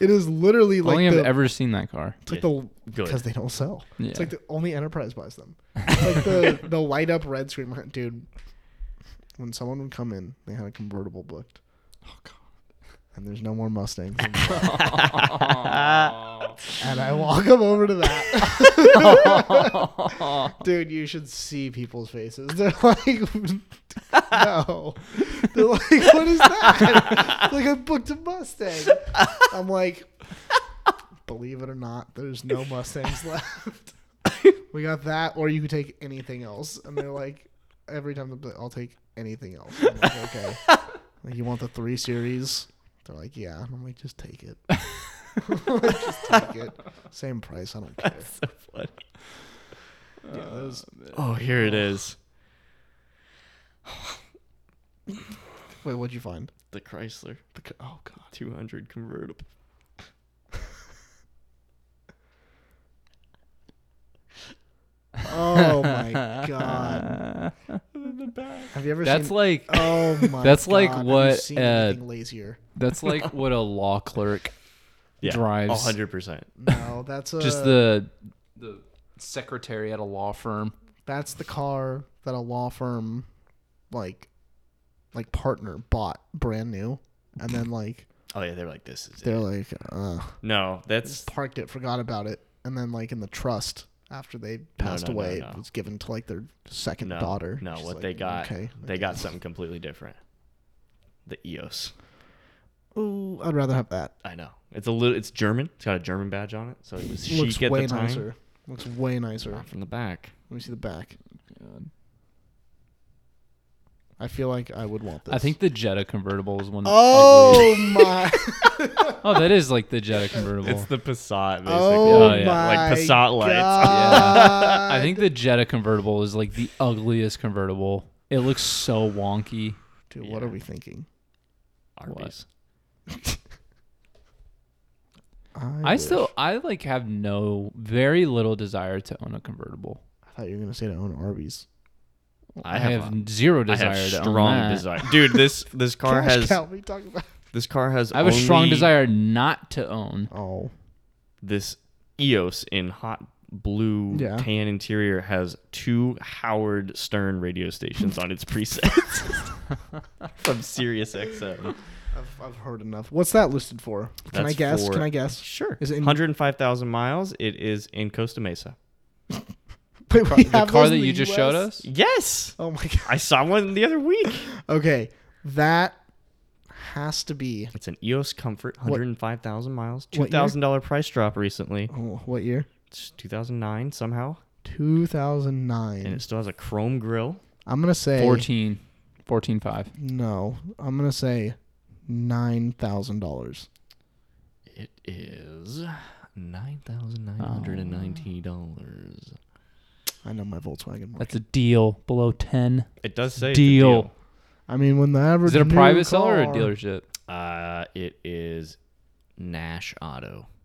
[SPEAKER 1] It is literally like
[SPEAKER 2] Only
[SPEAKER 1] the,
[SPEAKER 2] I've ever seen that car.
[SPEAKER 1] it's like the because
[SPEAKER 3] Good.
[SPEAKER 1] they don't sell.
[SPEAKER 2] Yeah.
[SPEAKER 1] It's like the only enterprise buys them. It's like the the light up red screen, My- dude. When someone would come in, they had a convertible booked. And there's no more Mustangs, and I walk them over to that. Dude, you should see people's faces. They're like, no. They're like, what is that? like I booked a Mustang. I'm like, believe it or not, there's no Mustangs left. we got that, or you could take anything else. And they're like, every time they're like, I'll take anything else. I'm like, okay. Like, you want the three series? They're like, yeah. And I'm like, just take it. just take it. Same price. I don't care. Yeah, those,
[SPEAKER 3] Oh, here it is.
[SPEAKER 1] wait, what'd you find?
[SPEAKER 3] The Chrysler. The, Ca- oh god. 200 convertible.
[SPEAKER 1] Oh my god! Have you ever
[SPEAKER 2] That's
[SPEAKER 1] seen?
[SPEAKER 2] like
[SPEAKER 1] oh my!
[SPEAKER 2] that's like
[SPEAKER 1] God, have you
[SPEAKER 2] what,
[SPEAKER 1] seen
[SPEAKER 2] uh,
[SPEAKER 1] anything lazier?
[SPEAKER 2] that's like what a law clerk
[SPEAKER 3] Yeah.
[SPEAKER 2] drives.
[SPEAKER 3] 100%.
[SPEAKER 1] No, that's a,
[SPEAKER 2] Just the the secretary at a law firm.
[SPEAKER 1] that's the car that a law firm like like partner bought brand new and then like
[SPEAKER 3] Oh yeah, they're like this is it.
[SPEAKER 1] they're like uh
[SPEAKER 3] No, that's
[SPEAKER 1] parked it forgot about it and then like in the trust after they passed
[SPEAKER 3] no, no,
[SPEAKER 1] away
[SPEAKER 3] no.
[SPEAKER 1] it was given to like their second
[SPEAKER 3] no.
[SPEAKER 1] daughter
[SPEAKER 3] No,
[SPEAKER 1] She's
[SPEAKER 3] what
[SPEAKER 1] like,
[SPEAKER 3] they got.
[SPEAKER 1] okay
[SPEAKER 3] They got something completely different. The EOS.
[SPEAKER 1] Ooh, i'd rather have that
[SPEAKER 3] I know. It's a little it's German. It's got a German badge on it, so it was chic
[SPEAKER 1] looks
[SPEAKER 3] at
[SPEAKER 1] way
[SPEAKER 3] the time.
[SPEAKER 1] nicer looks way nicer
[SPEAKER 3] Not from the back.
[SPEAKER 1] let me see the back i feel like i would want this
[SPEAKER 2] I think the Jetta convertible is one.
[SPEAKER 1] oh my
[SPEAKER 2] oh, that is like the Jetta convertible.
[SPEAKER 3] It's the Passat basically.
[SPEAKER 1] oh
[SPEAKER 2] Oh, yeah.
[SPEAKER 1] my
[SPEAKER 3] Like Passat lights.
[SPEAKER 1] God.
[SPEAKER 2] I think the Jetta convertible is like the ugliest convertible. It looks so wonky.
[SPEAKER 1] Dude, what are we thinking?
[SPEAKER 3] Arby's.
[SPEAKER 2] I
[SPEAKER 1] wish-
[SPEAKER 2] still, I like have no, very little desire to own a convertible.
[SPEAKER 1] I thought you were gonna say to own Arby's.
[SPEAKER 2] I, have, zero desire
[SPEAKER 3] I have
[SPEAKER 2] to
[SPEAKER 3] strong
[SPEAKER 2] own that.
[SPEAKER 3] desire. Dude, this this car
[SPEAKER 1] Cash
[SPEAKER 3] has
[SPEAKER 1] cow, what are you talking about?
[SPEAKER 3] this car has
[SPEAKER 2] I have a strong
[SPEAKER 3] only
[SPEAKER 2] desire not to own.
[SPEAKER 1] Oh,
[SPEAKER 3] This EOS in hot blue
[SPEAKER 1] Yeah.
[SPEAKER 3] tan interior has two Howard Stern radio stations on its presets from Sirius XM.
[SPEAKER 1] I've, I've heard enough. What's that listed for? Can I
[SPEAKER 3] That's
[SPEAKER 1] guess?
[SPEAKER 3] for-
[SPEAKER 1] Can I guess?
[SPEAKER 3] Sure.
[SPEAKER 1] Is it in-
[SPEAKER 3] 105,000 miles. It is in Costa Mesa.
[SPEAKER 1] Wait, we
[SPEAKER 2] The
[SPEAKER 1] have
[SPEAKER 2] car
[SPEAKER 1] those
[SPEAKER 2] that
[SPEAKER 1] in the
[SPEAKER 2] you just showed
[SPEAKER 1] US?
[SPEAKER 2] us.
[SPEAKER 3] Yes.
[SPEAKER 1] Oh my god.
[SPEAKER 3] I saw one the other week.
[SPEAKER 1] Okay, that has to be.
[SPEAKER 3] It's an EOS Comfort, 105,000 miles,
[SPEAKER 1] What year?
[SPEAKER 3] $2,000 price drop recently.
[SPEAKER 1] Oh, what year?
[SPEAKER 3] It's 2009 somehow.
[SPEAKER 1] Two thousand
[SPEAKER 3] And
[SPEAKER 1] nine.
[SPEAKER 3] it still has a chrome grill.
[SPEAKER 1] I'm gonna say
[SPEAKER 2] 14, 14, 5.
[SPEAKER 1] No, I'm gonna say nine thousand dollars.
[SPEAKER 3] It is nine thousand nine hundred and ninety dollars.
[SPEAKER 1] I know my Volkswagen. Market.
[SPEAKER 2] That's a deal below 10.
[SPEAKER 3] It does say
[SPEAKER 2] Deal.
[SPEAKER 3] It's
[SPEAKER 1] I mean, when the average
[SPEAKER 2] Is it a
[SPEAKER 1] new
[SPEAKER 2] private seller or a
[SPEAKER 1] car- Mm,
[SPEAKER 2] dealership?
[SPEAKER 3] a deal. Uh, it is Nash Auto.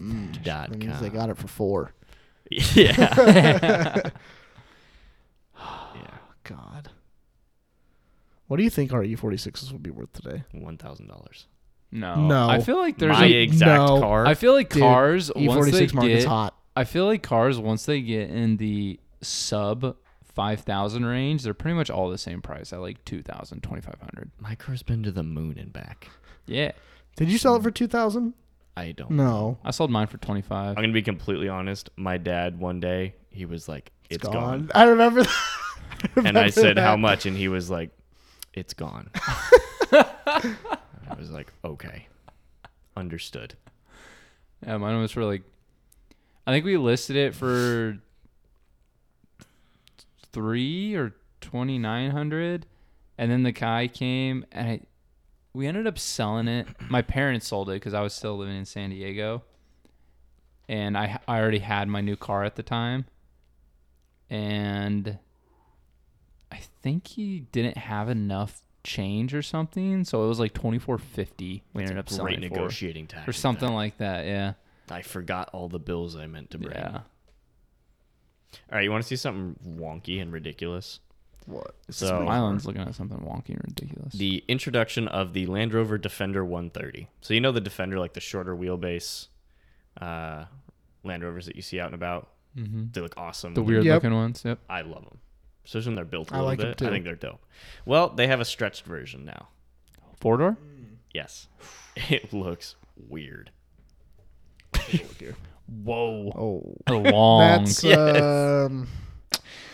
[SPEAKER 2] Mm,
[SPEAKER 3] dot
[SPEAKER 1] That means they
[SPEAKER 3] com.
[SPEAKER 1] got it for four.
[SPEAKER 3] yeah. yeah.
[SPEAKER 1] God. What do you think our E46s would E be worth today?
[SPEAKER 3] One thousand dollars.
[SPEAKER 2] No.
[SPEAKER 1] No.
[SPEAKER 2] I feel like there's
[SPEAKER 3] my
[SPEAKER 2] a.
[SPEAKER 3] exact
[SPEAKER 1] no.
[SPEAKER 3] car.
[SPEAKER 2] I feel like
[SPEAKER 1] Dude,
[SPEAKER 2] cars once they
[SPEAKER 1] E46 E market's
[SPEAKER 2] get.
[SPEAKER 1] hot.
[SPEAKER 2] I feel like cars once they get in the sub five thousand range, they're pretty much all the same price at like 2,000, 2,500.
[SPEAKER 4] My car's been to the moon and back.
[SPEAKER 2] Yeah,
[SPEAKER 1] Did you sell it for two thousand?
[SPEAKER 4] I don't.
[SPEAKER 1] No.
[SPEAKER 2] I sold mine for twenty five.
[SPEAKER 3] I'm gonna be completely honest. My dad one day he was like, "It's gone,",
[SPEAKER 1] I remember. That.
[SPEAKER 3] and I
[SPEAKER 1] remember
[SPEAKER 3] said, "How
[SPEAKER 1] that.
[SPEAKER 3] much?" And he was like, "It's gone." I was like, "Okay, understood."
[SPEAKER 2] Yeah, mine was for like, I think we listed it for three or twenty nine hundred, and then the guy came and I, we ended up selling it. My parents sold it because I was still living in San Diego, and I I already had my new car at the time, and I think he didn't have enough change or something, so it was like twenty four fifty. We ended up
[SPEAKER 3] Great
[SPEAKER 2] selling it for
[SPEAKER 3] negotiating tactic.
[SPEAKER 2] or something like that. Yeah.
[SPEAKER 3] I forgot all the bills I meant to bring.
[SPEAKER 2] Yeah.
[SPEAKER 3] All right, you want to see something wonky and ridiculous?
[SPEAKER 1] What?
[SPEAKER 3] So
[SPEAKER 2] Milan's looking at something wonky and ridiculous.
[SPEAKER 3] Oh, the introduction of the Land Rover Defender 130. So you know the Defender, like the shorter wheelbase uh, Land Rovers that you see out and about.
[SPEAKER 2] mm-hmm.
[SPEAKER 3] They look awesome.
[SPEAKER 2] The
[SPEAKER 3] They're-
[SPEAKER 2] weird
[SPEAKER 1] Yep.
[SPEAKER 2] looking ones. Yep.
[SPEAKER 3] I love them. Especially when they're built a
[SPEAKER 1] I
[SPEAKER 3] little
[SPEAKER 1] like 'em
[SPEAKER 3] bit.
[SPEAKER 1] too.
[SPEAKER 3] I think they're dope. Well, they have a stretched version now.
[SPEAKER 2] Four door?
[SPEAKER 3] Yes, it looks weird.
[SPEAKER 2] Whoa.
[SPEAKER 1] Oh,
[SPEAKER 2] Long.
[SPEAKER 1] that's
[SPEAKER 3] Yes.
[SPEAKER 1] um.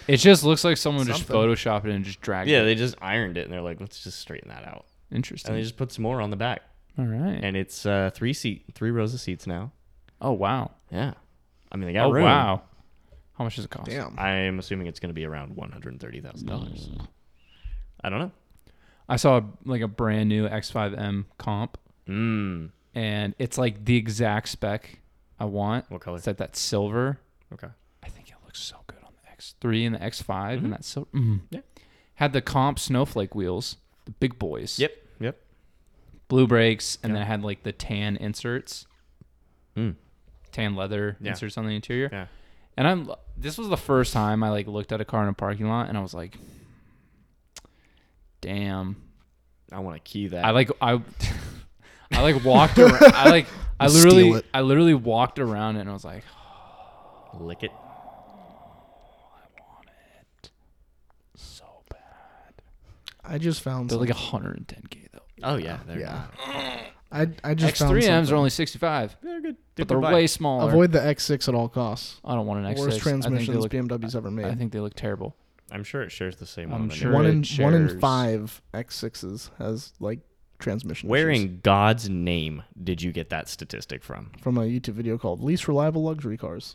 [SPEAKER 2] it just looks like someone just
[SPEAKER 1] Something.
[SPEAKER 2] photoshopped it and just dragged
[SPEAKER 3] Yeah,
[SPEAKER 2] it.
[SPEAKER 3] they just ironed it and they're like, let's just straighten that out. And
[SPEAKER 2] Interesting.
[SPEAKER 3] they just put some more on the back.
[SPEAKER 2] All right.
[SPEAKER 3] And it's uh, three seat, three rows of seats now.
[SPEAKER 2] oh, wow.
[SPEAKER 3] Yeah, I mean they got
[SPEAKER 2] Oh,
[SPEAKER 3] room.
[SPEAKER 2] wow. How much does it cost?
[SPEAKER 1] Damn.
[SPEAKER 3] I'm assuming it's going to be around one hundred thirty thousand dollars. I don't know.
[SPEAKER 2] I saw a, like a brand new X5M comp,
[SPEAKER 3] Mm.
[SPEAKER 2] and it's like the exact spec I want.
[SPEAKER 3] What color?
[SPEAKER 2] It's like that silver.
[SPEAKER 3] Okay.
[SPEAKER 2] I think it looks so good on the X3 and the X5 and that silver.
[SPEAKER 3] Mm-hmm. Yeah.
[SPEAKER 2] Had the comp snowflake wheels, the big boys.
[SPEAKER 3] Yep. Yep.
[SPEAKER 2] blue brakes, and
[SPEAKER 3] Yeah.
[SPEAKER 2] then I had like the tan inserts,
[SPEAKER 3] Mm.
[SPEAKER 2] tan leather
[SPEAKER 3] Yeah.
[SPEAKER 2] inserts on the interior.
[SPEAKER 3] Yeah.
[SPEAKER 2] And I'm this was the first time I like looked at a car in a parking lot, and I was like, "Damn!"
[SPEAKER 3] I want to key that.
[SPEAKER 2] I like I, I like walked around. I like I
[SPEAKER 1] Steal
[SPEAKER 2] literally
[SPEAKER 1] it.
[SPEAKER 2] I literally walked around it, and I was like,
[SPEAKER 3] lick it.
[SPEAKER 2] "So bad."
[SPEAKER 1] I just found.
[SPEAKER 2] They're
[SPEAKER 1] Some,
[SPEAKER 2] like 110k though.
[SPEAKER 3] Oh yeah. They're
[SPEAKER 1] yeah. I I just found
[SPEAKER 2] X3Ms are
[SPEAKER 1] something.
[SPEAKER 2] only 65,
[SPEAKER 3] They're good.
[SPEAKER 2] but they're way smaller.
[SPEAKER 1] Avoid the X6 at all costs.
[SPEAKER 2] I don't want an X6.
[SPEAKER 1] Worst transmissions
[SPEAKER 2] I think they look,
[SPEAKER 1] BMW's ever made.
[SPEAKER 2] I think they look terrible.
[SPEAKER 3] I'm sure it shares the same.
[SPEAKER 2] I'm
[SPEAKER 3] on the
[SPEAKER 2] sure
[SPEAKER 3] name.
[SPEAKER 1] one in
[SPEAKER 2] it
[SPEAKER 1] one in
[SPEAKER 2] shares-
[SPEAKER 1] five X6s has like transmission.
[SPEAKER 3] Where
[SPEAKER 1] issues.
[SPEAKER 3] in God's name did you get that statistic from?
[SPEAKER 1] from a YouTube video called "Least Reliable Luxury Cars."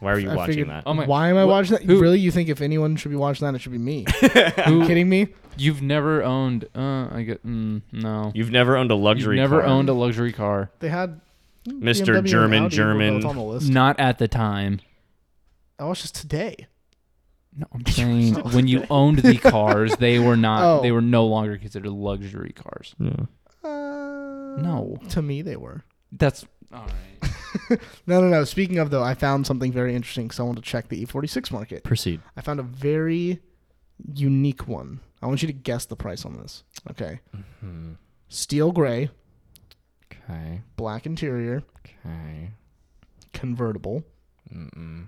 [SPEAKER 3] Why are you
[SPEAKER 1] I
[SPEAKER 3] watching
[SPEAKER 1] figured-
[SPEAKER 3] that?
[SPEAKER 2] Oh my!
[SPEAKER 1] Why am I
[SPEAKER 2] wh-
[SPEAKER 1] watching that?
[SPEAKER 2] who-
[SPEAKER 1] Really, you think if anyone should be watching that, it should be me?
[SPEAKER 2] who-
[SPEAKER 1] you kidding me?
[SPEAKER 2] You've never owned. Uh, I get. Mm, no.
[SPEAKER 3] You've never owned a luxury.
[SPEAKER 2] You've never
[SPEAKER 3] car.
[SPEAKER 2] owned a luxury car.
[SPEAKER 1] They had
[SPEAKER 3] Mr.
[SPEAKER 1] BMW and
[SPEAKER 3] German,
[SPEAKER 1] Audi were
[SPEAKER 3] German.
[SPEAKER 1] both on the list.
[SPEAKER 2] Not at the time.
[SPEAKER 1] I was just today.
[SPEAKER 2] No, I'm saying when you owned the cars, they were not.
[SPEAKER 1] Oh.
[SPEAKER 2] They were no longer considered luxury cars.
[SPEAKER 1] Uh,
[SPEAKER 2] No.
[SPEAKER 1] to me they were.
[SPEAKER 2] That's all right.
[SPEAKER 1] No, no, no. Speaking of though, I found something very interesting because I wanted to check the E46 market.
[SPEAKER 4] Proceed.
[SPEAKER 1] I found a very unique one. I want you to guess the price on this. Okay,
[SPEAKER 3] Hmm.
[SPEAKER 1] steel gray,
[SPEAKER 3] Okay.
[SPEAKER 1] black interior,
[SPEAKER 3] Okay.
[SPEAKER 1] convertible,
[SPEAKER 3] Mm-mm.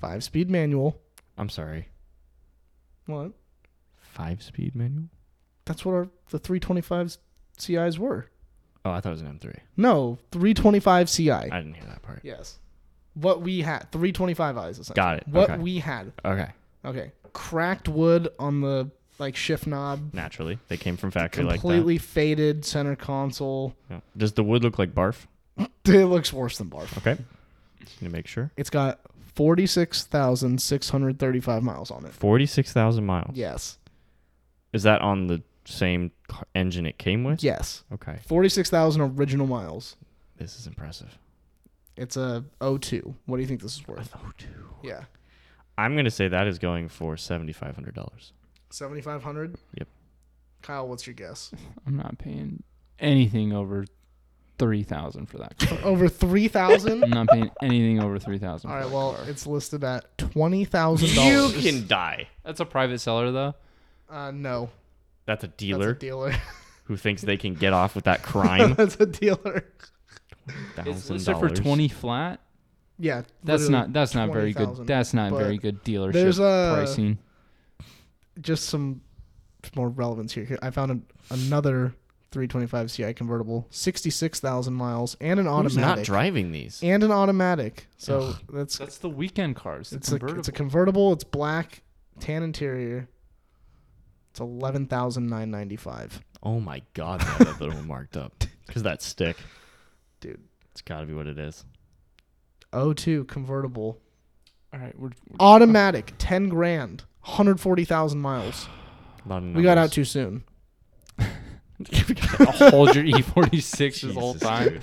[SPEAKER 1] five-speed manual.
[SPEAKER 3] I'm sorry.
[SPEAKER 1] What?
[SPEAKER 3] Five speed manual.
[SPEAKER 1] That's what our the 325s CIs were.
[SPEAKER 3] Oh, I thought it was an M3.
[SPEAKER 1] No, 325 CI.
[SPEAKER 3] I didn't hear that part.
[SPEAKER 1] yes. What we had, 325 eyes essentially.
[SPEAKER 3] Got it.
[SPEAKER 1] What
[SPEAKER 3] Okay.
[SPEAKER 1] we had.
[SPEAKER 3] Okay.
[SPEAKER 1] Okay. Cracked wood on the like shift knob,
[SPEAKER 3] Naturally, they came from factory like
[SPEAKER 1] completely faded center console.
[SPEAKER 3] that. Yeah. Does the wood look like barf?
[SPEAKER 1] It looks worse than barf.
[SPEAKER 3] Okay. Just need to make sure.
[SPEAKER 1] It's got 46,635 miles on it.
[SPEAKER 3] Forty-six thousand miles.
[SPEAKER 1] Yes.
[SPEAKER 3] Is that on the same ca- engine it came with?
[SPEAKER 1] Yes.
[SPEAKER 3] Okay.
[SPEAKER 1] 46,000 original miles.
[SPEAKER 3] This is impressive.
[SPEAKER 1] It's a 02. What do you think this is worth? Yeah.
[SPEAKER 3] I'm gonna say that is going for seventy-five hundred dollars.
[SPEAKER 1] 7,500?
[SPEAKER 3] Yep.
[SPEAKER 1] Kyle, what's your guess?
[SPEAKER 2] I'm not paying anything over three thousand for that. Car.
[SPEAKER 1] Over 3,000?
[SPEAKER 2] I'm not paying anything over three thousand.
[SPEAKER 1] All
[SPEAKER 2] for
[SPEAKER 1] right,
[SPEAKER 2] that
[SPEAKER 1] well,
[SPEAKER 2] car.
[SPEAKER 1] it's listed at twenty thousand
[SPEAKER 3] You
[SPEAKER 1] dollars.
[SPEAKER 3] can die.
[SPEAKER 2] that's a private seller though.
[SPEAKER 1] Uh, no,
[SPEAKER 3] That's a
[SPEAKER 1] that's
[SPEAKER 3] dealer.
[SPEAKER 1] a dealer.
[SPEAKER 3] who thinks they can get off with that crime.
[SPEAKER 1] That's a dealer.
[SPEAKER 2] It's
[SPEAKER 3] Thousand
[SPEAKER 2] listed for
[SPEAKER 3] dollars.
[SPEAKER 2] twenty flat.
[SPEAKER 1] Yeah,
[SPEAKER 2] That's
[SPEAKER 1] literally
[SPEAKER 2] not that's not very good.
[SPEAKER 1] 20,000.
[SPEAKER 2] That's not
[SPEAKER 1] but
[SPEAKER 2] very good dealership
[SPEAKER 1] there's a-
[SPEAKER 2] pricing.
[SPEAKER 1] just some more relevance here. Here- I found an, another 325 Ci convertible, 66,000 miles, and an
[SPEAKER 3] Who's not
[SPEAKER 1] automatic.
[SPEAKER 3] driving these?
[SPEAKER 1] and an automatic. So that's
[SPEAKER 2] That's the weekend cars.
[SPEAKER 1] it's a it's a convertible. It's black, tan interior. It's eleven thousand nine ninety five.
[SPEAKER 3] Oh my god, that that little marked up because that stick,
[SPEAKER 1] Dude.
[SPEAKER 3] It's got to be what it is.
[SPEAKER 1] 02 convertible,
[SPEAKER 2] All right, we're, we're-
[SPEAKER 1] automatic, ten grand, hundred forty thousand miles.
[SPEAKER 3] Not
[SPEAKER 1] We got out too soon.
[SPEAKER 2] I'll hold your E46 this whole time.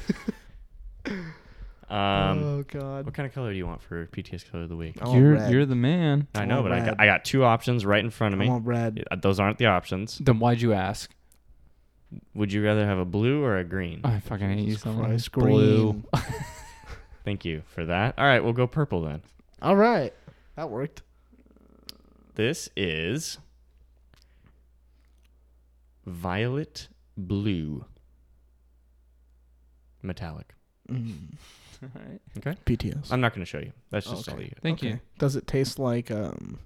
[SPEAKER 3] Um,
[SPEAKER 1] oh God.
[SPEAKER 3] what kind of color do you want for PTS color of the week?
[SPEAKER 1] I want
[SPEAKER 2] You're
[SPEAKER 1] red.
[SPEAKER 2] you're the man.
[SPEAKER 3] I
[SPEAKER 1] I
[SPEAKER 3] know,
[SPEAKER 1] want
[SPEAKER 3] but I got,
[SPEAKER 1] red.
[SPEAKER 3] I got two options right in front of
[SPEAKER 1] I
[SPEAKER 3] me.
[SPEAKER 1] want red.
[SPEAKER 3] Yeah, Those aren't the options.
[SPEAKER 2] Then why'd you ask?
[SPEAKER 3] Would you rather have a blue or a green?
[SPEAKER 2] I fucking hate you
[SPEAKER 1] Jesus
[SPEAKER 2] so much.
[SPEAKER 1] Christ,
[SPEAKER 2] Blue.
[SPEAKER 1] green.
[SPEAKER 3] Thank you for that. All right, we'll go purple then.
[SPEAKER 1] All right, that worked.
[SPEAKER 3] This is violet blue metallic.
[SPEAKER 1] Mm.
[SPEAKER 2] All right.
[SPEAKER 1] PTS.
[SPEAKER 3] I'm not going to show you. That's just all
[SPEAKER 1] Okay.
[SPEAKER 3] you get.
[SPEAKER 2] Thank you.
[SPEAKER 1] Okay. Does it taste like um?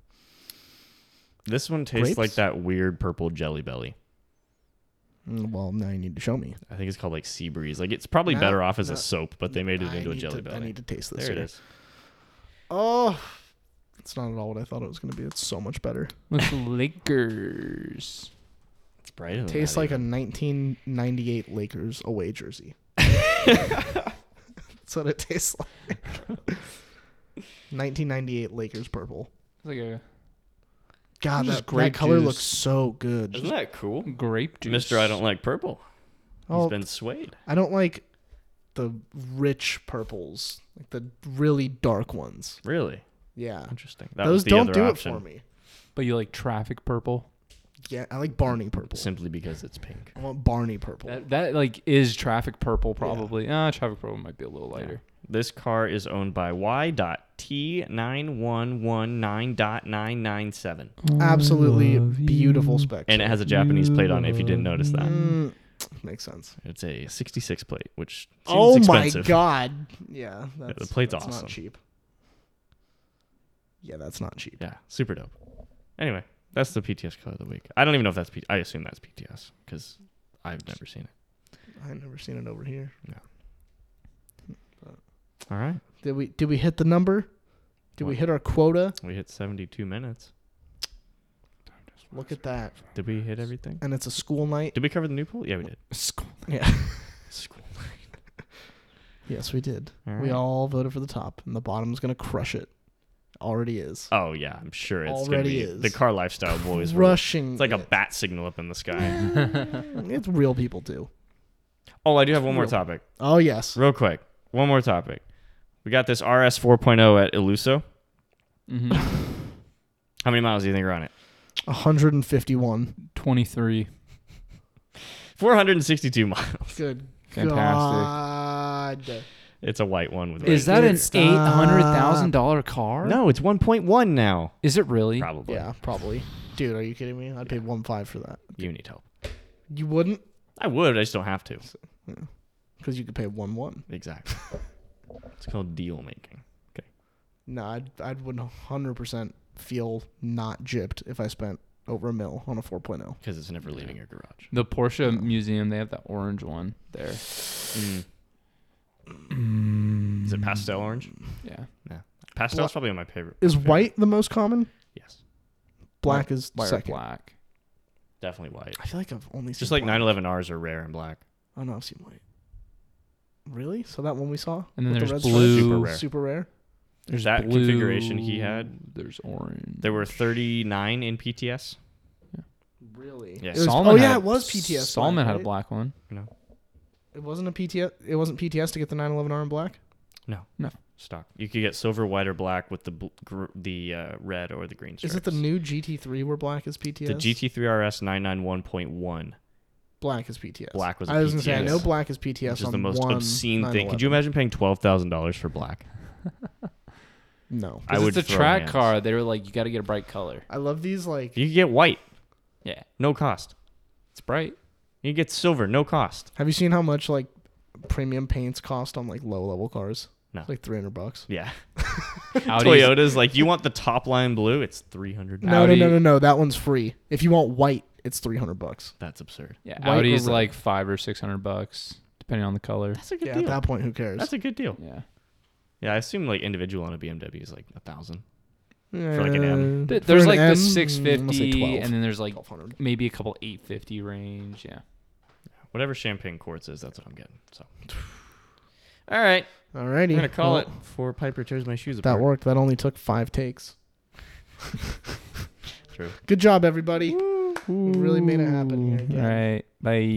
[SPEAKER 3] This one tastes like
[SPEAKER 1] Grapes?
[SPEAKER 3] that weird purple jelly belly.
[SPEAKER 1] mm, Well, now you need to show me.
[SPEAKER 3] I think it's called like sea breeze. Like it's probably
[SPEAKER 1] No,
[SPEAKER 3] better off as
[SPEAKER 1] no.
[SPEAKER 3] a soap, but they made it
[SPEAKER 1] I
[SPEAKER 3] into a
[SPEAKER 1] need
[SPEAKER 3] jelly
[SPEAKER 1] to- I
[SPEAKER 3] belly.
[SPEAKER 1] need to taste this.
[SPEAKER 3] There it
[SPEAKER 1] here.
[SPEAKER 3] is.
[SPEAKER 1] Oh, it's not at all what I thought it was going to be. It's so much better.
[SPEAKER 2] With Lakers.
[SPEAKER 3] It's brighter. Than
[SPEAKER 1] Tastes
[SPEAKER 3] that
[SPEAKER 1] like a
[SPEAKER 3] even.
[SPEAKER 1] 1998 Lakers away jersey. That's what it tastes like. 1998 Lakers purple.
[SPEAKER 2] It's like a
[SPEAKER 1] God,
[SPEAKER 2] This is
[SPEAKER 1] that,
[SPEAKER 2] grape
[SPEAKER 1] that color
[SPEAKER 2] juice.
[SPEAKER 1] looks so good.
[SPEAKER 3] Isn't that cool?
[SPEAKER 2] grape juice.
[SPEAKER 3] Mister, I don't like purple.
[SPEAKER 1] Oh,
[SPEAKER 3] He's been swayed.
[SPEAKER 1] I don't like the rich purples, like the really dark ones.
[SPEAKER 3] Really
[SPEAKER 1] Yeah,
[SPEAKER 3] interesting. That
[SPEAKER 1] those
[SPEAKER 3] was the
[SPEAKER 1] don't
[SPEAKER 3] other
[SPEAKER 1] do
[SPEAKER 3] option.
[SPEAKER 1] it for me.
[SPEAKER 2] But you like traffic purple.
[SPEAKER 1] Yeah, I like Barney purple.
[SPEAKER 3] Simply because it's pink.
[SPEAKER 1] I want Barney purple.
[SPEAKER 2] That that like is traffic purple probably. Ah, traffic purple might be a little lighter.
[SPEAKER 3] This car is owned by Y.T91199.997.
[SPEAKER 1] Absolutely beautiful spectrum.
[SPEAKER 3] And it has a Japanese plate on it if you didn't notice that.
[SPEAKER 1] Mm, makes sense.
[SPEAKER 3] It's a 66 plate, which seems
[SPEAKER 1] oh
[SPEAKER 3] expensive.
[SPEAKER 1] my god! Yeah, that's,
[SPEAKER 3] the plate's
[SPEAKER 1] that's
[SPEAKER 3] awesome.
[SPEAKER 1] Not cheap. Yeah, that's not cheap.
[SPEAKER 3] Yeah, super dope. Anyway, that's the PTS color of the week. I don't even know if that's P- I assume that's PTS because I've never seen it.
[SPEAKER 1] I've never seen it over here.
[SPEAKER 3] All right.
[SPEAKER 1] Did we? Did we hit the number? Did we
[SPEAKER 3] What?
[SPEAKER 1] hit our quota?
[SPEAKER 3] We hit 72 minutes.
[SPEAKER 1] Look at that!
[SPEAKER 3] Did we hit everything?
[SPEAKER 1] And it's a school night.
[SPEAKER 3] Did we cover the new pool? Yeah, we did.
[SPEAKER 1] Yeah.
[SPEAKER 3] School.
[SPEAKER 1] yes, we did.
[SPEAKER 3] All
[SPEAKER 1] We
[SPEAKER 3] right.
[SPEAKER 1] all voted for the top, and the bottom's gonna crush it. Already is.
[SPEAKER 3] Oh yeah, I'm sure it's gonna
[SPEAKER 1] Already
[SPEAKER 3] be
[SPEAKER 1] is.
[SPEAKER 3] the car lifestyle boys. were-
[SPEAKER 1] Rushing.
[SPEAKER 3] It's like a bat signal up in the sky.
[SPEAKER 1] it's real people too.
[SPEAKER 3] oh, I do have one more
[SPEAKER 1] Real.
[SPEAKER 3] topic,
[SPEAKER 1] Oh yes.
[SPEAKER 3] real quick. One more topic. We got this RS 4.0 at Eluso.
[SPEAKER 2] Mm-hmm.
[SPEAKER 3] How many miles do you think are on it?
[SPEAKER 1] 151.
[SPEAKER 2] Twenty three.
[SPEAKER 3] 462 miles.
[SPEAKER 1] Good
[SPEAKER 2] Fantastic.
[SPEAKER 1] God.
[SPEAKER 3] It's a white one with.
[SPEAKER 2] Is
[SPEAKER 3] red.
[SPEAKER 2] that an
[SPEAKER 1] Dude, stop.
[SPEAKER 2] eight hundred thousand dollar car?
[SPEAKER 3] No, it's 1.1 now.
[SPEAKER 2] Is it really?
[SPEAKER 3] Probably.
[SPEAKER 1] Yeah, probably. Dude, are you kidding me? I'd pay one five for that.
[SPEAKER 3] You need help.
[SPEAKER 1] You wouldn't,
[SPEAKER 3] I would. I just don't have to.
[SPEAKER 1] because you could pay one one.
[SPEAKER 3] Exactly. it's called deal making.
[SPEAKER 1] No, I'd I'd would hundred percent feel not gypped if I spent over a mil on a oh. 4.0.
[SPEAKER 3] Because it's never leaving your garage.
[SPEAKER 2] The Porsche Museum, they have that orange one there.
[SPEAKER 3] Mm.
[SPEAKER 1] Mm.
[SPEAKER 3] Is it pastel orange?
[SPEAKER 2] Yeah.
[SPEAKER 3] Pastel's
[SPEAKER 1] Bla-
[SPEAKER 3] probably my favorite.
[SPEAKER 1] Is
[SPEAKER 3] favorite.
[SPEAKER 1] white the most common?
[SPEAKER 3] Yes.
[SPEAKER 1] Black is
[SPEAKER 2] White or
[SPEAKER 1] second.
[SPEAKER 2] black.
[SPEAKER 3] Definitely white.
[SPEAKER 1] I feel like I've only seen
[SPEAKER 3] Just like
[SPEAKER 1] black.
[SPEAKER 3] 911Rs are rare and black.
[SPEAKER 1] Oh no, I've seen white. Really? So that one we saw?
[SPEAKER 2] And then
[SPEAKER 1] with
[SPEAKER 2] there's
[SPEAKER 1] red stripes?
[SPEAKER 2] blue.
[SPEAKER 3] Super rare.
[SPEAKER 1] Super rare.
[SPEAKER 2] There's
[SPEAKER 3] That
[SPEAKER 2] blue,
[SPEAKER 3] configuration he had.
[SPEAKER 2] There's orange.
[SPEAKER 3] There were 39 in PTS.
[SPEAKER 1] Really?
[SPEAKER 3] Yeah.
[SPEAKER 1] It was-
[SPEAKER 2] Solomon
[SPEAKER 1] oh
[SPEAKER 2] had
[SPEAKER 1] yeah,
[SPEAKER 2] a-
[SPEAKER 1] it was PTS.
[SPEAKER 2] Solomon had a
[SPEAKER 1] right?
[SPEAKER 2] black one.
[SPEAKER 1] It wasn't a PTS. It wasn't PTS to get the 911R in black.
[SPEAKER 3] Stock. You could get silver, white, or black with the bl- gr- the uh, red or the green stripes.
[SPEAKER 1] Is it the new GT3 where black is PTS?
[SPEAKER 3] The GT3 RS 991.1.
[SPEAKER 1] Black is PTS.
[SPEAKER 3] Black was a
[SPEAKER 1] I was gonna say I
[SPEAKER 3] PTS.
[SPEAKER 1] know black is PTS.
[SPEAKER 3] Which is
[SPEAKER 1] on
[SPEAKER 3] the most
[SPEAKER 1] one
[SPEAKER 3] obscene thing.
[SPEAKER 1] 911.
[SPEAKER 3] Could you imagine paying $12,000 for black?
[SPEAKER 1] No.
[SPEAKER 3] I
[SPEAKER 2] 'Cause
[SPEAKER 3] would
[SPEAKER 2] it's a
[SPEAKER 3] throw
[SPEAKER 2] track
[SPEAKER 3] hands.
[SPEAKER 2] car. They were like, you got to get a bright color.
[SPEAKER 1] I love these like
[SPEAKER 3] You could get white.
[SPEAKER 2] Yeah.
[SPEAKER 3] No cost.
[SPEAKER 2] It's bright.
[SPEAKER 3] You You get silver, no cost.
[SPEAKER 1] Have you seen how much like premium paints cost on like low level cars?
[SPEAKER 3] No.
[SPEAKER 1] Like 300 bucks.
[SPEAKER 3] Yeah.
[SPEAKER 2] Audi's,
[SPEAKER 3] Toyota's like, you want the top line blue? It's 300.
[SPEAKER 1] No, no,
[SPEAKER 2] Audi-
[SPEAKER 1] no, no, no. That onene's free. If you want white, it's 300 bucks.
[SPEAKER 4] That's absurd.
[SPEAKER 2] yeah,
[SPEAKER 1] White or
[SPEAKER 2] Audi's
[SPEAKER 1] red?
[SPEAKER 2] like five or six hundred bucks, depending on the color.
[SPEAKER 3] That's a good
[SPEAKER 1] Yeah,
[SPEAKER 3] deal.
[SPEAKER 1] at that point, who cares?
[SPEAKER 3] That's a good deal.
[SPEAKER 2] Yeah,
[SPEAKER 3] Yeah, I assume like individual on a BMW is like a thousand.
[SPEAKER 1] for
[SPEAKER 3] like an M.
[SPEAKER 2] Th- there's like the six fifty, and then there's like
[SPEAKER 1] 1200.
[SPEAKER 2] maybe a couple eight fifty range. Yeah,
[SPEAKER 3] Whatever champagne quartz is, that's what I'm getting. So. All right,
[SPEAKER 1] Alrighty.
[SPEAKER 3] I'm gonna call
[SPEAKER 1] Well,
[SPEAKER 3] it for Piper tears my shoes apart.
[SPEAKER 1] That worked. That only took five takes.
[SPEAKER 3] True.
[SPEAKER 1] Good job, everybody. We really made it happen here.
[SPEAKER 2] all right, bye.